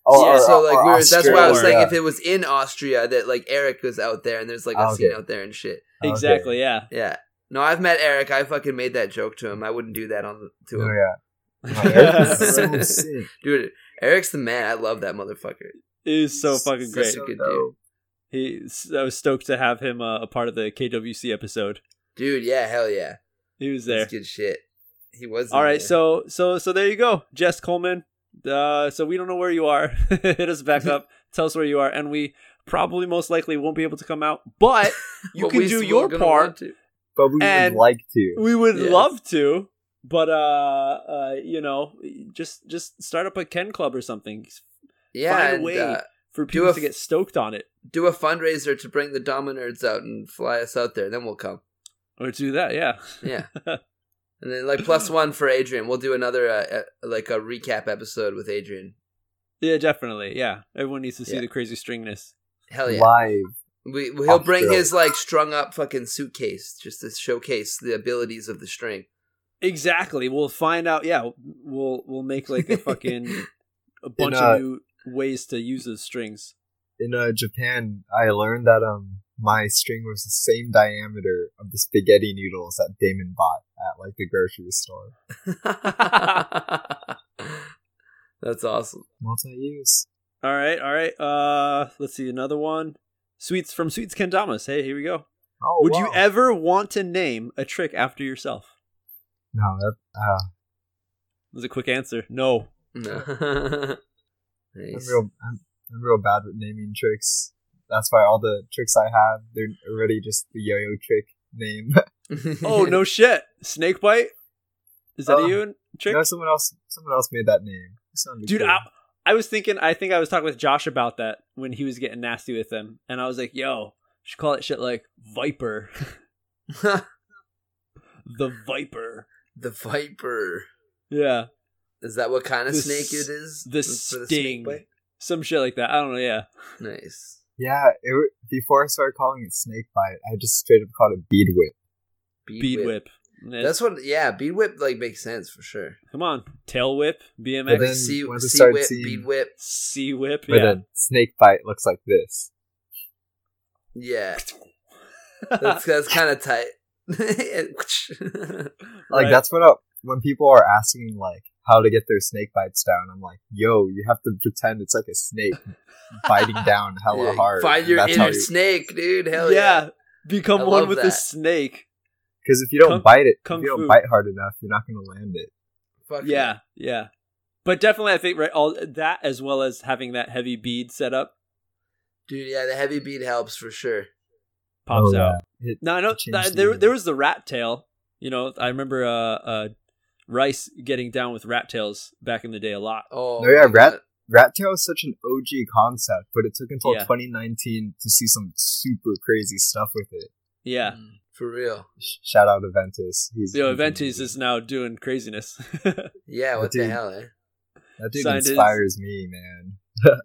Speaker 2: yeah,
Speaker 3: or-
Speaker 2: so
Speaker 3: or-
Speaker 2: like
Speaker 3: or
Speaker 2: we were, that's why I was
Speaker 3: Austria.
Speaker 2: saying if it was in Austria that like Eric was out there and there's like a
Speaker 3: Oh, Okay.
Speaker 2: scene out there and shit.
Speaker 3: Oh, Okay.
Speaker 1: Exactly. Yeah.
Speaker 2: Yeah. No, I've met Eric. I fucking made that joke to him. I wouldn't do that on to
Speaker 3: Oh
Speaker 2: him.
Speaker 3: yeah, Oh, Eric is so sick.
Speaker 2: Dude, Eric's the man. I love that motherfucker.
Speaker 1: It is so fucking great.
Speaker 2: Such a good
Speaker 3: dope.
Speaker 1: He, I was stoked to have him uh, a part of the KWC episode.
Speaker 2: Dude, yeah, hell yeah.
Speaker 1: He was
Speaker 2: That's
Speaker 1: there.
Speaker 2: good shit. He was
Speaker 1: All right,
Speaker 2: there.
Speaker 1: so so so there you go, Jess Coleman. Uh, so we don't know where you are. Hit us back up. Tell us where you are, and we probably most likely won't be able to come out, but you
Speaker 2: But
Speaker 1: can
Speaker 2: we
Speaker 1: do
Speaker 2: still
Speaker 1: your
Speaker 2: gonna
Speaker 1: part.
Speaker 2: want to.
Speaker 3: But we
Speaker 1: And-
Speaker 3: would like to.
Speaker 1: we would
Speaker 2: Yes.
Speaker 1: love to, but uh, uh, you know, just just start up a Ken Club or something
Speaker 2: Yeah,
Speaker 1: Find a
Speaker 2: and,
Speaker 1: way.
Speaker 2: uh,
Speaker 1: for
Speaker 2: Do
Speaker 1: people
Speaker 2: a
Speaker 1: to
Speaker 2: f-
Speaker 1: get stoked on it
Speaker 2: do a fundraiser to bring the Dominerds out and fly us out there. Then we'll come.
Speaker 1: or do that. Yeah,
Speaker 2: Yeah. and then like plus one for Adrian. We'll do another uh, uh, like a recap episode with Adrian.
Speaker 1: yeah, definitely. Yeah, everyone needs to see
Speaker 2: Yeah.
Speaker 1: the crazy stringness.
Speaker 2: Hell yeah.
Speaker 3: Live.
Speaker 2: We, we- he'll bring
Speaker 3: Austria.
Speaker 2: his like strung up fucking suitcase just to showcase the abilities of the string.
Speaker 1: Exactly. We'll find out. Yeah, we'll we'll make like a fucking a bunch
Speaker 3: uh,
Speaker 1: of new ways to use those strings.
Speaker 3: In uh, Japan, I learned that um my string was the same diameter of the spaghetti noodles that Damon bought at like the grocery store.
Speaker 2: That's awesome.
Speaker 3: Multi-use.
Speaker 1: All right, all right. Uh, let's see another one. Sweets from Sweets Kendamas. Hey, here we go.
Speaker 3: Oh,
Speaker 1: Would you
Speaker 3: wow.
Speaker 1: ever want to name a trick after yourself?
Speaker 3: No, that uh,
Speaker 1: That was a quick answer. No.
Speaker 2: No.
Speaker 3: I'm
Speaker 2: nice.
Speaker 3: real. I'm, I'm real bad with naming tricks. That's why all the tricks I have, they're already just the yo-yo trick name.
Speaker 1: Oh no shit. Snake bite. Is that
Speaker 3: Oh,
Speaker 1: a you trick?
Speaker 3: no, someone else. Someone else made that name. It sounded
Speaker 1: Dude,
Speaker 3: cool.
Speaker 1: I, I was thinking, I think I was talking with Josh about that when he was getting nasty with them. And I was like, yo, should call it shit like Viper. the Viper.
Speaker 2: the viper.
Speaker 1: Yeah.
Speaker 2: Is that what kind of
Speaker 1: The
Speaker 2: snake
Speaker 1: s-
Speaker 2: it is?
Speaker 1: the
Speaker 2: For
Speaker 1: sting.
Speaker 2: the snake bite?
Speaker 1: Some shit like that. I don't know. Yeah.
Speaker 2: nice.
Speaker 3: Yeah, it, w- before I started calling it snake bite, I just straight up called it bead whip.
Speaker 2: Bead,
Speaker 1: Bead
Speaker 2: whip.
Speaker 1: whip. Yeah.
Speaker 2: That's what. Yeah, bead whip like makes sense for sure.
Speaker 1: Come on. Tail whip. BMX.
Speaker 3: But then
Speaker 2: sea,
Speaker 3: once it
Speaker 2: sea
Speaker 3: started
Speaker 2: whip,
Speaker 3: seeing-
Speaker 2: bead whip.
Speaker 1: C whip.
Speaker 3: But
Speaker 1: Yeah.
Speaker 3: then snake bite looks like this.
Speaker 2: Yeah, that's that's kind of tight.
Speaker 3: Like
Speaker 1: Right.
Speaker 3: that's what I, when people are asking like how to get their snake bites down, I'm like, yo, you have to pretend it's like a snake biting down hella
Speaker 2: Yeah,
Speaker 3: hard.
Speaker 2: Find
Speaker 3: and
Speaker 2: your
Speaker 3: that's how
Speaker 2: inner
Speaker 3: you-
Speaker 2: snake, dude. Hell
Speaker 1: yeah.
Speaker 2: yeah.
Speaker 1: Become
Speaker 2: I
Speaker 1: one
Speaker 2: love
Speaker 1: with the
Speaker 2: that.
Speaker 1: snake.
Speaker 3: Because if you don't
Speaker 1: Kung-
Speaker 3: bite it,
Speaker 1: kung
Speaker 3: if you don't
Speaker 1: fu.
Speaker 3: bite hard enough, you're not going to land it.
Speaker 2: Fuck
Speaker 1: Yeah. Yeah. But definitely, I think right, all that as well as having that heavy bead set up
Speaker 2: dude. Yeah, the heavy bead helps for sure.
Speaker 1: pops
Speaker 3: Oh,
Speaker 1: out.
Speaker 3: yeah. It-
Speaker 1: No, I know
Speaker 3: Change
Speaker 1: th-
Speaker 3: the
Speaker 1: there
Speaker 3: name.
Speaker 1: there was the rat tail. You know, I remember uh, uh, Rice getting down with rat tails back in the day a lot.
Speaker 2: Oh,
Speaker 3: No, yeah,
Speaker 2: my
Speaker 3: rat-
Speaker 2: God.
Speaker 3: rat tail is such an OG concept, but it took until
Speaker 1: Yeah.
Speaker 3: 2019 to see some super crazy stuff with it.
Speaker 1: Yeah.
Speaker 2: Mm, for real.
Speaker 3: Sh- Shout out Aventus. He's
Speaker 1: Yo,
Speaker 3: he's
Speaker 1: Aventis
Speaker 3: amazing.
Speaker 1: is now doing craziness.
Speaker 2: Yeah, what the
Speaker 3: Dude.
Speaker 2: hell, eh?
Speaker 3: that dude
Speaker 1: signed his-
Speaker 3: inspires me, man.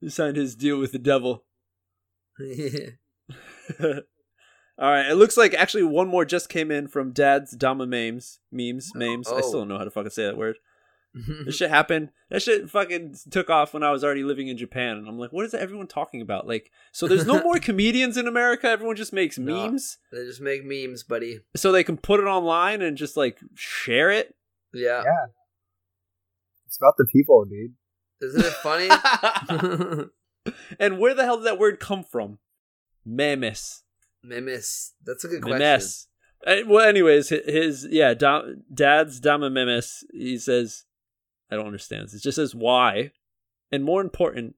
Speaker 1: he signed his deal with the devil. All right, it looks like actually one more just came in from Dad's Dama memes, memes, memes. I still
Speaker 2: Oh.
Speaker 1: don't know how to fucking say that word. This shit happened. That shit fucking took off when I was already living in Japan, and I'm like, what is everyone talking about? Like, so there's no more comedians in America. Everyone just makes
Speaker 2: No.
Speaker 1: memes.
Speaker 2: they just make memes, buddy.
Speaker 1: so they can put it online and just like share it.
Speaker 2: Yeah.
Speaker 3: Yeah. It's about the people, dude.
Speaker 2: Isn't it funny?
Speaker 1: and where the hell did that word come from? Memes.
Speaker 2: Memes. That's a good question.
Speaker 1: Memes. Uh, Well, anyways, hi- his yeah, da, dad's Dama Memes. He says, I don't understand. It just says why, and more important,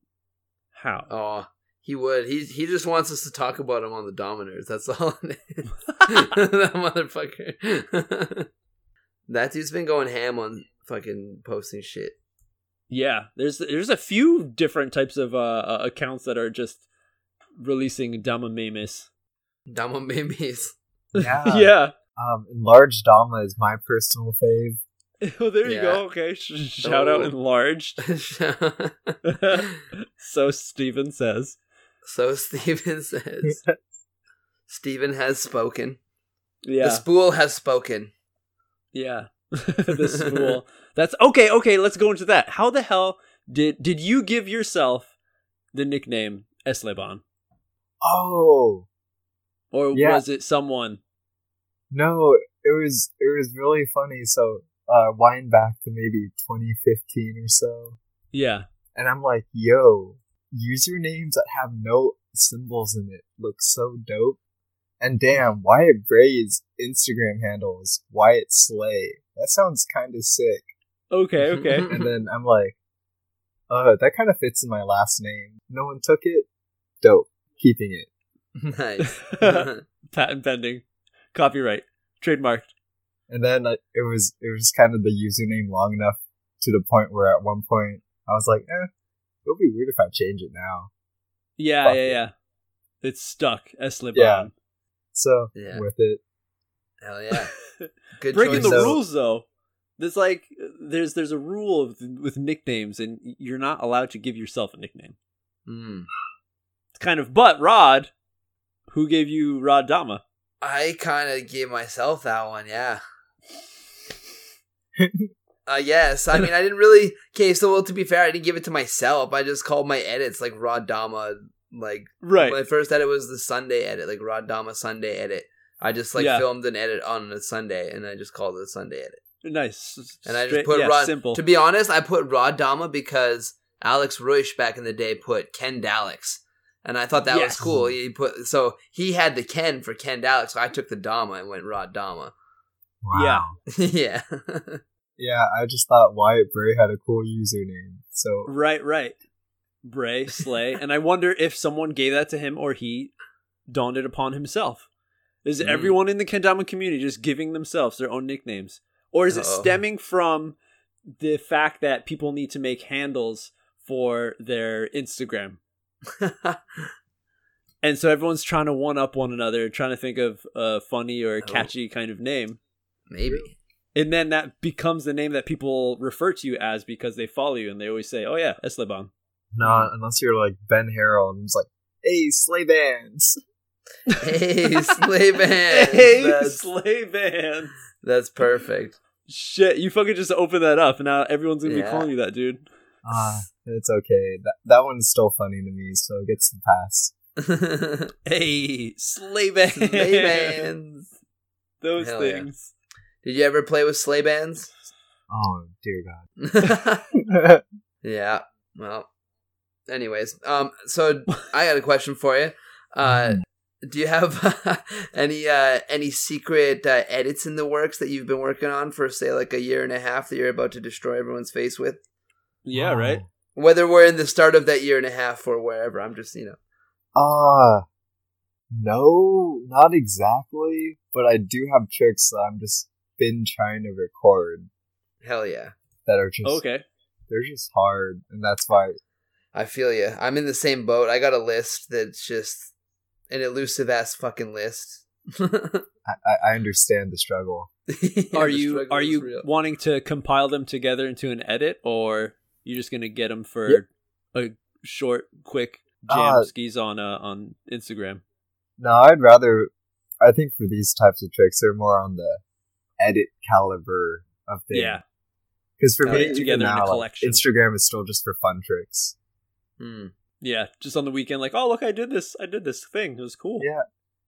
Speaker 1: how.
Speaker 2: Oh, he would. He he just wants us to talk about him on the Dominators. That's all. It is. that motherfucker. that dude's been going ham on fucking posting shit.
Speaker 1: Yeah, there's there's a few different types of uh, uh, accounts that are just releasing Dama Memes.
Speaker 2: Dama memes. Ah.
Speaker 3: Yeah.
Speaker 1: yeah.
Speaker 3: Um, enlarged Dama is my personal fave.
Speaker 1: Oh, there you
Speaker 2: Yeah.
Speaker 1: go. Okay, Sh- shout out
Speaker 2: Oh.
Speaker 1: enlarged. so Steven says.
Speaker 2: so Steven says. Steven has spoken.
Speaker 1: Yeah.
Speaker 2: The spool has spoken.
Speaker 1: yeah. the spool. That's okay, okay, let's go into that. How the hell Did did you give yourself the nickname Esleban,
Speaker 3: Oh
Speaker 1: or
Speaker 3: Yeah.
Speaker 1: was it someone?
Speaker 3: no, it was it was really funny. So uh, wind back to maybe 2015 or so,
Speaker 1: Yeah,
Speaker 3: and I'm like, yo, usernames that have no symbols in it look so dope. And damn, Wyatt Bray's Instagram handle is Wyatt Slay. That sounds kind of sick.
Speaker 1: Okay, okay.
Speaker 3: and then I'm like, uh, that kind of fits in my last name. No one took it. Dope. Keeping it.
Speaker 2: nice.
Speaker 1: Patent pending. Copyright. Trademarked.
Speaker 3: And then I, it was it was kind of the username long enough to the point where at one point I was like, eh, it'll be weird if I change it now.
Speaker 1: Yeah,
Speaker 3: Fuck
Speaker 1: yeah,
Speaker 3: it.
Speaker 1: yeah. It's stuck. Esliban.
Speaker 3: Yeah. So
Speaker 2: Yeah.
Speaker 3: with it,
Speaker 2: Hell yeah. Good
Speaker 1: Breaking the
Speaker 2: choice.
Speaker 3: So-
Speaker 1: rules though. There's like there's there's a rule of, with nicknames and you're not allowed to give yourself a nickname.
Speaker 2: Mm.
Speaker 1: It's kind of but Rod, who gave you Rod Dama?
Speaker 2: I kind of gave myself that one. Yeah. Uh, yes, I mean I didn't really. Okay, so well, to be fair, I didn't give it to myself. I just called my edits like Rod Dama. Like
Speaker 1: Right.
Speaker 2: my first edit was the Sunday edit, like Rod Dama Sunday edit. I just like
Speaker 1: Yeah.
Speaker 2: filmed an edit on a Sunday, and I just called it a Sunday edit.
Speaker 1: nice.
Speaker 2: And I
Speaker 1: Straight-
Speaker 2: just put
Speaker 1: yeah,
Speaker 2: Rod.
Speaker 1: simple.
Speaker 2: To be honest, I put Rod Dama because Alex Roish back in the day put Ken Daleks, and I thought that was
Speaker 1: Yes.
Speaker 2: cool. He put so he had the Ken for Ken Daleks, so I took the Dama and went Rod Dama.
Speaker 1: Yeah.
Speaker 2: yeah,
Speaker 3: yeah, I just thought Wyatt Bray had a cool username. So
Speaker 1: Right, right. Bray Slay, and I wonder if someone gave that to him or he donned it upon himself. Is
Speaker 2: Mm.
Speaker 1: everyone in the Kendama community just giving themselves their own nicknames, or is it
Speaker 2: Uh-oh.
Speaker 1: stemming from the fact that people need to make handles for their Instagram, and so everyone's trying to one up one another, trying to think of a funny or catchy kind of name,
Speaker 2: maybe.
Speaker 1: and then that becomes the name that people refer to you as because they follow you and they always say, "Oh yeah, Esleban."
Speaker 3: not
Speaker 1: Mm.
Speaker 3: unless you're like Ben Harrell and it's like, hey, sleigh bands.
Speaker 2: Hey, sleigh bands.
Speaker 1: Hey,
Speaker 2: that's,
Speaker 1: sleigh bands.
Speaker 2: that's perfect.
Speaker 1: Shit, you fucking just open that up, and now everyone's gonna be
Speaker 2: Yeah.
Speaker 1: calling you that, dude.
Speaker 3: Ah, it's okay. That that one's still funny to me, so it gets the pass.
Speaker 2: sleigh
Speaker 1: Hey, sleigh bands.
Speaker 2: bands.
Speaker 1: Those
Speaker 2: Hell yeah.
Speaker 1: things.
Speaker 2: Did you ever play with sleigh bands?
Speaker 3: Oh dear God.
Speaker 2: yeah. Well. Anyways, um, so I got a question for you. Uh, do you have any uh any secret uh, edits in the works that you've been working on for say like a year and a half that you're about to destroy everyone's face with?
Speaker 1: Yeah, right.
Speaker 2: Whether we're in the start of that year and a half or wherever, I'm just you know.
Speaker 3: Uh no, not exactly. But I do have tricks that I'm just been trying to record
Speaker 2: Hell yeah.
Speaker 3: that are just
Speaker 1: Okay.
Speaker 3: they're just hard, and that's why
Speaker 2: I feel you. I'm in the same boat. I got a list that's just an elusive ass fucking list.
Speaker 3: I, I, I understand the struggle.
Speaker 1: Are
Speaker 2: The
Speaker 1: you
Speaker 2: struggle
Speaker 1: are
Speaker 2: is
Speaker 1: you
Speaker 2: real.
Speaker 1: wanting to compile them together into an edit, or you're just gonna get them for a short, quick jam
Speaker 3: Uh,
Speaker 1: skis on uh, on Instagram?
Speaker 3: No, I'd rather. I think for these types of tricks, they're more on the edit caliber of things.
Speaker 1: Yeah.
Speaker 3: because for
Speaker 2: Oh,
Speaker 3: me,
Speaker 2: yeah.
Speaker 3: even
Speaker 1: Together in a
Speaker 3: now, like,
Speaker 1: collection.
Speaker 3: Instagram is still just for fun tricks.
Speaker 2: Hmm.
Speaker 1: Yeah, just on the weekend, like, oh look, I did this, I did this thing. It was cool.
Speaker 3: Yeah.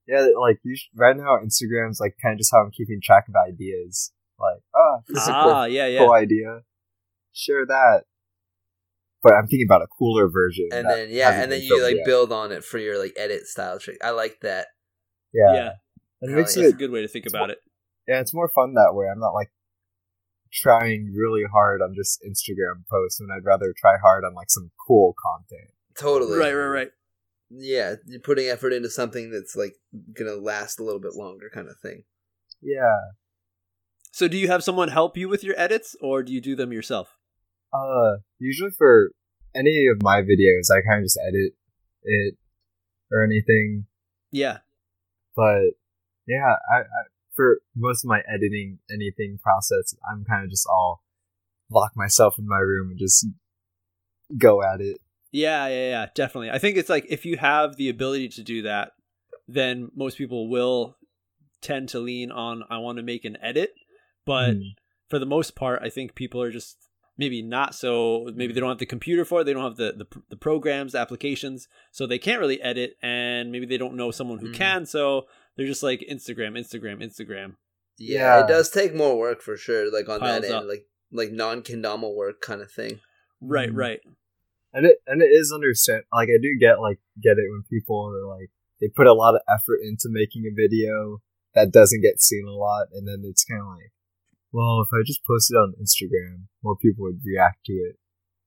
Speaker 3: Yeah, like you sh- right now, Instagram's like kind of just how I'm keeping track of ideas. Like, ah, this is a cool
Speaker 1: Ah, yeah, yeah.
Speaker 3: cool idea. Share that. But I'm thinking about a cooler version.
Speaker 2: and
Speaker 3: that
Speaker 2: then yeah,
Speaker 3: hasn't
Speaker 2: and then
Speaker 3: been
Speaker 2: you
Speaker 3: filmed
Speaker 2: like
Speaker 3: yet.
Speaker 2: build on it for your like edit style trick. I like that.
Speaker 3: yeah.
Speaker 1: yeah,
Speaker 3: It
Speaker 2: Hell
Speaker 3: makes
Speaker 2: Oh, yeah.
Speaker 1: that's
Speaker 3: it
Speaker 1: a good way to think about it.
Speaker 3: yeah, it's more fun that way. I'm not like trying really hard on just Instagram posts, and I'd rather try hard on like some cool content.
Speaker 2: Totally.
Speaker 1: Right, right, right.
Speaker 2: Yeah, you're putting effort into something that's like gonna last a little bit longer, kind of thing.
Speaker 3: Yeah.
Speaker 1: So, do you have someone help you with your edits, or do you do them yourself?
Speaker 3: Uh, usually for any of my videos, I kind of just edit it or anything.
Speaker 1: Yeah.
Speaker 3: but yeah, I, I for most of my editing anything process, I'm kind of just all lock myself in my room and just go at it.
Speaker 1: Yeah, yeah, yeah, definitely. I think it's like if you have the ability to do that, then most people will tend to lean on I want to make an edit, but
Speaker 3: Mm.
Speaker 1: for the most part, I think people are just maybe not so maybe they don't have the computer for it they don't have the the, pr- the programs the applications so they can't really edit and maybe they don't know someone who
Speaker 2: Mhm.
Speaker 1: can so they're just like instagram instagram instagram
Speaker 2: Yeah,
Speaker 3: Yeah.
Speaker 2: it does take more work for sure. Like on
Speaker 1: Piles
Speaker 2: that end,
Speaker 1: up.
Speaker 2: like like non kendama work kind of thing.
Speaker 1: right
Speaker 3: Mhm.
Speaker 2: Mm.
Speaker 1: right
Speaker 3: and it and it is understand like I do get like get it when people are like they put a lot of effort into making a video that doesn't get seen a lot, and then it's kind of like, well, if I just post it on Instagram, more people would react to it,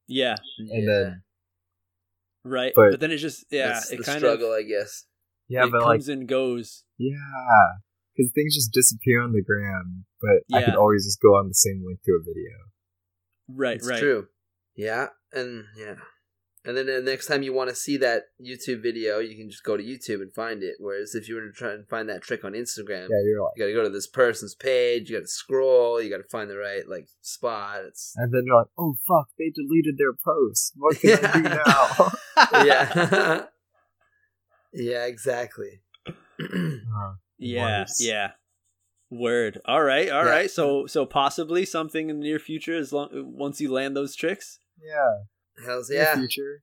Speaker 1: yeah
Speaker 3: and then
Speaker 1: right but,
Speaker 3: But-
Speaker 1: then it's just yeah
Speaker 2: That's
Speaker 1: it
Speaker 2: the
Speaker 1: kind
Speaker 2: struggle,
Speaker 1: of
Speaker 2: I guess.
Speaker 3: yeah,
Speaker 1: it
Speaker 3: but like
Speaker 1: comes and goes
Speaker 3: yeah, because things just disappear on the gram, but I
Speaker 1: Yeah.
Speaker 3: could always just go on the same link to a video.
Speaker 1: right
Speaker 2: It's
Speaker 1: right
Speaker 2: true. Yeah, and yeah, and then the next time you want to see that YouTube video, you can just go to YouTube and find it. Whereas if you were to try and find that trick on Instagram,
Speaker 3: Yeah, you're like,
Speaker 2: you got to go to this person's page. You got to scroll. You got to find the right like spot. It's
Speaker 3: and then you're like, oh fuck, they deleted their post. What can I do now?
Speaker 2: yeah, yeah, exactly.
Speaker 3: Uh,
Speaker 1: yeah
Speaker 3: Words.
Speaker 1: yeah word all right all right.
Speaker 2: Yeah.
Speaker 1: so so possibly something in the near future as long once you land those tricks
Speaker 3: yeah,
Speaker 2: Hell's
Speaker 3: in the
Speaker 2: yeah.
Speaker 3: future,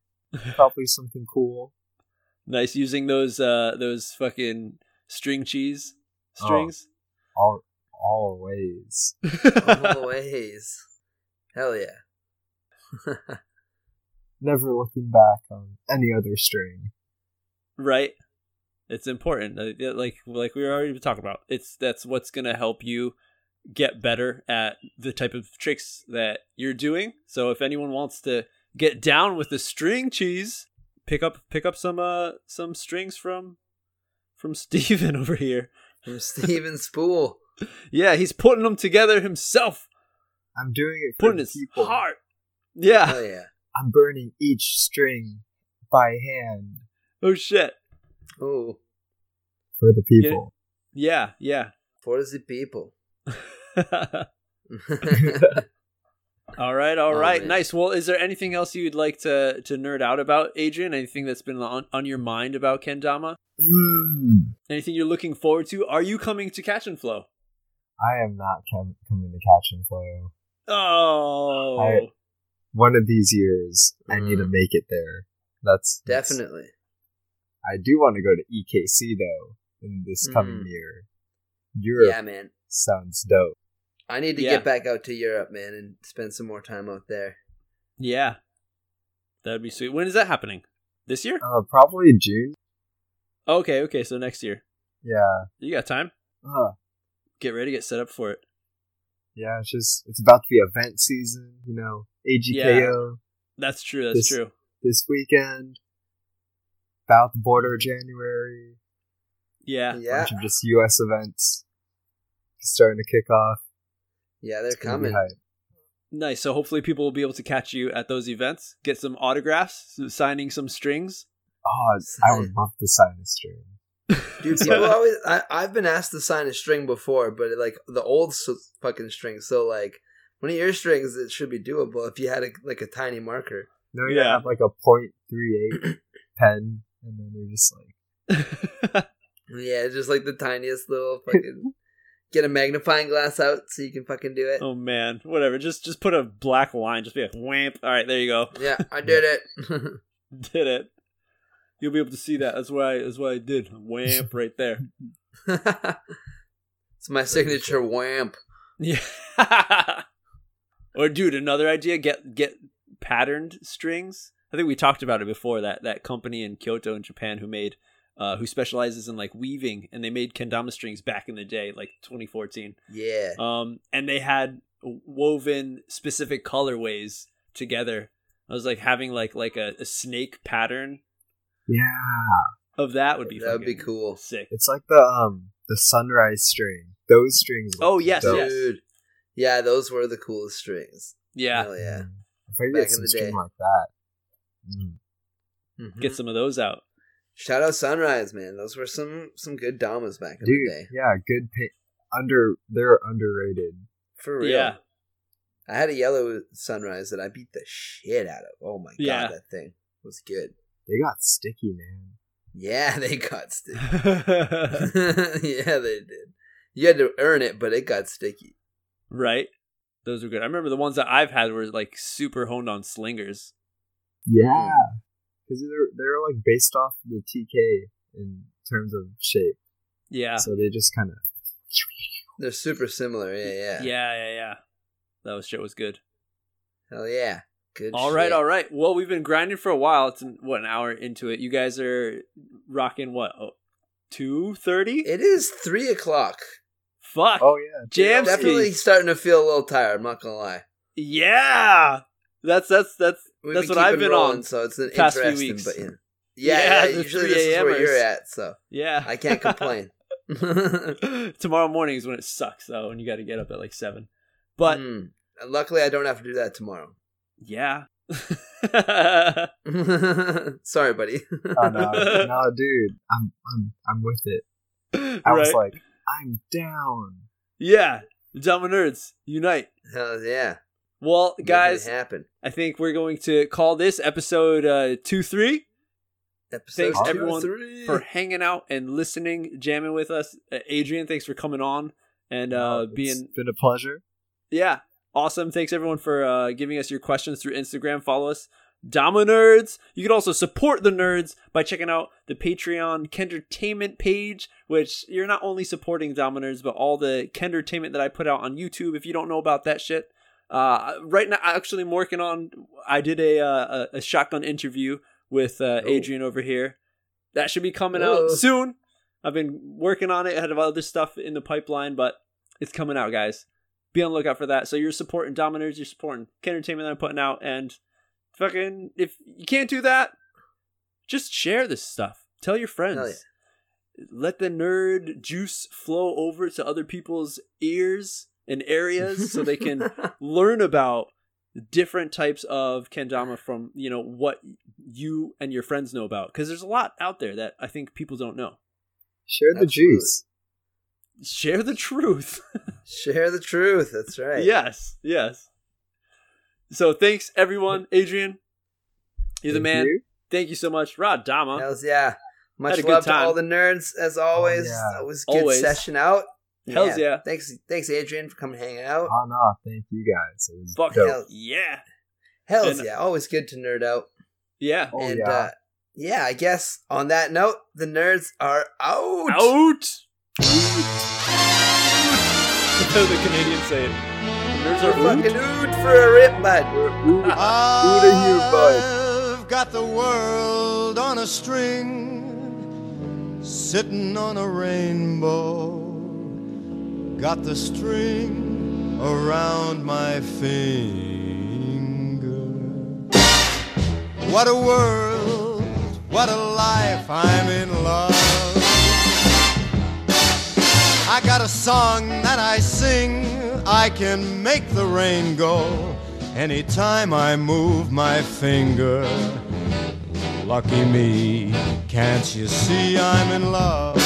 Speaker 3: probably something cool.
Speaker 1: Nice using those uh those fucking string cheese
Speaker 3: Oh.
Speaker 1: strings.
Speaker 3: All, always.
Speaker 2: Always. Hell yeah.
Speaker 3: Never looking back on any other string.
Speaker 1: right? It's important. Uh, yeah, Like like we were already talking about. It's that's what's going to help you get better at the type of tricks that you're doing. So if anyone wants to get down with the string cheese, pick up pick up some uh some strings from from Steven over here.
Speaker 2: From Steven Spool.
Speaker 1: Yeah, he's putting them together himself.
Speaker 3: I'm doing it for
Speaker 1: Putting
Speaker 3: the
Speaker 1: his
Speaker 3: people.
Speaker 1: heart. Yeah.
Speaker 2: Hell yeah.
Speaker 3: I'm burning each string by hand
Speaker 1: Oh shit.
Speaker 2: Ooh.
Speaker 3: for the people.
Speaker 1: Yeah, yeah.
Speaker 2: For the people.
Speaker 1: all right, all
Speaker 2: Oh,
Speaker 1: right,
Speaker 2: man.
Speaker 1: nice. Well, is there anything else you'd like to to nerd out about, Adrian? Anything that's been on, on your mind about Kendama?
Speaker 3: Mm,
Speaker 1: Anything you're looking forward to? Are you coming to Catch and Flow?
Speaker 3: I am not com- coming to catch and flow.
Speaker 1: Oh,
Speaker 3: I- One of these years, I need to
Speaker 2: Mm.
Speaker 3: make it there. That's that's-
Speaker 2: Definitely.
Speaker 3: I do want to go to EKC though in this coming
Speaker 2: Mhm.
Speaker 3: year. Europe
Speaker 2: Yeah, man.
Speaker 3: sounds dope.
Speaker 2: I need to
Speaker 1: Yeah.
Speaker 2: get back out to Europe, man, and spend some more time out there.
Speaker 1: yeah, that'd be sweet. When is that happening? This year?
Speaker 3: Uh, probably June.
Speaker 1: Okay, okay. So next year,
Speaker 3: Yeah.
Speaker 1: you got time.
Speaker 3: Uh,
Speaker 1: Get ready, get set up for it.
Speaker 3: yeah. It's just it's about to be event season. You know, AGKO
Speaker 1: That's true. That's
Speaker 3: This-
Speaker 1: true.
Speaker 3: this weekend. About the border of January.
Speaker 1: Yeah,
Speaker 2: Yeah.
Speaker 3: Bunch of just U.S. events starting to kick off.
Speaker 2: Yeah, they're
Speaker 3: It's gonna be
Speaker 2: coming.
Speaker 3: hype.
Speaker 1: nice. So hopefully people will be able to catch you at those events, get some autographs, signing some strings.
Speaker 3: Oh, I would love to sign a string.
Speaker 2: Dude, people always. I, I've been asked to sign a string before, but like the old s- fucking string. So, like, one of your strings, it should be doable if you had a, like a tiny marker.
Speaker 3: No, you
Speaker 1: Yeah.
Speaker 3: have like a point three eight pen, and then you're just like,
Speaker 2: Yeah, just like the tiniest little fucking. get a magnifying glass out so you can fucking do it.
Speaker 1: Oh man, whatever. Just just put a black line. Just be like whamp. All right, there you go.
Speaker 2: Yeah, I did it.
Speaker 1: Did it. You'll be able to see that. That's what I. That's what I did. Whamp right there.
Speaker 2: it's my signature whamp.
Speaker 1: Yeah. or dude, another idea. Get get patterned strings. I think we talked about it before. That that company in Kyoto in Japan who made. Uh, who specializes in like weaving and they made kendama strings back in the day like 2014
Speaker 2: Yeah.
Speaker 1: um, and they had woven specific colorways together. I was like having like like a, a snake pattern
Speaker 3: yeah.
Speaker 1: of that would be
Speaker 2: that would be
Speaker 1: fucking
Speaker 2: cool.
Speaker 1: sick.
Speaker 3: It's like the um the sunrise string. Those strings. look
Speaker 1: Oh, yes,
Speaker 3: dope.
Speaker 1: yes.
Speaker 2: Dude. Yeah, those were the coolest strings.
Speaker 1: Yeah,
Speaker 2: Hell yeah.
Speaker 3: Mm. If I
Speaker 2: Back
Speaker 3: could get
Speaker 2: in
Speaker 3: some
Speaker 2: the
Speaker 3: string
Speaker 2: day.
Speaker 3: like that. Mm.
Speaker 2: Mhm.
Speaker 1: get some of those out.
Speaker 2: Shout out Sunrise, man. Those were some some good damas back in
Speaker 3: Dude,
Speaker 2: the day.
Speaker 3: yeah, good paint. Under they're underrated.
Speaker 2: For real.
Speaker 1: Yeah.
Speaker 2: I had a yellow Sunrise that I beat the shit out of. Oh my god,
Speaker 1: Yeah.
Speaker 2: that thing was good.
Speaker 3: They got sticky, man.
Speaker 2: Yeah, they got sticky.
Speaker 1: right?
Speaker 2: yeah, they did. You had to earn it, but it got sticky.
Speaker 1: Those were good. I remember the ones that I've had were like super honed on slingers.
Speaker 3: Yeah,
Speaker 2: Mm.
Speaker 3: because they're they're like based off the TK in terms of shape,
Speaker 1: Yeah.
Speaker 3: so they just kind of
Speaker 2: They're super similar. Yeah, yeah.
Speaker 1: Yeah, yeah, yeah. That was shit was good.
Speaker 2: Hell yeah. Good.
Speaker 1: All right,
Speaker 2: shit.
Speaker 1: all right. Well, we've been grinding for a while. It's an, what an hour into it. You guys are rocking what? oh, Two thirty?
Speaker 2: It is three o'clock.
Speaker 1: Fuck.
Speaker 3: oh yeah,
Speaker 1: Jamski.
Speaker 2: Definitely starting to feel a little tired. I'm not gonna lie.
Speaker 1: Yeah. That's that's that's
Speaker 2: We've
Speaker 1: That's
Speaker 2: been
Speaker 1: what I've
Speaker 2: keeping
Speaker 1: been on
Speaker 2: So it's an
Speaker 1: past few
Speaker 2: interesting,
Speaker 1: weeks.
Speaker 2: but yeah, yeah.
Speaker 1: Yeah,
Speaker 2: yeah,
Speaker 1: the
Speaker 2: usually this is where
Speaker 1: 3
Speaker 2: you're
Speaker 1: a.m.ers.
Speaker 2: at, so
Speaker 1: yeah.
Speaker 2: I can't complain. but
Speaker 1: Tomorrow morning is when it sucks though, and you got to get up at like seven. But
Speaker 2: Mm. luckily, I don't have to do that tomorrow.
Speaker 1: yeah.
Speaker 2: Sorry, buddy.
Speaker 1: Uh,
Speaker 3: oh, no, no, dude, I'm I'm I'm with it. I was
Speaker 1: right.
Speaker 3: like, I'm down.
Speaker 1: yeah. Dumb nerds unite.
Speaker 2: Hell yeah,
Speaker 1: Well,
Speaker 2: Making
Speaker 1: guys,
Speaker 2: it happen.
Speaker 1: I think we're going to call this episode uh, two three
Speaker 2: Episode
Speaker 1: thanks,
Speaker 2: two,
Speaker 1: everyone,
Speaker 2: three.
Speaker 1: for hanging out and listening, jamming with us. Uh, Adrian, thanks for coming on and
Speaker 3: Wow,
Speaker 1: uh,
Speaker 3: it's
Speaker 1: being
Speaker 3: been a pleasure.
Speaker 1: yeah awesome. Thanks everyone for uh, giving us your questions through Instagram. Follow us. Dama Nerds. You can also support the nerds by checking out the Patreon Kentertainment page, which you're not only supporting Dama Nerds, but all the Kentertainment that I put out on YouTube. If you don't know about that shit, uh, right now, actually, I'm working on. I did a uh, a a shotgun interview with uh,
Speaker 2: Oh.
Speaker 1: Adrian over here. That should be coming
Speaker 2: Whoa.
Speaker 1: out soon. I've been working on it. I had other stuff in the pipeline, but it's coming out, guys. Be on the lookout for that. So you're supporting Dominators, you're supporting Ken Entertainment that I'm putting out, and fucking if you can't do that, just share this stuff. Tell your
Speaker 2: Hell
Speaker 1: friends. Let the nerd juice flow over to other people's ears and areas so they can learn about different types of kendama from you know what you and your friends know about because there's a lot out there that i think people don't know
Speaker 3: Share the
Speaker 2: Absolutely.
Speaker 3: juice.
Speaker 1: share the truth
Speaker 2: share the truth. That's right.
Speaker 1: yes yes so thanks everyone adrian you're the
Speaker 3: Thank
Speaker 1: man
Speaker 3: you.
Speaker 1: thank you so much rod dama
Speaker 2: Hells yeah.
Speaker 1: Had a
Speaker 2: Much
Speaker 1: good
Speaker 2: love to
Speaker 1: time.
Speaker 2: all the nerds as always.
Speaker 3: Oh, yeah.
Speaker 2: That was a good
Speaker 1: Always.
Speaker 2: session out.
Speaker 1: Hells yeah.
Speaker 2: Thanks thanks Adrian for coming hanging out.
Speaker 3: Oh no, thank you guys. It was
Speaker 1: fuck
Speaker 3: dope.
Speaker 2: hell.
Speaker 1: yeah
Speaker 2: Hells
Speaker 1: and- uh,
Speaker 2: yeah. Always good to nerd out.
Speaker 1: yeah
Speaker 3: Oh
Speaker 2: and
Speaker 3: yeah.
Speaker 2: uh yeah, I guess on that note, the nerds are out.
Speaker 1: out the canadians say it nerds
Speaker 2: We're
Speaker 1: are out.
Speaker 2: fucking out for a rip, bud.
Speaker 4: I've got the world on a string, sitting on a rainbow. Got the string around my finger. What a world, what a life, I'm in love. I got a song that I sing. I can make the rain go anytime I move my finger. Lucky me, can't you see I'm in love?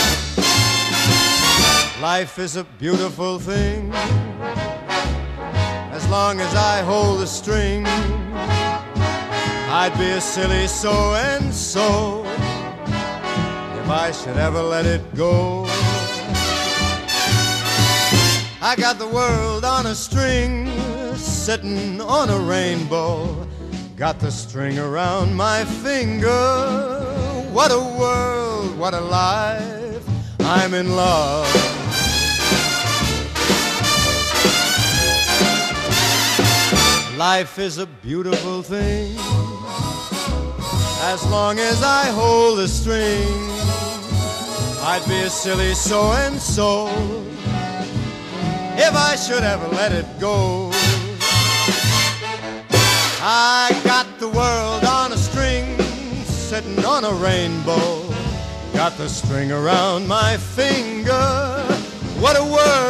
Speaker 4: Life is a beautiful thing. As long as I hold the string, I'd be a silly so and so if I should ever let it go. I got the world on a string, sitting on a rainbow. Got the string around my finger. What a world, what a life. I'm in love. Life is a beautiful thing. As long as I hold the string, I'd be a silly so and so if I should ever let it go. I got the world on a string, sitting on a rainbow. Got the string around my finger. What a world!